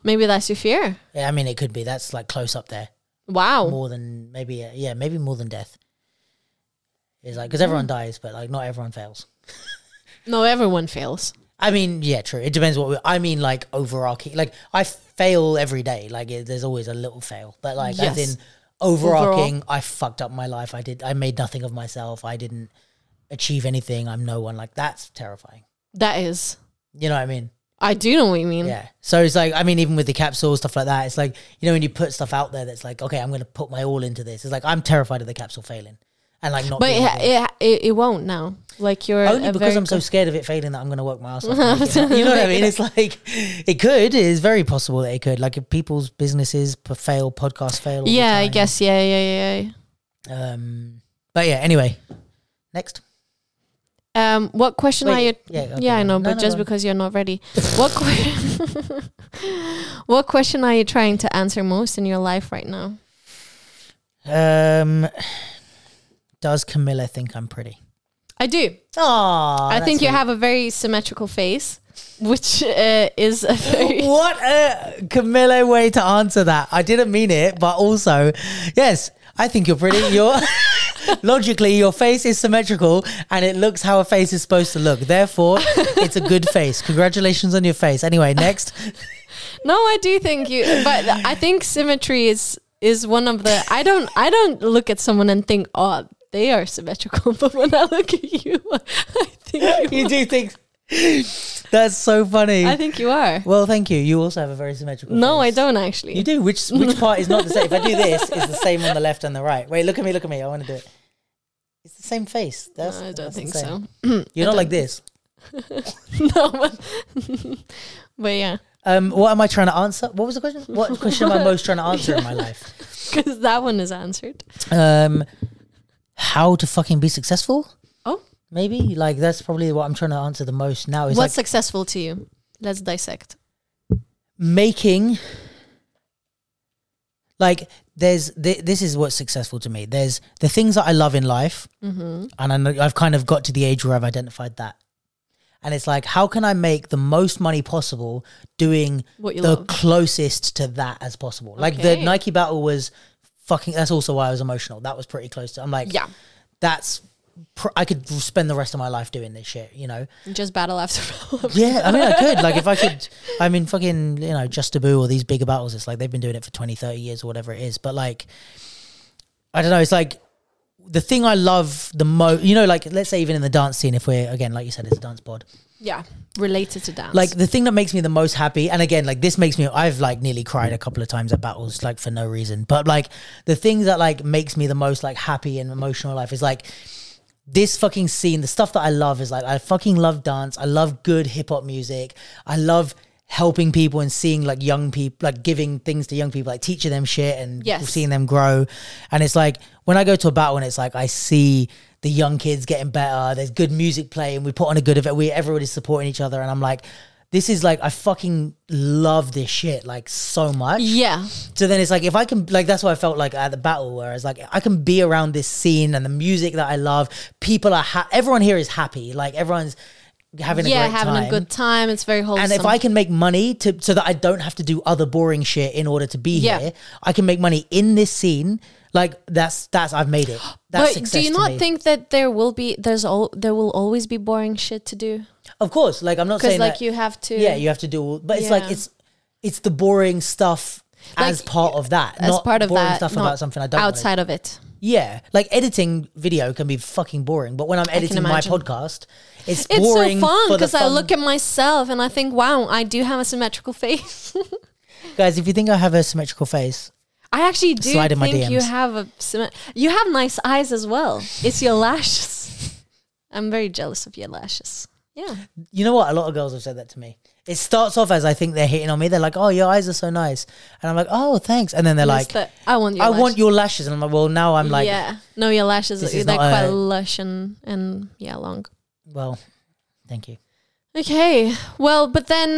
S1: Maybe that's your fear.
S2: Yeah, I mean it could be. That's like close up there.
S1: Wow.
S2: More than maybe uh, yeah, maybe more than death. It's like because everyone dies, but like not everyone fails.
S1: No, everyone fails.
S2: I mean, yeah, true. It depends what we, I mean. Like overarching, like I fail every day. Like it, there's always a little fail, but like
S1: Yes.
S2: as in overarching, I fucked up my life. I did. I made nothing of myself. I didn't achieve anything. I'm no one. Like that's terrifying.
S1: That is.
S2: You know what I mean?
S1: I do know what you mean.
S2: Yeah. So it's like I mean, even with the capsule stuff like that, it's like you know when you put stuff out there that's like, okay, I'm going to put my all into this. It's like I'm terrified of the capsule failing. and like not.
S1: But
S2: being
S1: it,
S2: able-
S1: it, it, it won't now. Like you're
S2: only
S1: a
S2: because
S1: very
S2: I'm so
S1: good-
S2: scared of it failing that I'm going to work my ass off. to make it. You know what I mean? It's like it could. It's very possible that it could. Like if people's businesses p- fail, podcasts fail. all the
S1: yeah, I
S2: time.
S1: guess. Yeah, yeah, yeah.
S2: Um, but yeah. Anyway, next.
S1: yeah. Um, what question are
S2: Wait,
S1: you?
S2: yeah, okay,
S1: yeah, I know,
S2: no,
S1: but
S2: no,
S1: just
S2: go on.
S1: because you're not ready, what que- what question are you trying to answer most in your life right now?
S2: Um, does Camilla think I'm pretty?
S1: I do.
S2: Oh,
S1: I think you have a very symmetrical face, which uh, is a very
S2: What a Camilla way to answer that. I didn't mean it, but also, yes, I think you're pretty. You're logically your face is symmetrical and it looks how a face is supposed to look. Therefore, it's a good face. Congratulations on your face. Anyway, next.
S1: No, I do think you, but I think symmetry is is one of the. I don't. I don't look at someone and think, oh, they are symmetrical. But when I look at you, I think you.
S2: You do think that's so funny.
S1: I think you are.
S2: well, thank you. You also have a very symmetrical.
S1: No,
S2: face.
S1: I don't actually.
S2: You do. Which which part is not the same? If I do this, it's the same on the left and the right. Wait, look at me. Look at me. I want to do it. It's the same face. That's,
S1: No, I don't
S2: that's
S1: think
S2: insane.
S1: so.
S2: You're not like this.
S1: No, but, but yeah,
S2: Um, what am I trying to answer? What was the question? What question am I most trying to answer in my life?
S1: because that one is answered.
S2: Um, how to fucking be successful?
S1: Oh,
S2: Maybe like that's probably what I'm trying to answer the most now. Is
S1: what's
S2: Oh, like
S1: successful to you? Let's dissect.
S2: making. Like there's th- this is what's successful to me. There's the things that I love in life, and I know I've kind of got to the age where I've identified that. And it's like, how can I make the most money possible doing
S1: What you
S2: the
S1: love.
S2: closest to that as possible? Like the
S1: Okay.
S2: Nike battle was fucking. That's also why I was emotional. That was pretty close to. I'm like,
S1: Yeah,
S2: that's. Pr- I could spend the rest of my life doing this shit. You know.
S1: just battle after battle.
S2: Yeah, I mean, I could. Like, if I could, I mean, fucking, you know, Just Taboo or these bigger battles, it's like they've been doing it for 20, 30 years or whatever it is. But, like, I don't know. It's like the thing I love the most, you know, like, let's say even in the dance scene, if we're, again, like you said, it's a dance pod.
S1: yeah, related to dance.
S2: Like, the thing that makes me the most happy, and again, like, this makes me, I've, like, nearly cried a couple of times at battles, like, for no reason. But, like, the thing that, like, makes me the most, like, happy and emotional life is, like, this fucking scene, the stuff that I love is like I fucking love dance. I love good hip hop music. I love helping people and seeing like young people, like giving things to young people, like teaching them shit and
S1: Yes.
S2: seeing them grow. And it's like when I go to a battle and it's like I see the young kids getting better. There's good music playing. We put on a good event. We everybody's supporting each other, and I'm like. This is like I fucking love this shit like so much.
S1: yeah,
S2: So then it's like if I can like that's what I felt like at the battle where I was like I can be around this scene and the music that I love. People are ha- everyone here is happy. Like everyone's having
S1: yeah,
S2: a great
S1: having
S2: time.
S1: a good time. It's very wholesome.
S2: and if I can make money to so that I don't have to do other boring shit in order to be
S1: Yeah.
S2: here, I can make money in this scene. Like that's that's I've made it. That's
S1: but do
S2: success
S1: you
S2: to
S1: not
S2: me.
S1: think that there will be there's all there will always be boring shit to do
S2: Of course, like I'm not
S1: because
S2: saying
S1: like
S2: that,
S1: you have to
S2: Yeah, you have to do all, but it's like
S1: Yeah.
S2: it's it's the boring stuff
S1: Like,
S2: as part of that,
S1: as
S2: not
S1: part of
S2: boring
S1: that
S2: stuff
S1: not
S2: about something I don't wanna
S1: outside of it.
S2: Yeah, like editing video can be fucking boring, but when I'm editing my
S1: imagine.
S2: podcast, it's
S1: It's
S2: boring.
S1: so fun
S2: for the
S1: because I
S2: fun-
S1: look at myself and I think, wow, I do have a symmetrical face.
S2: guys. If you think I have a symmetrical face,
S1: I actually do
S2: Slide in my
S1: think you
S2: DMs.
S1: have a symmet- you have nice eyes as well. It's your lashes. I'm very jealous of your lashes. Yeah,
S2: you know what? A lot of girls have said that to me. It starts off as I think they're hitting on me. They're like, "Oh, your eyes are so nice," and I'm like, "Oh, thanks." And then they're
S1: It's
S2: like,
S1: the- I want your
S2: "I
S1: lashes.
S2: want your lashes," and I'm like, "Well, now I'm like,
S1: yeah, no, your lashes
S2: This
S1: are
S2: is
S1: like
S2: not
S1: quite
S2: a-
S1: lush and and yeah, long.
S2: well, thank you."
S1: Okay. Well, but then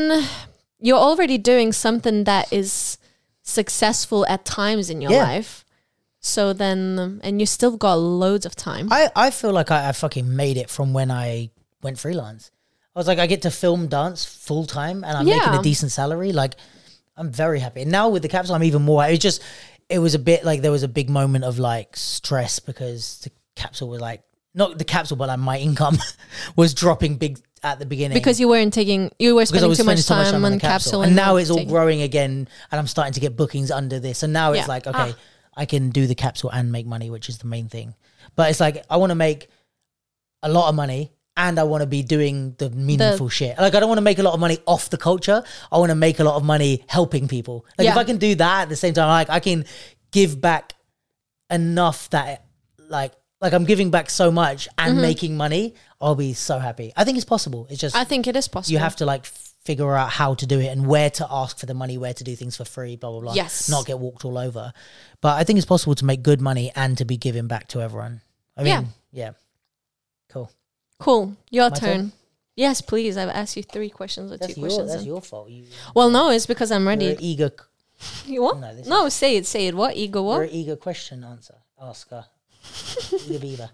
S1: you're already doing something that is successful at times in your
S2: Yeah.
S1: life. So then, um, and you still got loads of time.
S2: I, I feel like I, I fucking made it from when I went freelance. I was like, I get to film dance full time and I'm making
S1: Yeah.
S2: a decent salary. Like, I'm very happy. And now with the capsule, I'm even more. It was just, it was a bit like there was a big moment of like stress because the capsule was like, not the capsule, but like my income was dropping big at the beginning.
S1: because you weren't taking, you were
S2: Because
S1: spending too much time, on
S2: the
S1: capsule.
S2: And now it's all
S1: taking-
S2: growing again. And I'm starting to get bookings under this. And now
S1: Yeah.
S2: it's like, okay,
S1: Ah.
S2: I can do the capsule and make money, which is the main thing. But it's like, I want to make a lot of money and I want to be doing the meaningful shit. Like, I don't want to make a lot of money off the culture. I want to make a lot of money helping people. Like, if
S1: Yeah.
S2: I can do that at the same time, like, I can give back enough that, like, like I'm giving back so much and
S1: Mm-hmm.
S2: making money, I'll be so happy. I think it's possible. It's just
S1: I think it is possible.
S2: you have to like figure out how to do it and where to ask for the money, where to do things for free, blah blah blah.
S1: Yes.
S2: not get walked all over. But I think it's possible to make good money and to be giving back to everyone. I mean,
S1: Yeah.
S2: yeah, cool.
S1: Cool. Your
S2: My
S1: turn.
S2: turn?
S1: Yes, please. I've asked you three questions or two questions. and-
S2: your fault. You,
S1: Well, no, it's because I'm
S2: are
S1: ready.
S2: an eager,
S1: You what?
S2: No, this
S1: No, say it. Say it. What? Ego
S2: you're an
S1: what?
S2: eager question answer asker. eager beaver.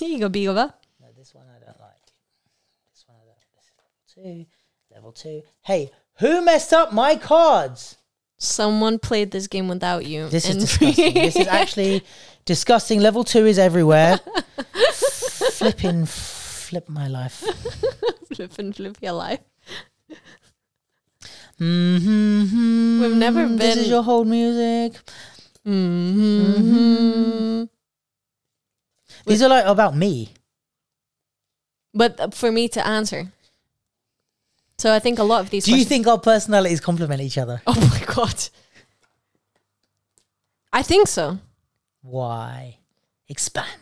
S1: Ego bigoba.
S2: No, this one I don't like. This one I don't. This is level two. Level two. Hey, who messed up my cards?
S1: Someone played this game without you.
S2: This is
S1: and-
S2: disgusting. this is actually disgusting. Level two is everywhere. Flipping, flip my life.
S1: flip and flip your life.
S2: Mm-hmm.
S1: We've never
S2: This
S1: been-
S2: is your whole music.
S1: hmm
S2: These are like about me.
S1: But uh, for me to answer. So I think a lot of these.
S2: Do you
S1: questions-
S2: think our personalities complement each other?
S1: Oh my god. I think so.
S2: Why? Expand.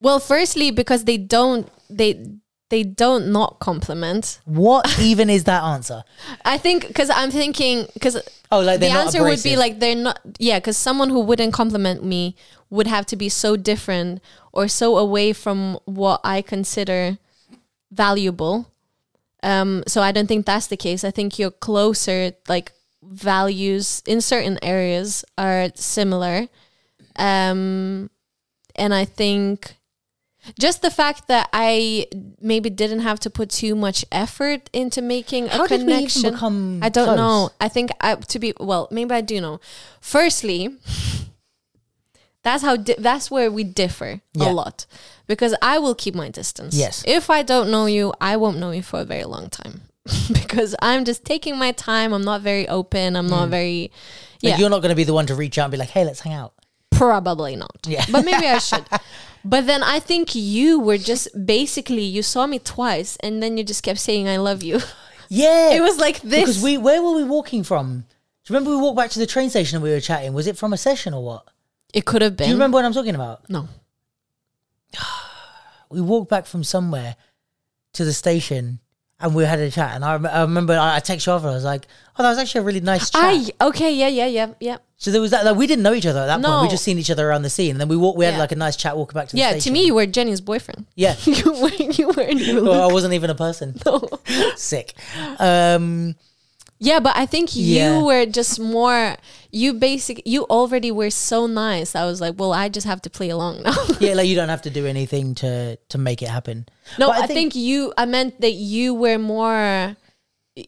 S1: Well, firstly, because they don't. They they don't not compliment.
S2: What even is that answer?
S1: I think because I'm thinking because
S2: Oh, like
S1: the
S2: they're not
S1: answer would be
S2: abrasive.
S1: like they're not yeah because someone who wouldn't compliment me would have to be so different or so away from what I consider valuable. Um, so I don't think that's the case. I think you're closer like values in certain areas are similar. Um, and I think just the fact that I maybe didn't have to put too much effort into making
S2: How
S1: a
S2: did
S1: connection.
S2: we even become
S1: I don't
S2: close?
S1: know. I think I, to be well, maybe I do know. Firstly, that's how di- that's where we differ
S2: Yeah.
S1: a lot because I will keep my distance.
S2: Yes.
S1: If I don't know you, I won't know you for a very long time because I'm just taking my time. I'm not very open. I'm
S2: Mm.
S1: not very
S2: Like
S1: yeah.
S2: you're not going to be the one to reach out and be like, "Hey, let's hang out."
S1: Probably not.
S2: Yeah.
S1: But maybe I should. But then I think you were just basically you saw me twice and then you just kept saying I love you.
S2: Yeah,
S1: It was like this.
S2: because we where were we walking from? Do you remember we walked back to the train station and we were chatting? Was it from a session or what?
S1: it could have been.
S2: Do you remember what I'm talking about?
S1: No.
S2: We walked back from somewhere to the station and we had a chat. And I, rem- I remember I, I texted you over. I was like, "Oh, that was actually a really nice chat."
S1: I okay, yeah, yeah, yeah, yeah.
S2: so there was that. Like, we didn't know each other at that point.
S1: No.
S2: We just seen each other around the scene, and then we walked. We had
S1: Yeah.
S2: like a nice chat walking back to the
S1: Yeah, to
S2: station.
S1: me you were Jenny's boyfriend.
S2: yeah.
S1: you were you were
S2: Well, I wasn't even a person.
S1: no.
S2: Sick. Um,
S1: Yeah, but I think
S2: Yeah.
S1: you were just more you basic you already were so nice. I was like, well, I just have to play along now.
S2: yeah, like you don't have to do anything to to make it happen.
S1: No,
S2: But
S1: I, think, you. I meant that you were more.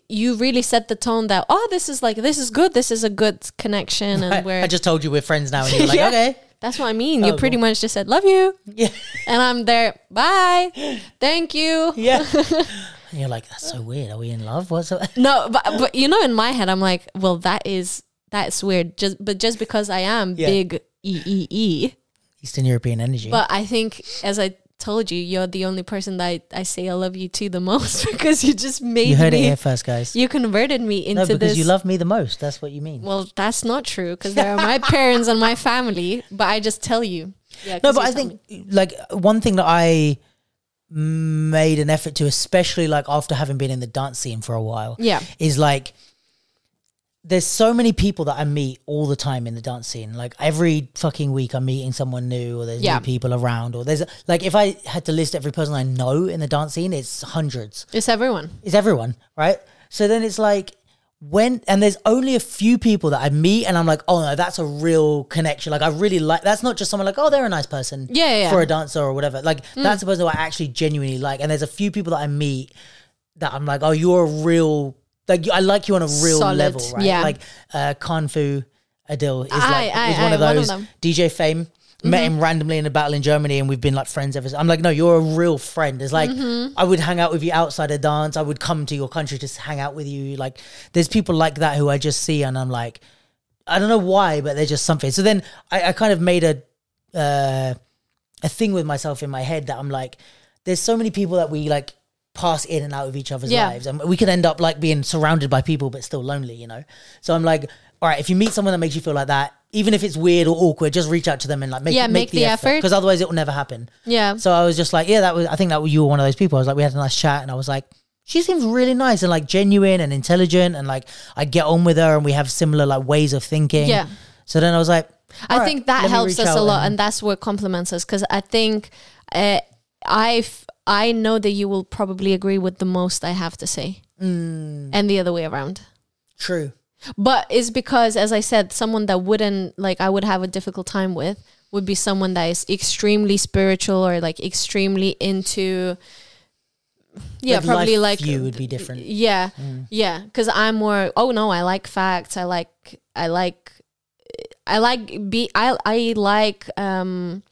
S1: You really set the tone that oh, this is like this is good. This is a good connection,
S2: I,
S1: and we're
S2: I just told you we're friends now, and you're like,
S1: Yeah.
S2: okay,
S1: that's what I mean. You
S2: Oh,
S1: pretty much just said love you,
S2: yeah,
S1: and I'm there. Bye, thank you.
S2: yeah. and you're like, that's so weird. Are we in love? What's up?
S1: No, but but you know, in my head, I'm like, well, that is that's weird. Just but just because I am
S2: Yeah.
S1: big e e e.
S2: Eastern European energy?
S1: But I think, as I told you, you're the only person that I, I say I love you to the most because you just made
S2: you heard it
S1: me.
S2: here first, guys.
S1: you converted me into
S2: no, because
S1: this.
S2: you love me the most. That's what you mean.
S1: Well, that's not true because there are my parents and my family, but I just tell you. Yeah,
S2: no,
S1: 'cause
S2: but
S1: you
S2: I
S1: tell
S2: think
S1: me.
S2: like one thing that I made an effort to, especially like after having been in the dance scene for a while,
S1: Yeah.
S2: is like there's so many people that I meet all the time in the dance scene. Like every fucking week, I'm meeting someone new, or there's
S1: Yeah.
S2: new people around, or there's like if I had to list every person I know in the dance scene, it's hundreds.
S1: it's everyone.
S2: It's everyone, right? So then it's like when and there's only a few people that I meet and I'm like, oh no, that's a real connection. Like I really like that's not just someone like, oh, they're a nice person,
S1: Yeah, yeah, Mm. yeah.
S2: for a dancer or whatever. Like that's a person who I actually genuinely like. And there's a few people that I meet that I'm like, oh, you're a real like you- I like you on a real
S1: Solid,
S2: level, right?
S1: yeah.
S2: Like uh, Khan Fu Adil is
S1: Aye,
S2: like
S1: aye,
S2: is one of
S1: aye, one of
S2: those
S1: them. Mm-hmm.
S2: DJ Fame. Met him randomly in a battle in Germany, and we've been like friends ever since. I'm like, no, you're a real friend. It's like
S1: Mm-hmm.
S2: I would hang out with you outside of dance. I would come to your country to s- hang out with you. Like, there's people like that who I just see, and I'm like, I don't know why, but they're just something. So then I, I kind of made a uh, a thing with myself in my head that I'm like, there's so many people that we like pass in and out of each other's
S1: Yeah.
S2: lives, and we can end up like being surrounded by people but still lonely, you know. So I'm like, all right, if you meet someone that makes you feel like that, even if it's weird or awkward, just reach out to them and like make
S1: Yeah,
S2: make, the, effort because otherwise it will never happen.
S1: Yeah.
S2: So I was just like, yeah, that was. I think that you were one of those people. I was like, we had a nice chat, and I was like, she seems really nice and like genuine and intelligent, and like I get on with her, and we have similar like ways of thinking.
S1: Yeah.
S2: So then I was like,
S1: I
S2: all right,
S1: think that
S2: let me
S1: helps
S2: reach
S1: us a
S2: out
S1: lot, and, that's what complements us. Because I think uh, I f- I know that you will probably agree with the most I have to say, and the other way around.
S2: true.
S1: But it's because, as I said, someone that wouldn't like I would have a difficult time with would be someone that is extremely spiritual or like extremely into. Yeah,
S2: Like,
S1: probably
S2: life
S1: like
S2: view would be different.
S1: yeah,
S2: Mm.
S1: yeah. Because I'm more. Oh no, I like facts. I like. I like. I like be. I I like um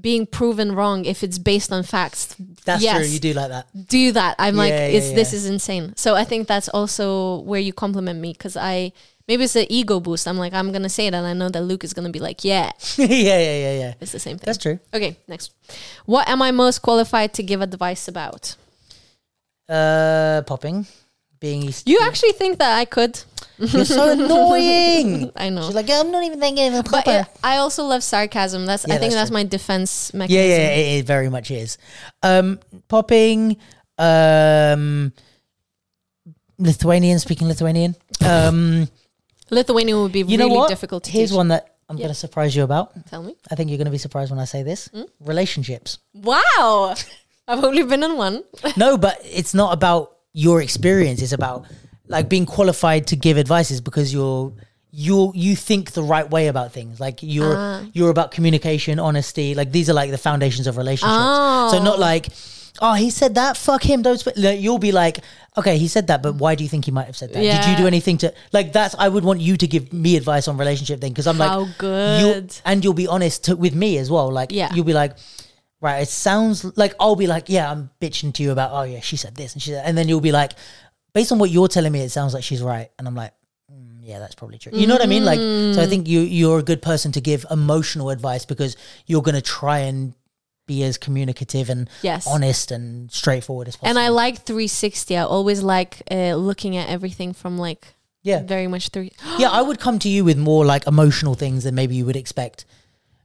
S1: being proven wrong if it's based on facts.
S2: That's true.
S1: Yes.
S2: You do like that.
S1: Do that. I'm like,
S2: Yeah,
S1: it's
S2: yeah,
S1: this
S2: yeah.
S1: is insane. So I think that's also where you compliment me because I maybe it's an ego boost. I'm like, I'm gonna say it, and I know that Luke is gonna be like, yeah,
S2: yeah, yeah, yeah, yeah.
S1: it's the same thing.
S2: That's true.
S1: okay, next. What am I most qualified to give advice about?
S2: Uh, popping, being East.
S1: You actually think that I could?
S2: You're so annoying.
S1: I know.
S2: She's like, I'm not even thinking of a
S1: But
S2: popper.
S1: it, I also love sarcasm. That's
S2: Yeah,
S1: I think that's,
S2: that's true.
S1: my defense
S2: yeah,
S1: mechanism.
S2: yeah, it, it very much is. Um, popping, um, Lithuanian, speaking Lithuanian. Um,
S1: Lithuania would be
S2: you
S1: really
S2: know what?
S1: difficult to
S2: Here's
S1: teach.
S2: one that I'm
S1: Yeah. Hmm?
S2: going to surprise you about.
S1: Tell me.
S2: I think you're going to be surprised when I say this. Relationships.
S1: Wow. I've only been in one.
S2: no, but it's not about your experience. It's about like being qualified to give advices because you're you you think the right way about things. Like you're
S1: Ah.
S2: you're about communication, honesty. Like these are like the foundations of relationships. So not like oh he said that fuck him don't sp-. Like, you'll be like okay he said that but why do you think he might have said that did you
S1: Yeah.
S2: do anything to like that's i would want you to give me advice on relationship thing because i'm like
S1: How
S2: you'll-
S1: good.
S2: and you'll be honest to, with me as well like
S1: Yeah.
S2: you'll be like right it sounds like i'll be like yeah i'm bitching to you about oh yeah she said this and she said and then you'll be like based on what you're telling me it sounds like she's right and i'm like "Mm, yeah that's probably true you know what i mean like so
S1: Mm.
S2: i think you you're a good person to give emotional advice because you're going to try and be as communicative and
S1: Yes.
S2: honest and straightforward as possible
S1: And I like 360. I always like uh, looking at everything from like
S2: yeah
S1: very much three.
S2: yeah i would come to you with more like emotional things than maybe you would expect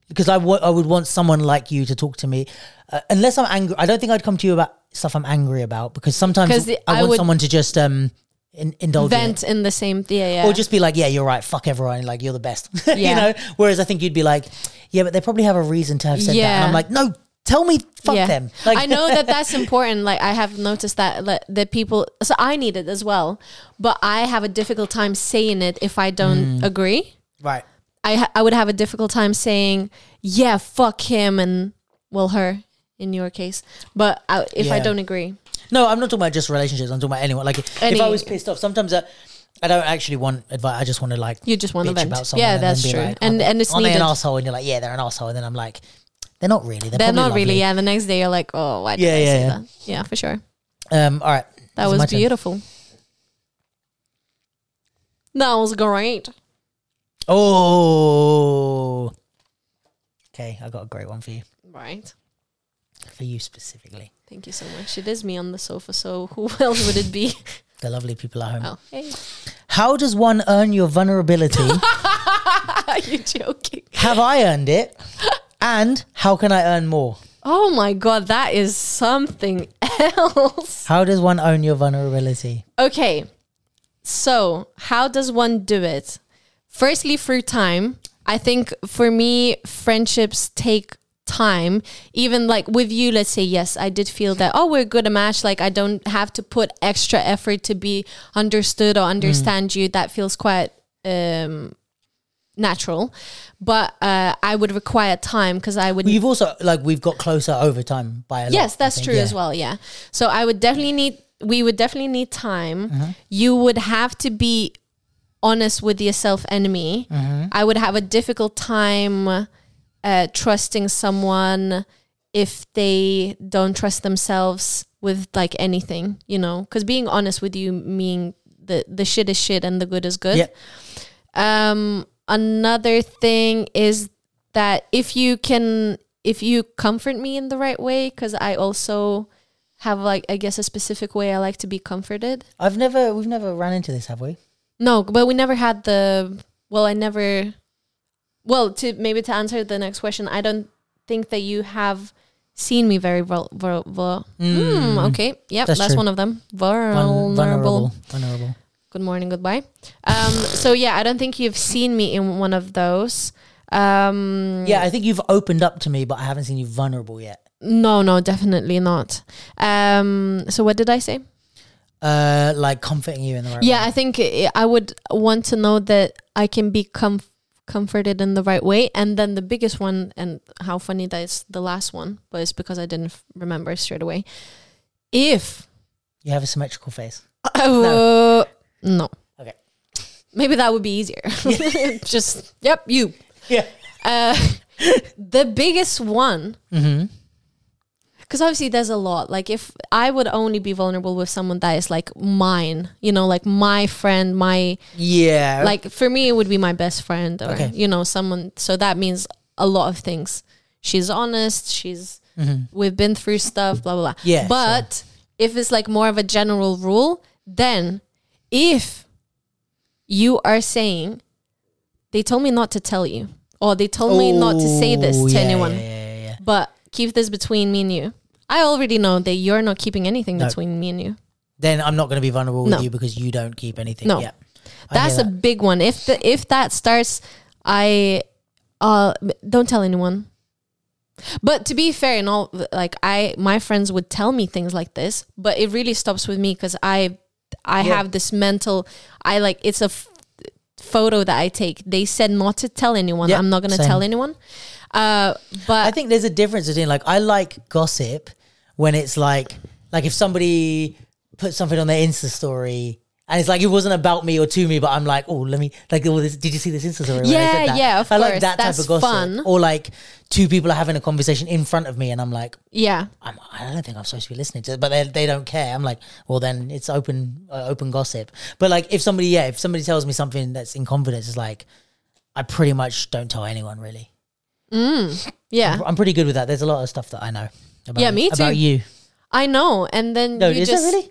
S2: because I wa- I would want someone like you to talk to me uh, unless i'm angry i don't think i'd come to you about stuff i'm angry about because sometimes
S1: 'Cause the-
S2: i
S1: I
S2: want
S1: would-
S2: someone to just um in, indulge in it.
S1: Vent in the same. Yeah, yeah.
S2: or just be like yeah you're right fuck everyone like you're the best you
S1: Yeah.
S2: know whereas i think you'd be like yeah but they probably have a reason to have said that and
S1: Yeah.
S2: i'm like no tell me fuck
S1: yeah.
S2: them like
S1: I know that that's important. Like I have noticed that like, that people. So I need it as well, but I have a difficult time saying it if I
S2: Mm.
S1: don't agree.
S2: right
S1: I ha- I would have a difficult time saying yeah, fuck him and well her in your case, but I, if I
S2: Yeah.
S1: don't agree,
S2: No, I'm not talking about just relationships. I'm talking about anyone. Like, if
S1: Any-
S2: I was pissed off, sometimes I, I don't actually want advice. I just want to like
S1: You just want to
S2: bitch
S1: vent.
S2: about someone.
S1: Yeah,
S2: and then
S1: that's
S2: be
S1: true.
S2: like,
S1: And-
S2: they-
S1: and it's
S2: are they an
S1: needed.
S2: asshole? And you're like, yeah, they're an asshole. And then I'm like, they're not really. They're,
S1: they're
S2: probably
S1: not really.
S2: lovely."
S1: Yeah, the next day you're like, oh, why did
S2: Yeah,
S1: I
S2: yeah,
S1: say
S2: yeah.
S1: that? Yeah, for sure.
S2: Um. All right.
S1: That
S2: it's my
S1: was
S2: turn.
S1: beautiful. That was great.
S2: Oh. Okay, I got a great one for you.
S1: Right.
S2: For you specifically,
S1: Thank you so much. It is me on the sofa, so who else would it be?
S2: the lovely people at home.
S1: Oh, hey.
S2: How does one earn your vulnerability?
S1: Are you joking?
S2: Have I earned it? And how can I earn more?
S1: Oh my god, that is something else.
S2: How does one own your vulnerability?
S1: Okay. So, how does one do it? Firstly, through time. I think for me, friendships take time. Even like with you, let's say, yes, I did feel that, oh, we're good a match. Like, I don't have to put extra effort to be understood or understand you. That feels quite um, natural. But uh, I would require time because I would.
S2: You've also like we've got closer over time by a lot.
S1: Yes,
S2: I
S1: that's
S2: think,
S1: true
S2: yeah.
S1: as well. Yeah. So I would definitely need, we would definitely need time.
S2: Mm-hmm.
S1: You would have to be honest with yourself and me.
S2: Mm-hmm.
S1: I would have a difficult time uh, trusting someone if they don't trust themselves with like anything, you know, because being honest with you mean the, the shit is shit and the good is good.
S2: Yeah.
S1: Um, another thing is that if you can, if you comfort me in the right way, because I also have like I guess a specific way I like to be comforted.
S2: I've never we've never ran into this, have we?
S1: No, but we never had the well, I never. Well, to maybe to answer the next question, I don't think that you have seen me very vul, vul, vul- Hmm, okay. Yep,
S2: Mm. That's
S1: that's,
S2: true.
S1: one of them.
S2: Vul-
S1: vulnerable
S2: vulnerable, vulnerable.
S1: good morning goodbye um so yeah i don't think you've seen me in one of those um
S2: Yeah, I think you've opened up to me, but I haven't seen you vulnerable yet.
S1: no no definitely not um so what did i say
S2: Uh, like comforting you in the right
S1: yeah i think i I would want to know that i can be comf- comforted in the right way and then the biggest one and how funny that is the last one but it's because i didn't f- remember straight away if
S2: You have a symmetrical face.
S1: no. no
S2: Okay.
S1: maybe that would be easier just yep you
S2: Yeah.
S1: Uh, the biggest one,
S2: Mm-hmm.
S1: because obviously there's a lot. Like if I would only be vulnerable with someone that is like mine, you know, like my friend, my
S2: Yeah.
S1: like for me it would be my best friend or
S2: Okay.
S1: you know someone. So that means a lot of things. She's honest. She's we've been through stuff. Blah blah blah.
S2: Mm-hmm. Yeah,
S1: But if it's like more of a general rule, then if you are saying they told me not to tell you or they told me not to say this
S2: Oh,
S1: to
S2: yeah,
S1: anyone
S2: Yeah, yeah, yeah.
S1: but keep this between me and you. I already know that you're not keeping anything
S2: No.
S1: between me and you.
S2: Then I'm not going to be vulnerable
S1: No.
S2: with you because you don't keep anything.
S1: No.
S2: Yeah. I hear
S1: That's a
S2: that.
S1: big one. If the, if that starts, I uh don't tell anyone. But to be fair, and all like I, my friends would tell me things like this, but it really stops with me because I, I
S2: Yeah.
S1: have this mental. I like it's a f- photo that I take. They said not to tell anyone.
S2: Yeah,
S1: I'm not gonna
S2: same.
S1: tell anyone. Uh, but
S2: I think there's a difference between like I like gossip when it's like like if somebody put something on their Insta story and it's like it wasn't about me or to me, but I'm like, oh, let me like, oh, this, did you see this Insta story? when I
S1: Yeah,
S2: said that?"
S1: yeah, of
S2: I like
S1: course.
S2: that type
S1: That's
S2: of gossip.
S1: fun.
S2: Or like two people are having a conversation in front of me, and I'm like,
S1: yeah,
S2: I'm, I don't think I'm supposed to be listening to it, but they, they don't care. I'm like, well, then it's open uh, open gossip. But like, if somebody, yeah, if somebody tells me something that's in confidence, it's like, I pretty much don't tell anyone really.
S1: yeah.
S2: I'm pretty good with that. There's a lot of stuff that I know. About,
S1: Yeah, me too.
S2: About you?
S1: I know. And then
S2: No,
S1: you
S2: is
S1: just
S2: that really?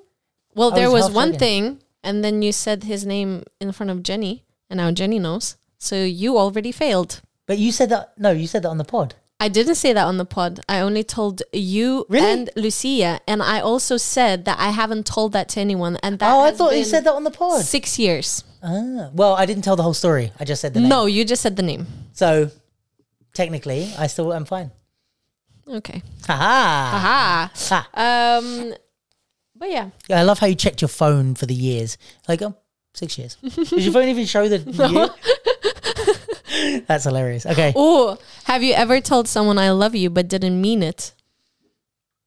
S1: Well,
S2: I
S1: there
S2: was
S1: was
S2: half
S1: one
S2: joking.
S1: thing, and then you said his name in front of Jenny, and now Jenny knows. So you already failed.
S2: But you said that. No, you said that on the pod.
S1: I didn't say that on the pod. I only told you
S2: Really?
S1: and Lucia, and I also said that I haven't told that to anyone. And that
S2: oh, I
S1: has
S2: thought you
S1: been
S2: said that on the pod.
S1: six years.
S2: Ah, well, I didn't tell the whole story. I just said the name.
S1: No, you just said the name.
S2: So technically, I still am fine.
S1: Okay.
S2: Ha
S1: Aha.
S2: ha.
S1: Um, but yeah,
S2: Yeah, I love how you checked your phone for the years. Like, oh, six years. Did your phone even show the year? That's hilarious. Okay.
S1: oh, have you ever told someone I love you but didn't mean it?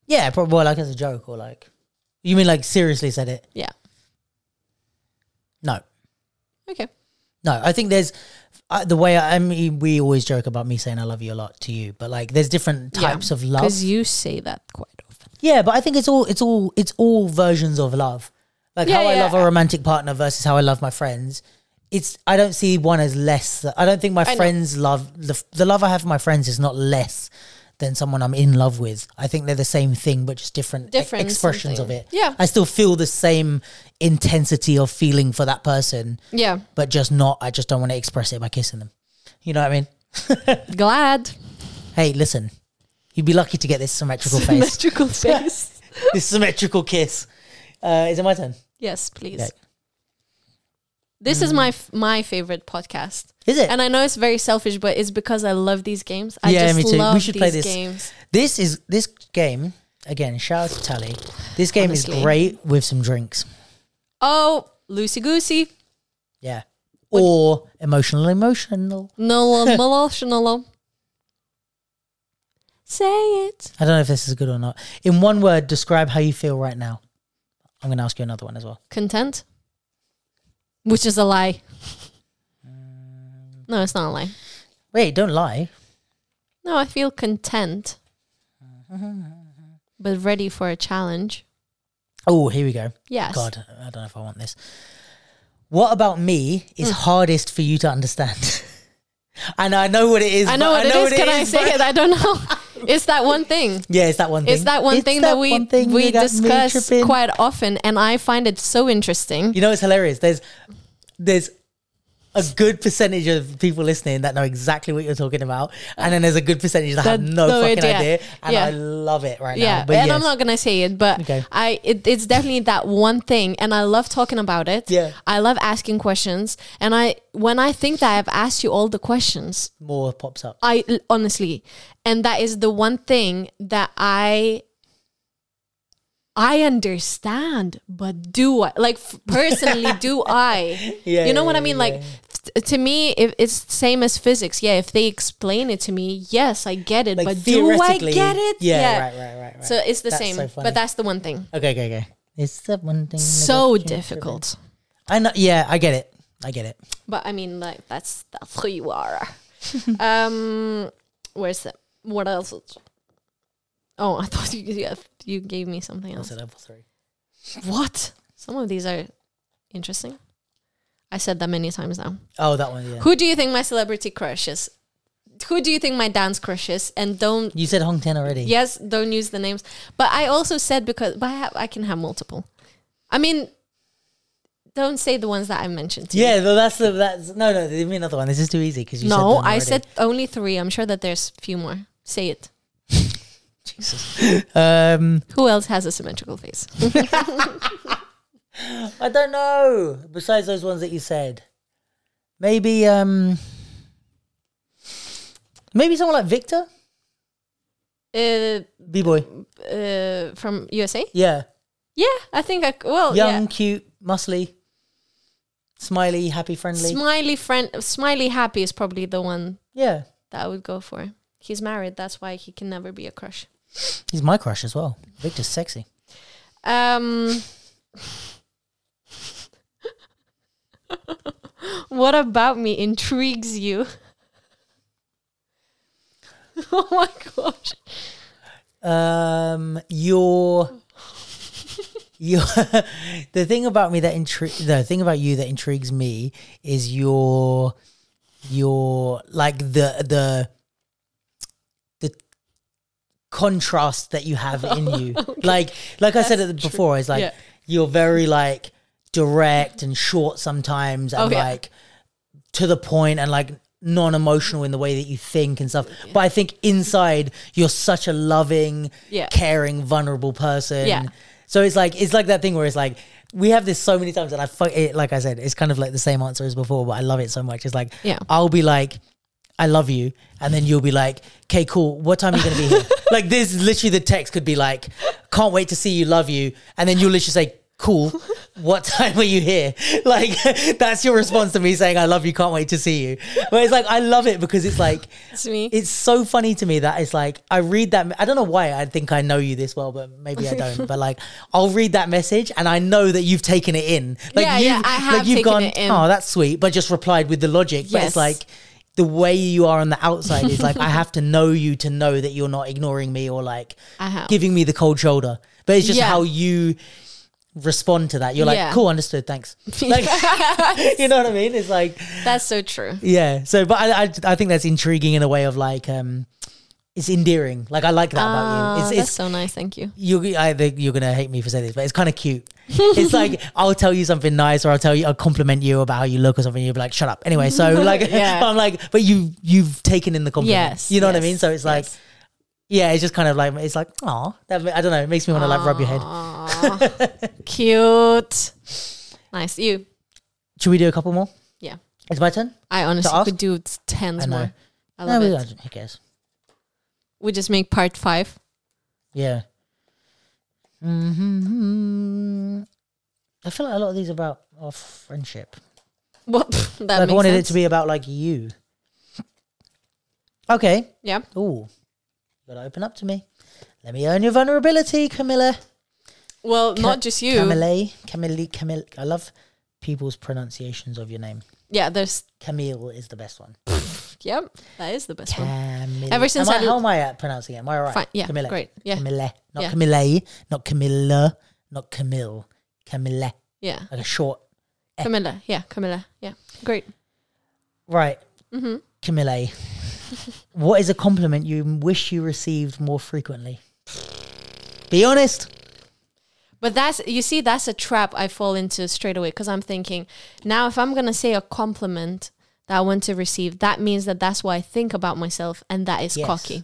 S2: Yeah, probably well, like as a joke or like. You mean like seriously said it?
S1: Yeah.
S2: No.
S1: Okay.
S2: No, I think there's uh, the way I, I mean, we always joke about me saying I love you a lot to you, but like there's different types of love.
S1: Because you say that quite often.
S2: Yeah, but I think it's all it's all it's all versions of love. Like
S1: Yeah,
S2: how I
S1: yeah.
S2: love a romantic partner versus how I love my friends. It's I don't see one as less. I don't think my
S1: know.
S2: friends love the the love I have for my friends is not less than someone I'm in love with. I think they're the same thing, but just different, e-
S1: Different
S2: expressions
S1: something.
S2: of it.
S1: Yeah.
S2: I still feel the same intensity of feeling for that person,
S1: Yeah.
S2: but just not. I just don't want to express it by kissing them. You know what I mean?
S1: Glad.
S2: Hey, listen, you'd be lucky to get this symmetrical face,
S1: Symmetrical face.
S2: this symmetrical kiss. Uh, is it my turn?
S1: yes, please.
S2: Okay.
S1: This
S2: mm.
S1: is my f- my favorite podcast,
S2: Is it?
S1: and I know it's very selfish, but it's because I love these games. I
S2: Yeah,
S1: just
S2: me too. We
S1: love
S2: should
S1: these
S2: play this.
S1: games.
S2: this is this game again. Shout out to Tally. This game is
S1: Honestly.
S2: great with some drinks.
S1: Oh, loosey goosey,
S2: Yeah. Or emotional, emotional.
S1: no emotional. Say it.
S2: I don't know if this is good or not. In one word, describe how you feel right now. I'm going to ask you another one as well.
S1: Content, which is a lie.
S2: Um,
S1: No, it's not a lie.
S2: Wait, don't lie.
S1: No, I feel content, but ready for a challenge.
S2: Oh, here we go.
S1: Yes.
S2: God, I don't know if I want this. What about me is
S1: Hmm.
S2: hardest for you to understand? and I know what it is.
S1: I know
S2: but
S1: what it is. Can I
S2: is,
S1: say
S2: but-
S1: it? I don't know. It's that one thing.
S2: Yeah, it's that one thing.
S1: It's that one thing that, we
S2: one thing
S1: we
S2: that got me
S1: discuss
S2: tripping.
S1: quite often, and I find it so interesting.
S2: You know, it's hilarious. There's, there's a good percentage of people listening that know exactly what you're talking about, and then there's a good percentage that, have
S1: That-
S2: no,
S1: no
S2: fucking idea.
S1: idea.
S2: and
S1: Yeah.
S2: I love it right
S1: yeah
S2: now. But
S1: and
S2: yes.
S1: i'm not gonna say it but
S2: Okay.
S1: i it, it's definitely that one thing and i love talking about it
S2: Yeah.
S1: i love asking questions and i when i think that i've asked you all the questions
S2: more pops up.
S1: i l- honestly and that is the one thing that i I understand, but do I like f- personally? do I?
S2: Yeah,
S1: you know what I
S2: yeah,
S1: mean.
S2: yeah,
S1: like t- to me, if it's same as physics. Yeah, if they explain it to me, yes, I get it.
S2: Like
S1: but do I get it?
S2: Yeah, Right, right, right, right.
S1: So it's the
S2: That's
S1: same,
S2: so funny.
S1: but that's the one thing.
S2: okay, okay, okay. It's that one thing. that
S1: So
S2: gets you driven.
S1: difficult.
S2: I know. Yeah, I get it. I get it.
S1: But I mean, like that's that's who you are. um, where's the what else? is- Oh, I thought you you- you gave me something
S2: That's
S1: else.
S2: a level three.
S1: What? Some of these are interesting. I said that many times now.
S2: Oh, that one. Yeah.
S1: Who do you think my celebrity crush is? Who do you think my dance crush is? And don't
S2: You said Hong Ten already.
S1: yes, don't use the names. But I also said because but I, have, I can have multiple. I mean, don't say the ones that I mentioned. To you.
S2: Yeah, no, that's the that's no no. Give me another one. This is too easy because you said
S1: No,
S2: them
S1: I
S2: already.
S1: said only three. I'm sure that there's a few more. Say it.
S2: Um,
S1: Who else has a symmetrical face?
S2: I don't know. Besides those ones that you said, maybe um, maybe someone like Victor
S1: uh,
S2: B boy.
S1: uh, from USA?
S2: Yeah,
S1: Yeah, I think I c- well,
S2: young,
S1: Oh, yeah.
S2: cute, muscly, smiley, happy, friendly.
S1: Smiley friend, smiley happy is probably the one
S2: yeah,
S1: that I would go for. He's married, that's why he can never be a crush.
S2: he's my crush as well. Victor's sexy.
S1: Um, what about me intrigues you? oh my gosh!
S2: Um, your your the thing about me that intri- the thing about you that intrigues me is your your like the the the contrast that you have in you. Like like I said it before, it's like
S1: Yeah.
S2: you're very like direct and short sometimes, and
S1: Oh, yeah.
S2: like to the point and like non-emotional in the way that you think and stuff but i think inside you're such a loving
S1: Yeah.
S2: caring vulnerable person
S1: Yeah.
S2: so it's like it's like that thing where it's like we have this so many times and i fuck it like i said it's kind of like the same answer as before but i love it so much it's like
S1: Yeah.
S2: i'll be like i love you and then you'll be like okay cool what time are you gonna be here like this is literally the text could be like can't wait to see you love you and then you'll literally say cool what time are you here like that's your response to me saying i love you can't wait to see you but it's like i love it because it's like
S1: It's me.
S2: it's so funny to me that it's like I read that. I don't know why I think I know you this well, but maybe I don't. but like I'll read that message and I know that you've taken it in. Like
S1: Yeah,
S2: you've,
S1: yeah, I have
S2: like you've
S1: taken
S2: gone,
S1: it in.
S2: oh, that's sweet, but just replied with the logic. But it's
S1: Yes.
S2: like the way you are on the outside is like I have to know you to know that you're not ignoring me or like
S1: I have.
S2: giving me the cold shoulder. But it's just
S1: Yeah.
S2: how you respond to that. You're like,
S1: Yeah.
S2: cool, understood, thanks. Like, you know what I mean? It's like
S1: That's so true.
S2: yeah. So, but I, I, I think that's intriguing in a way of like, um, it's endearing. Like I like that about you.
S1: Ah,
S2: It's,
S1: that's
S2: it's
S1: so nice. Thank you.
S2: you. I think you're gonna hate me for saying this, but it's kind of cute. it's like I'll tell you something nice, or I'll tell you, I'll compliment you about how you look or something. You'll be like, shut up. Anyway, so like,
S1: Yeah.
S2: but I'm like, but you you've taken in the compliment.
S1: Yes,
S2: you know what I
S1: yes,
S2: mean. So it's like.
S1: yes.
S2: Yeah, it's just kind of like it's like oh, that, I don't know. It makes me want to like rub your head.
S1: Cute. Nice. You.
S2: Should we do a couple more?
S1: Yeah.
S2: It's my turn.
S1: I honestly
S2: ask?
S1: could do t- tens
S2: I know.
S1: more. I love
S2: we,
S1: it.
S2: who cares?
S1: We just make part five.
S2: Yeah. hmm I feel like a lot of these are about our friendship.
S1: Well, that
S2: Like I
S1: makes
S2: wanted
S1: sense.
S2: it to be about like you. Okay.
S1: Yeah.
S2: Ooh. You gotta open up to me. Let me earn your vulnerability, Camilla.
S1: Well,
S2: Ca-
S1: not just you.
S2: Camille. Camille. Camille. I love people's pronunciations of your name.
S1: Yeah, there's.
S2: Camille is the best one.
S1: Yep. That is the best one.
S2: Camille.
S1: Ever since
S2: am I,
S1: I-
S2: how am I at pronouncing it? Am I right?
S1: Fine. Yeah.
S2: Camille.
S1: Great. Yeah.
S2: Camille. Not
S1: Yeah.
S2: Camille. Not Camilla. Not Camille. Camille.
S1: Yeah.
S2: Like a short
S1: Camilla. Yeah. Camilla. Yeah. Great.
S2: Right.
S1: Mm-hmm.
S2: Camille, what is a compliment you wish you received more frequently? Be honest.
S1: But that's you see, that's a trap I fall into straight away because I'm thinking now if I'm gonna say a compliment that I want to receive, that means that that's what I think about myself, and that is
S2: Yes.
S1: cocky.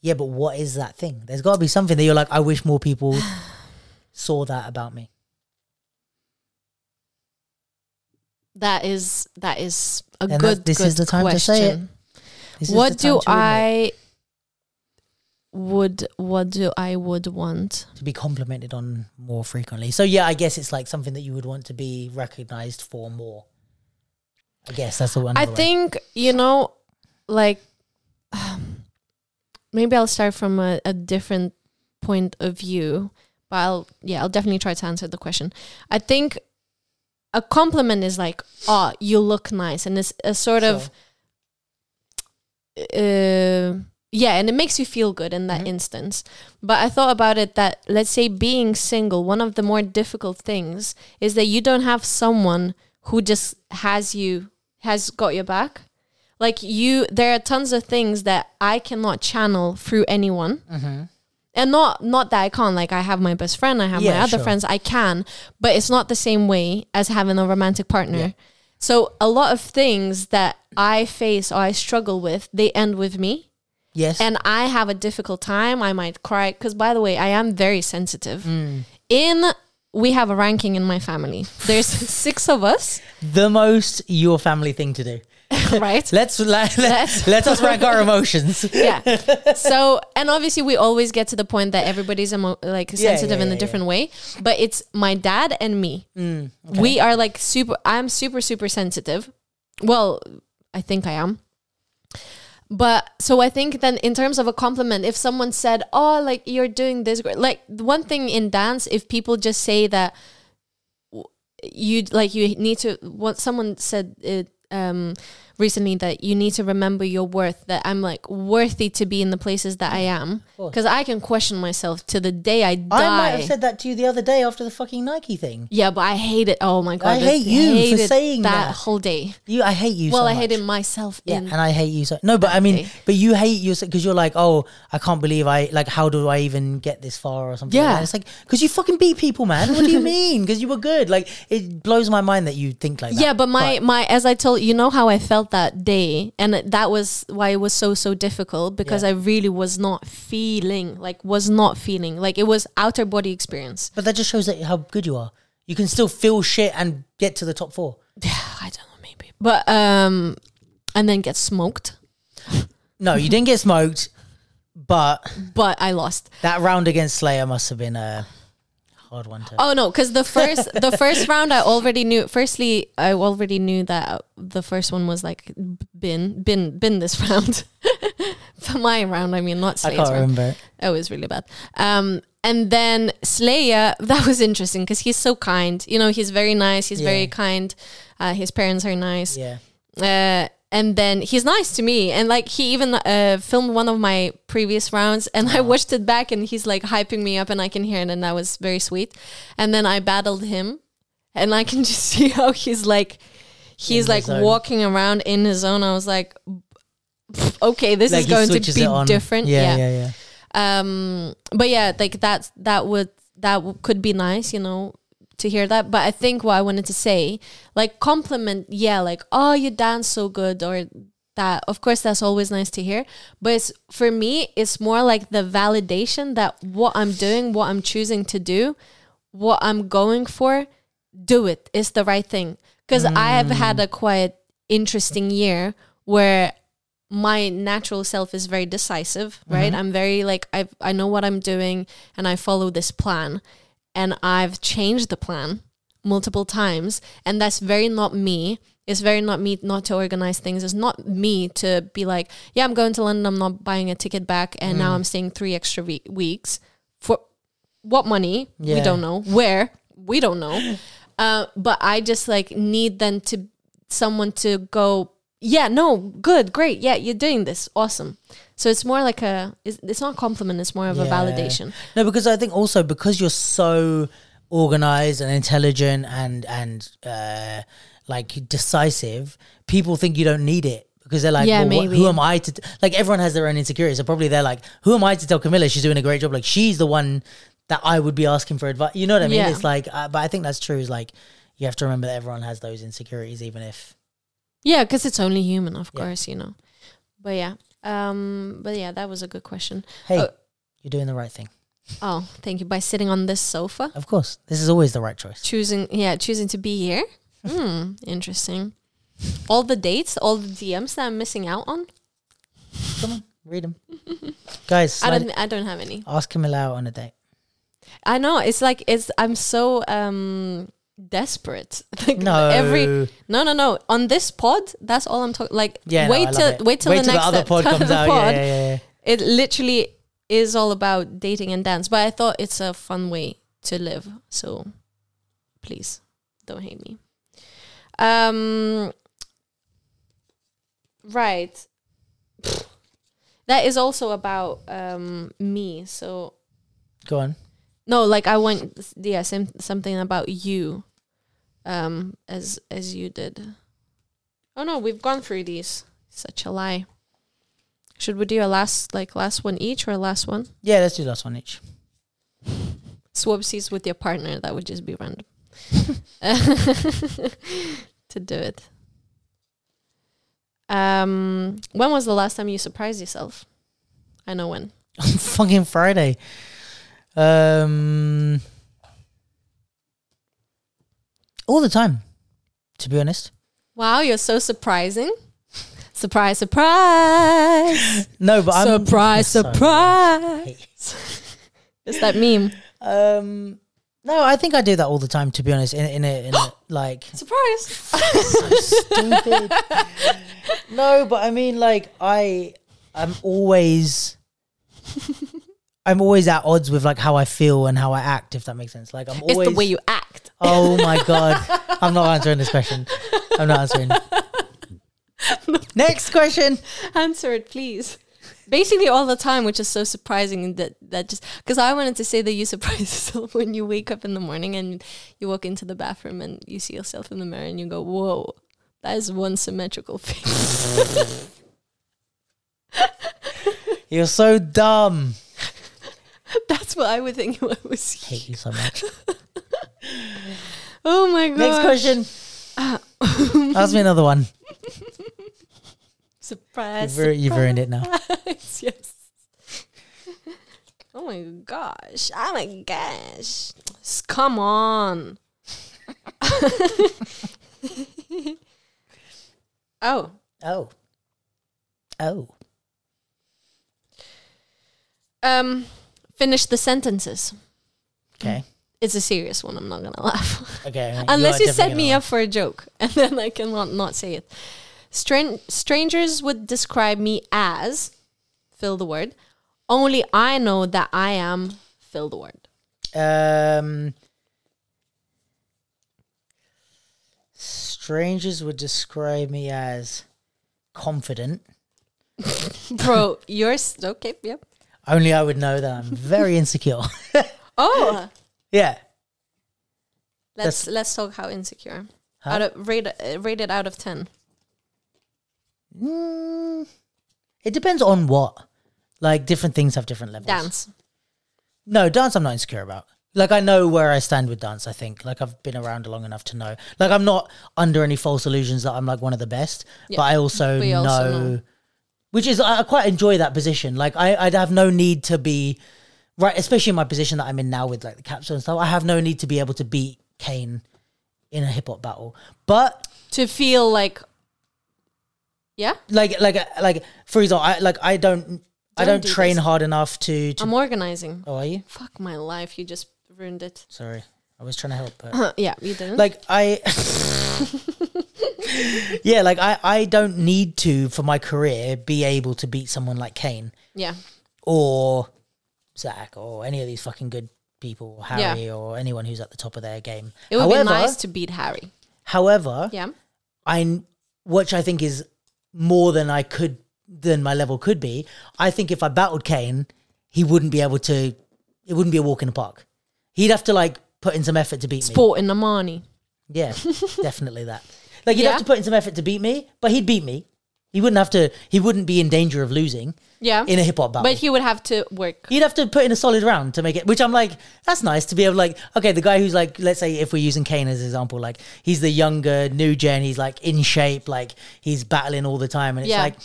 S2: Yeah, but what is that thing? There's got to be something that you're like, I wish more people saw that about me.
S1: That is that is a
S2: Then
S1: good.
S2: that- this
S1: good
S2: is the time to
S1: question.
S2: say it. This is
S1: what
S2: the time
S1: do
S2: to
S1: I
S2: admit-
S1: would what do I would want?
S2: to be complimented on more frequently? So yeah, I guess it's like something that you would want to be recognized for more. I guess that's the one.
S1: I think you know, like maybe I'll start from a, a different point of view, but I'll yeah, I'll definitely try to answer the question. I think a compliment is like, oh, you look nice, and it's a sort of uh, yeah, and it makes you feel good in that instance. But I thought about it that let's say being single, one of the more difficult things is that you don't have someone who just has you has got your back. Like you, there are tons of things that I cannot channel through anyone,
S2: Mm-hmm.
S1: and not not that I can't. Like I have my best friend, I have my
S2: Yeah,
S1: other
S2: sure.
S1: friends, I can, but it's not the same way as having a romantic partner. So a lot of things that I face or I struggle with, they end with me.
S2: yes.
S1: And I have a difficult time. I might cry because, by the way, I am very sensitive.
S2: Mm.
S1: In we have a ranking in my family. There's six of us,
S2: the most your family thing to do.
S1: right?
S2: Let's let, let,
S1: Let's-
S2: let us rank our emotions.
S1: yeah. So, and obviously, we always get to the point that everybody's emo- like sensitive
S2: yeah,
S1: in a
S2: yeah, Mm,
S1: different way. But it's my dad and me. We are like super. I'm super super sensitive. Well, I think I am. But so I think then in terms of a compliment, if someone said, "Oh, like you're doing this great," like the one thing in dance, if people just say that w- you like you need to what someone said it um recently that you need to remember your worth that i'm like worthy to be in the places that i am
S2: course.
S1: because i can question myself to the day i die
S2: I might have said that to you the other day after the fucking Nike thing.
S1: yeah but i hate it oh my god
S2: I hate you for
S1: hated
S2: saying that.
S1: whole day
S2: You, I hate you.
S1: well
S2: so
S1: i
S2: much.
S1: hated myself
S2: Yeah,
S1: in
S2: and I hate you so. No, but I mean,
S1: day.
S2: but you hate yourself because you're like, oh, I can't believe I like. How do I even get this far or something? like
S1: Yeah.
S2: that. it's like because you fucking beat people, man. What do you mean? Because you were good. Like it blows my mind that you think like that.
S1: Yeah, but my my as I told you know how I felt that day, and it- that was why it was so so difficult because
S2: Yeah.
S1: I really was not feeling like was not feeling like it was outer body experience.
S2: But that just shows that how good you are. You can still feel shit and get to the top four.
S1: I don't know, maybe, but um, and then get smoked,
S2: No, you didn't get smoked, but
S1: but I lost.
S2: that round against Slayer must have been a hard one to.
S1: Oh no, because the first the first round I already knew. Firstly, I already knew that the first one was like bin bin bin this round. For my round, I mean, not
S2: I
S1: Slade's
S2: can't
S1: round.
S2: remember.
S1: It was Oh, really bad. Um, and then Slayer, that was interesting because he's so kind. You know, he's very nice. He's
S2: Yeah.
S1: very kind. Uh, his parents are nice.
S2: Yeah.
S1: Uh, and then he's nice to me. And like, he even uh, filmed one of my previous rounds and I watched it back and he's like hyping me up and I can hear it. And that was very sweet. And then I battled him and I can just see how he's like, he's
S2: In the
S1: like
S2: zone.
S1: walking around in his zone. I was like, okay, this
S2: Like
S1: is
S2: he
S1: going to
S2: switches it
S1: be
S2: on.
S1: different.
S2: Yeah, yeah, yeah.
S1: Um, but yeah, like that's that would that w- could be nice, you know, to hear that. But I think what I wanted to say, like compliment, yeah, like oh, you dance so good, or that. Of course, that's always nice to hear. But it's for me, it's more like the validation that what I'm doing, what I'm choosing to do, what I'm going for, do it. It's the right thing. Because I have had a quite interesting year where my natural self is very decisive, right? I'm very like I I know what I'm doing and I follow this plan and I've changed the plan multiple times and that's very not me. It's very not me not to organize things. It's not me to be like, yeah, I'm going to London, I'm not buying a ticket back and now I'm staying 3 extra we- weeks for what money? We
S2: Yeah.
S1: don't know. Where? We don't know. Uh, but I just like need then to someone to go yeah no good great yeah you're doing this awesome so it's more like a it's, it's not a compliment it's more of a
S2: Yeah.
S1: validation
S2: No, because I think also because you're so organized and intelligent and and uh, like decisive, people think you don't need it because they're like,
S1: Yeah,
S2: well, what-
S1: maybe.
S2: who am I to? T-? Like everyone has their own insecurities, so probably they're like, who am I to tell Camilla she's doing a great job? Like she's the one that I would be asking for advice. You know what I mean?
S1: Yeah.
S2: It's like, uh, but I think that's true. Is like you have to remember that everyone has those insecurities, even if
S1: Yeah, because it's only human, of
S2: Yeah.
S1: course, you know. But yeah, um, but yeah, that was a good question.
S2: hey,
S1: Oh.
S2: you're doing the right thing.
S1: Oh, thank you. By sitting on this sofa,
S2: Of course, this is always the right choice.
S1: choosing, yeah, choosing to be here. Hmm, interesting. All the dates, all the DMs that I'm missing out on.
S2: Come on, read them, guys.
S1: I
S2: slide-
S1: don't, I don't have any.
S2: ask Camilla out on a date.
S1: I know it's like it's. I'm so um desperate. Like
S2: No,
S1: every No, no, no. On this pod, that's all I'm talking. Like,
S2: yeah, no, I
S1: wait
S2: love
S1: till
S2: it.
S1: wait till the next
S2: other
S1: ep-
S2: pod comes
S1: the
S2: out. Yeah,
S1: pod.
S2: yeah, yeah, yeah.
S1: It literally is all about dating and dance. But I thought it's a fun way to live. So, please, don't hate me. Um. Right. That is also about um me. So
S2: Go on.
S1: no, like I want yeah, same, something about you, um, as as you did. Oh no, we've gone through these. Such a lie. Should we do a last like last one each or last one?
S2: Yeah, let's do last one each.
S1: Swap seats with your partner. That would just be random. to do it. Um, when was the last time you surprised yourself? I know when.
S2: on fucking Friday. Um, all the time, to be honest.
S1: Wow, you're so surprising. Surprise, surprise.
S2: No, but I'm
S1: surprise,
S2: Sorry.
S1: surprise. it's that meme.
S2: Um, no, I think I do that all the time. To be honest, in in a, in a like
S1: Surprise.
S2: stupid. no, but I mean, like, I, I'm always, I'm always at odds with like how I feel and how I act. If that makes sense, like, I'm always.
S1: It's the way you act.
S2: oh my god, I'm not answering this question. I'm not answering. Next question.
S1: Answer it, please. Basically, all the time, which is so surprising and that that just because I wanted to say that you surprise yourself when you wake up in the morning and you walk into the bathroom and you see yourself in the mirror and you go, "Whoa, that is one symmetrical face."
S2: You're so dumb.
S1: That's what I would think if I was. you.
S2: Hate you so much.
S1: Oh my god!
S2: Next question. Ask me another one.
S1: Surprise!
S2: You've, ru- you've ruined it now.
S1: Yes, yes. Oh my gosh. Oh my gosh. S- Come on. oh,
S2: Oh. Oh.
S1: um, finish the sentences.
S2: Okay.
S1: It's a serious one. I'm not gonna laugh
S2: Okay. are
S1: unless you set
S2: definitely
S1: me
S2: gonna
S1: up for a joke, and then I cannot not say it. Stran- strangers would describe me as fill the word. Only I know that I am fill the word.
S2: laugh. Um. Strangers would describe me as confident.
S1: Bro, yours okay, yep.
S2: Only I would know that I'm very insecure.
S1: Oh,
S2: yeah.
S1: let's let's talk how insecure.
S2: Huh?
S1: Out of rate uh, rate it out of 10.
S2: Mm, it depends on what. Like different things have different levels.
S1: Dance.
S2: No, dance I'm not insecure about. Like I know where I stand with dance, I think. Like I've been around long enough to know. Like I'm not under any false illusions that I'm like one of the best.
S1: Yeah,
S2: But I also,
S1: we
S2: know,
S1: also know.
S2: which is I I quite enjoy that position. Like I, I'd have no need to be right, especially in my position that I'm in now with like the capsule and stuff, I have no need to be able to beat Kane in a hip hop battle. But
S1: To feel like Yeah,
S2: like like like for example, I like I don't,
S1: Don't
S2: I don't
S1: do
S2: train
S1: this.
S2: hard enough to. to
S1: I'm organizing.
S2: oh, are you?
S1: Fuck my life, you just ruined it.
S2: Sorry, I was trying to help. But
S1: Huh, yeah, you didn't.
S2: like I, yeah, like I I don't need to for my career be able to beat someone like Kane
S1: yeah.
S2: or Zach or any of these fucking good people, or Harry or anyone who's at the top of their game.
S1: It would
S2: however,
S1: be nice to beat Harry.
S2: however,
S1: Yeah.
S2: I which I think is more than I could than my level could be. I think if I battled Kane, he wouldn't be able to. It wouldn't be a walk in the park. He'd have to like put in some effort to beat
S1: Sport in Amani.
S2: me. Yeah, definitely that. Like he'd
S1: Yeah.
S2: have to put in some effort to beat me, but he'd beat me. He wouldn't have to. He wouldn't be in danger of losing
S1: Yeah.
S2: in a hip hop battle.
S1: but he would have to work.
S2: You'd have to put in a solid round to make it, which I'm like, that's nice to be able, like, okay, the guy who's like, let's say if we're using Kane as an example, like, he's the younger, new gen, he's like in shape, like, he's battling all the time. And it's
S1: Yeah.
S2: like,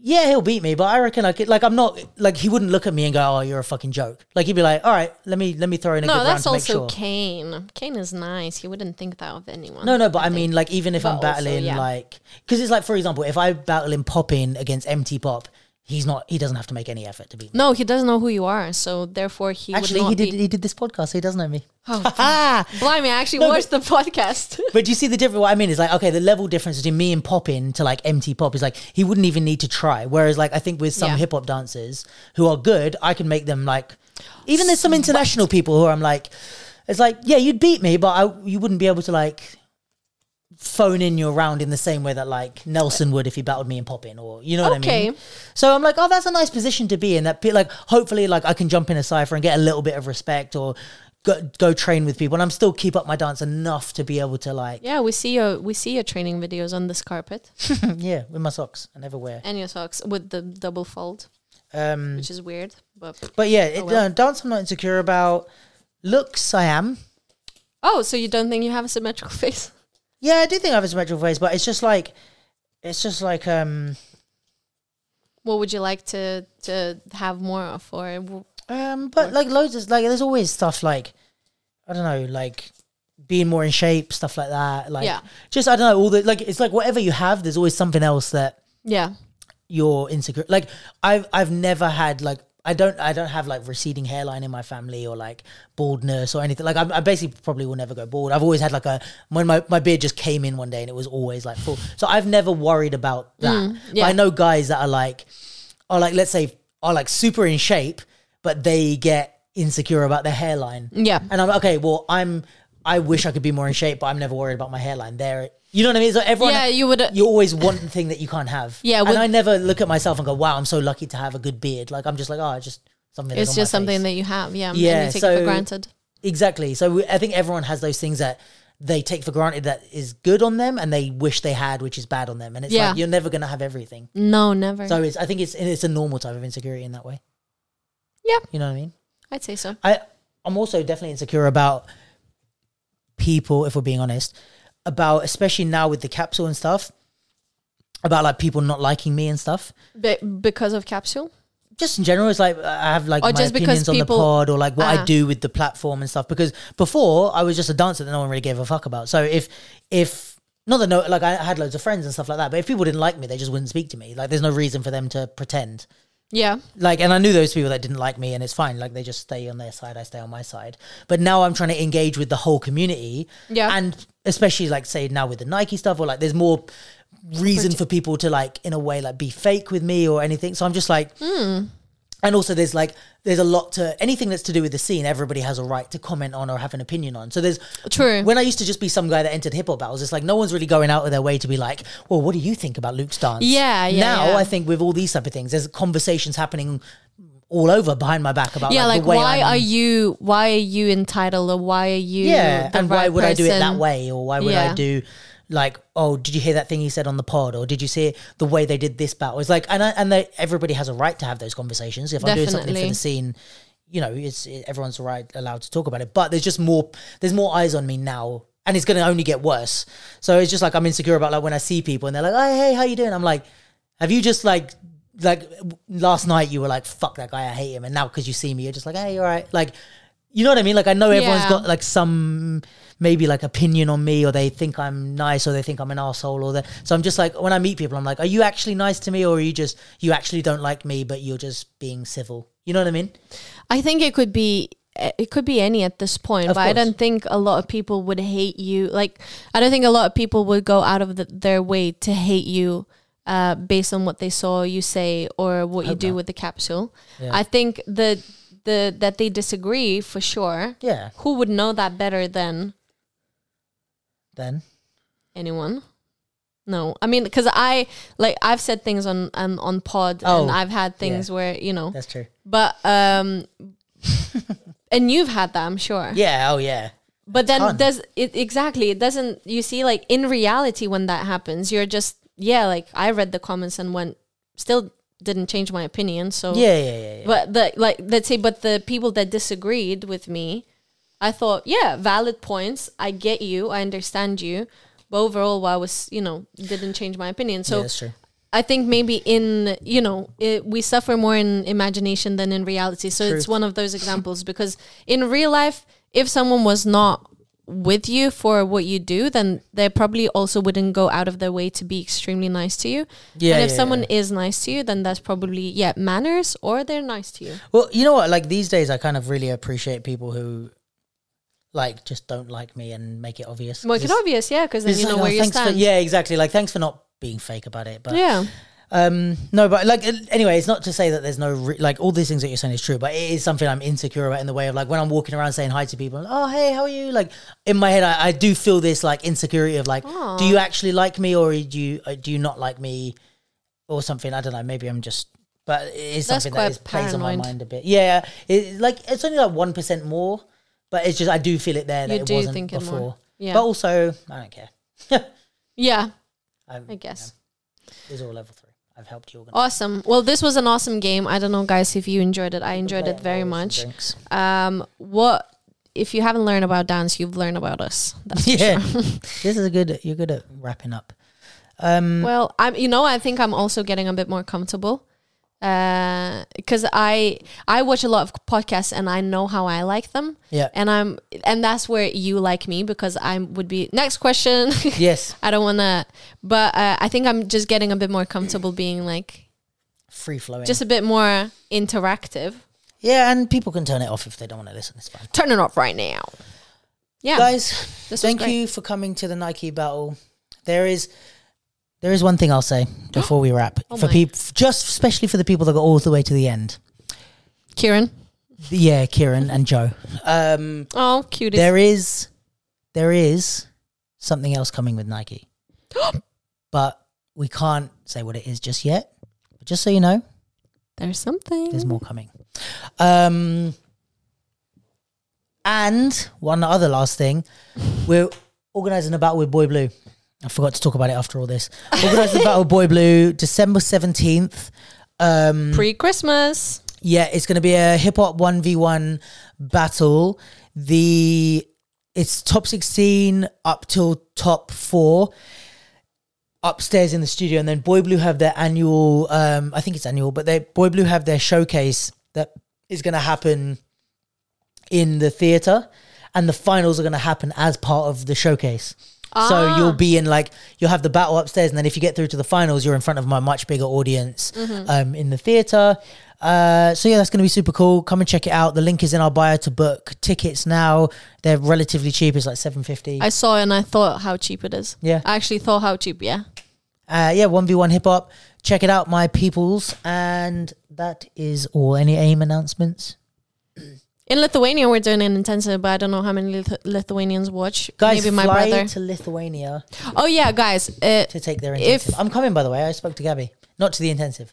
S2: yeah, he'll beat me, but I reckon I could, like, I'm not, like, he wouldn't look at me and go, oh, you're a fucking joke. Like, he'd be like, all right, let me, let me throw in a
S1: No,
S2: good
S1: that's
S2: round to
S1: also
S2: make sure.
S1: Kane. Kane is nice. He wouldn't think that of anyone.
S2: No, no, but I mean, like, even if I'm
S1: But also,
S2: battling,
S1: yeah.
S2: like, because it's like, for example, if I battle him popping against MT Pop, he's not, he doesn't have to make any effort to beat me.
S1: No, he doesn't know who you are, so therefore he
S2: Actually,
S1: would not
S2: he did,
S1: be.
S2: he did this podcast, so he does know me.
S1: Oh,
S2: Ah!
S1: Blimey, I actually
S2: No, but-
S1: watched the podcast.
S2: But do you see the difference? What I mean is like, okay, the level difference between me and Poppin to like MT Pop is like he wouldn't even need to try. Whereas like I think with some
S1: Yeah.
S2: hip hop dancers who are good, I can make them like. Even there's some international people who I'm like, it's like yeah, you'd beat me, but I, you wouldn't be able to like phone in your round in the same way that like Nelson would if he battled me in Poppin, or you know what I
S1: Okay.
S2: mean. So I'm like, oh, that's a nice position to be in. That pe- like, hopefully, like I can jump in a cipher and get a little bit of respect, or go, go train with people, and I'm still keep up my dance enough to be able to like,
S1: yeah, we see your we see your training videos on this carpet
S2: yeah, with my socks and everywhere.
S1: and your socks with the double fold,
S2: Um,
S1: which is weird. But
S2: but yeah, it,
S1: Oh, well.
S2: uh, dance I'm not insecure about. Looks, I am.
S1: oh, so you don't think you have a symmetrical face?
S2: Yeah, I do think I have a symmetrical face, but it's just like, it's just like, um,
S1: What would you like to to have more of? Or w-
S2: um, but like loads of like, there's always stuff like, I don't know, like being more in shape, stuff like that. Like,
S1: Yeah.
S2: just I don't know, all the like, it's like whatever you have, there's always something else that
S1: yeah,
S2: your insecure like i've i've never had like i don't i don't have like receding hairline in my family or like baldness or anything like i, I basically probably will never go bald i've always had like a when my, my beard just came in one day and it was always like full so i've never worried about that
S1: Mm, yeah.
S2: but i know guys that are like are like let's say are like super in shape but they get insecure about their hairline
S1: yeah,
S2: and I'm like, okay. Well, I'm. I wish I could be more in shape, but I'm never worried about my hairline. There, you know what I mean. So everyone,
S1: Yeah, you would- uh,
S2: You always want the thing that you can't have.
S1: Yeah,
S2: and
S1: with-
S2: I never look at myself and go, "Wow, I'm so lucky to have a good beard." Like I'm just like, "Oh, it's just something." that's
S1: it's
S2: on
S1: just
S2: my
S1: something
S2: face."
S1: that you have. Yeah,
S2: Yeah,
S1: and you take it
S2: so-
S1: for granted.
S2: exactly. So we, I think everyone has those things that they take for granted that is good on them, and they wish they had, which is bad on them. And it's
S1: Yeah.
S2: like you're never gonna have everything.
S1: No, never.
S2: So it's. I think it's it's a normal type of insecurity in that way.
S1: Yeah.
S2: You know what I mean?
S1: I'd say so.
S2: I I'm also definitely insecure about people, if we're being honest, about especially now with the capsule and stuff, about like people not liking me and stuff.
S1: Be- because of capsule.
S2: Just in general, it's like uh, I have like
S1: Or
S2: my
S1: just because
S2: opinions on the
S1: people-
S2: pod or like what I
S1: Ah.
S2: do with the platform and stuff. Because before I was just a dancer that no one really gave a fuck about. So if if not that no like I had loads of friends and stuff like that, but if people didn't like me, they just wouldn't speak to me. Like there's no reason for them to pretend
S1: Yeah,
S2: like and i knew those people that didn't like me and it's fine like they just stay on their side i stay on my side but now i'm trying to engage with the whole community
S1: Yeah.
S2: and especially like say now with the nike stuff or like there's more reason for people to like in a way like be fake with me or anything so i'm just like and also there's like there's a lot to anything that's to do with the scene everybody has a right to comment on or have an opinion on so there's
S1: True.
S2: when i used to just be some guy that entered hip-hop battles it's like no one's really going out of their way to be like well what do you think about luke's dance
S1: Yeah, yeah,
S2: now
S1: yeah.
S2: i think with all these type of things there's conversations happening all over behind my back about
S1: yeah.
S2: like,
S1: Like,
S2: the way
S1: why
S2: I'm-
S1: are you? Why are you entitled? Or why are you?
S2: yeah
S1: the
S2: and why
S1: right
S2: would i do it that
S1: person?
S2: way or why would i
S1: Yeah.
S2: do like oh did you hear that thing he said on the pod or did you see the way they did this battle it's like and I, and they, everybody has a right to have those conversations if i'm doing something for
S1: Definitely.
S2: the scene you know it's it, everyone's right allowed to talk about it but there's just more there's more eyes on me now and it's going to only get worse so it's just like i'm insecure about like when i see people and they're like oh, hey how you doing i'm like have you just like like w- last night you were like fuck that guy i hate him and now because you see me you're just like hey you're right like you know what i mean like i know everyone's
S1: Yeah.
S2: got like some maybe like opinion on me or they think i'm nice or they think i'm an asshole or that so i'm just like when i meet people i'm like are you actually nice to me or are you just you actually don't like me but you're just being civil you know what i mean
S1: I think it could be it could be any at this point,
S2: Of
S1: but I
S2: course.
S1: don't think a lot of people would hate you. Like I don't think a lot of people would go out of the, their way to hate you uh, based on what they saw you say or what you do with the capsule. I think the the that they disagree for sure.
S2: yeah
S1: Who would know that better than
S2: then
S1: anyone? No, I mean because I like I've said things on um, on pod
S2: Oh,
S1: and I've had things where you know,
S2: that's true
S1: but um, and you've had that I'm sure.
S2: yeah oh yeah
S1: But then
S2: ton.
S1: does it exactly? It doesn't. You see, like in reality, when that happens, you're just yeah, like I read the comments and went still didn't change my opinion. So
S2: Yeah, yeah, yeah, yeah.
S1: but the like let's say but the people that disagreed with me, I thought, yeah, valid points. I get you, I understand you. But overall I was, you know, didn't change my opinion. So
S2: yeah, that's true.
S1: I think maybe in you know it, we suffer more in imagination than in reality. So
S2: Truth.
S1: it's one of those examples because in real life, if someone was not with you for what you do, then they probably also wouldn't go out of their way to be extremely nice to you.
S2: Yeah,
S1: and if
S2: yeah,
S1: someone is nice to you, then that's probably yeah manners or they're nice to you.
S2: Well, you know what? Like these days, I kind of really appreciate people who, like, just don't like me and make it obvious.
S1: Make it
S2: It's-
S1: obvious, yeah, because then
S2: it's
S1: you know
S2: like, oh,
S1: where you
S2: thanks for-
S1: stand.
S2: yeah, exactly. Like, thanks for not being fake about it. But
S1: yeah,
S2: um, no, but like, it- anyway, it's not to say that there's no re- like all these things that you're saying is true, but it is something I'm insecure about in the way of like when I'm walking around saying hi to people. like, oh, hey, how are you? Like in my head, I, I do feel this like insecurity of like, do you actually like me or do you uh, do you not like me or something? I don't know. Maybe I'm just. But it's
S1: That's
S2: something
S1: quite
S2: that is, plays on my
S1: paranoid.
S2: mind a bit. Yeah, it, like it's only like one percent more, but it's just I do feel it there that
S1: You
S2: it
S1: do
S2: wasn't
S1: think it more.
S2: before.
S1: Yeah.
S2: But also, I don't care.
S1: yeah,
S2: I'm,
S1: I guess.
S2: These are all level three. I've helped you organize.
S1: Awesome. Well, this was an awesome game. I don't know, guys, if you enjoyed it. I enjoyed it very much.
S2: Drinks.
S1: um, what if you haven't learned about dance, you've learned about us. That's for
S2: Yeah.
S1: sure.
S2: This is a good. You're good at wrapping up.
S1: Well, I'm. You know, I think I'm also getting a bit more comfortable because I I watch a lot of podcasts and I know how I like them.
S2: Yeah.
S1: And I'm and that's where you like me because I would be next question.
S2: Yes.
S1: I don't want to, but uh, I think I'm just getting a bit more comfortable being like
S2: Free flowing.
S1: just a bit more interactive.
S2: yeah, and people can turn it off if they don't want to listen. It's fine.
S1: Turn it off right now. Yeah.
S2: Guys,
S1: this was
S2: thank
S1: great.
S2: you for coming to the Nike battle. There is. There is one thing I'll say before we wrap for
S1: Oh my.
S2: people, just especially for the people that got all the way to the end.
S1: Kieran.
S2: Yeah, Kieran and Joe. Um,
S1: Oh, cutie.
S2: there is there is something else coming with Nike. but we can't say what it is just yet. But just so you know,
S1: There's something.
S2: there's more coming. Um and one other last thing. We're organizing a battle with Boy Blue. I forgot to talk about it after all this. Organizing a battle with Boy Blue, December 17th. Um
S1: pre Christmas.
S2: Yeah, it's going to be a hip hop 1v1 battle. The it's top 16 up till top 4 upstairs in the studio and then Boy Blue have their annual um I think it's annual, but they Boy Blue have their showcase that is going to happen in the theater and the finals are going to happen as part of the showcase. So you'll be in like you'll have the battle upstairs, and then if you get through to the finals, you're in front of a much bigger audience um, in the theater. Uh, so yeah, that's going to be super cool. Come and check it out. The link is in our bio to book tickets now. They're relatively cheap. It's like seven fifty.
S1: I saw and I thought how cheap it is.
S2: Yeah.
S1: I actually thought how cheap, yeah.
S2: Uh, yeah, one v one hip hop. Check it out, my peoples. And that is all. Any aim announcements,
S1: In Lithuania, we're doing an intensive, but I don't know how many Lith- Lithuanians watch.
S2: guys?
S1: Maybe my
S2: fly
S1: brother.
S2: to Lithuania
S1: oh, yeah, guys. Uh,
S2: to take their
S1: If-
S2: intensive. I'm coming, by the way. I spoke to Gabby, not to the intensive.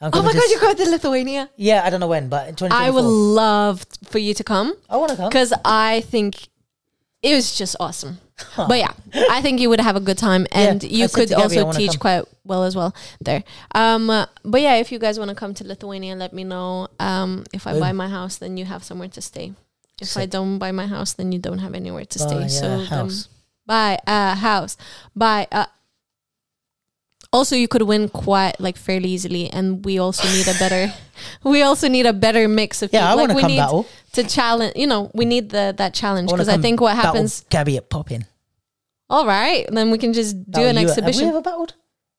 S2: I'm
S1: oh,
S2: coming
S1: my
S2: to
S1: God,
S2: s-
S1: you're going to Lithuania?
S2: Yeah, I don't know when, but in 2024.
S1: I would love for you to come
S2: I want to come.
S1: because I think it was just awesome. But yeah, I think you would have a good time and
S2: Yeah, I
S1: you
S2: said
S1: could
S2: to Gabby I
S1: also
S2: wanna
S1: teach
S2: come.
S1: quite well as well there. Um, uh, but yeah, if you guys want to come to Lithuania, let me know. Um, if I buy my house, then you have somewhere to stay. If I
S2: Sick.
S1: don't buy my house, then you don't have anywhere to stay.
S2: Buy a
S1: so
S2: Oh, house.
S1: Um, buy a house. Buy a. Also, you could win quite like fairly easily, and we also need a better. we also need a better mix of
S2: Yeah, I
S1: people.
S2: wanna
S1: like, we
S2: come
S1: need
S2: battle.
S1: to challenge. You know, we need the that challenge
S2: wanna
S1: because I
S2: come
S1: think what
S2: battle
S1: happens.
S2: Gabby at Poppin.
S1: All right, then we can just do
S2: Battle
S1: an
S2: you at-
S1: exhibition.
S2: Have we ever battled?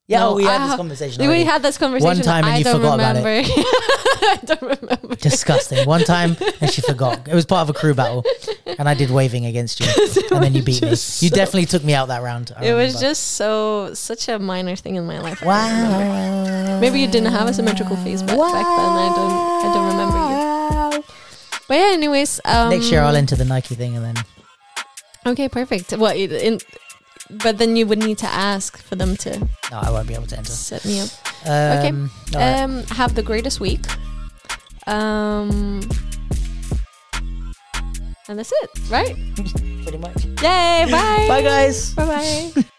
S2: Yeah,
S1: No,
S2: oh, we had
S1: I
S2: this
S1: ha-
S2: conversation.
S1: We
S2: already.
S1: had this conversation.
S2: time and
S1: I
S2: you
S1: don't
S2: forgot about it.
S1: remember. I don't remember.
S2: Disgusting. One time, and she forgot. It was part of a crew battle, and I did waving against you, and then you beat me.
S1: just
S2: You
S1: so-
S2: definitely took me out that round. I
S1: It was
S2: remember.
S1: just so such a minor thing in my life. I don't remember.
S2: wow.
S1: Maybe you didn't have a symmetrical face back, back then. I don't. I don't remember you. But yeah, anyways. Um,
S2: Next year, I'll enter the Nike thing, and then
S1: Okay, perfect. Well, it- in, but then you would need to ask for them to
S2: no, I won't be able to enter.
S1: set me up.
S2: Um,
S1: okay.
S2: all right.
S1: Um, have the greatest week. Um, and that's it, right? Uh,
S2: Pretty much.
S1: Yay! Bye.
S2: Bye, guys.
S1: Bye. Bye.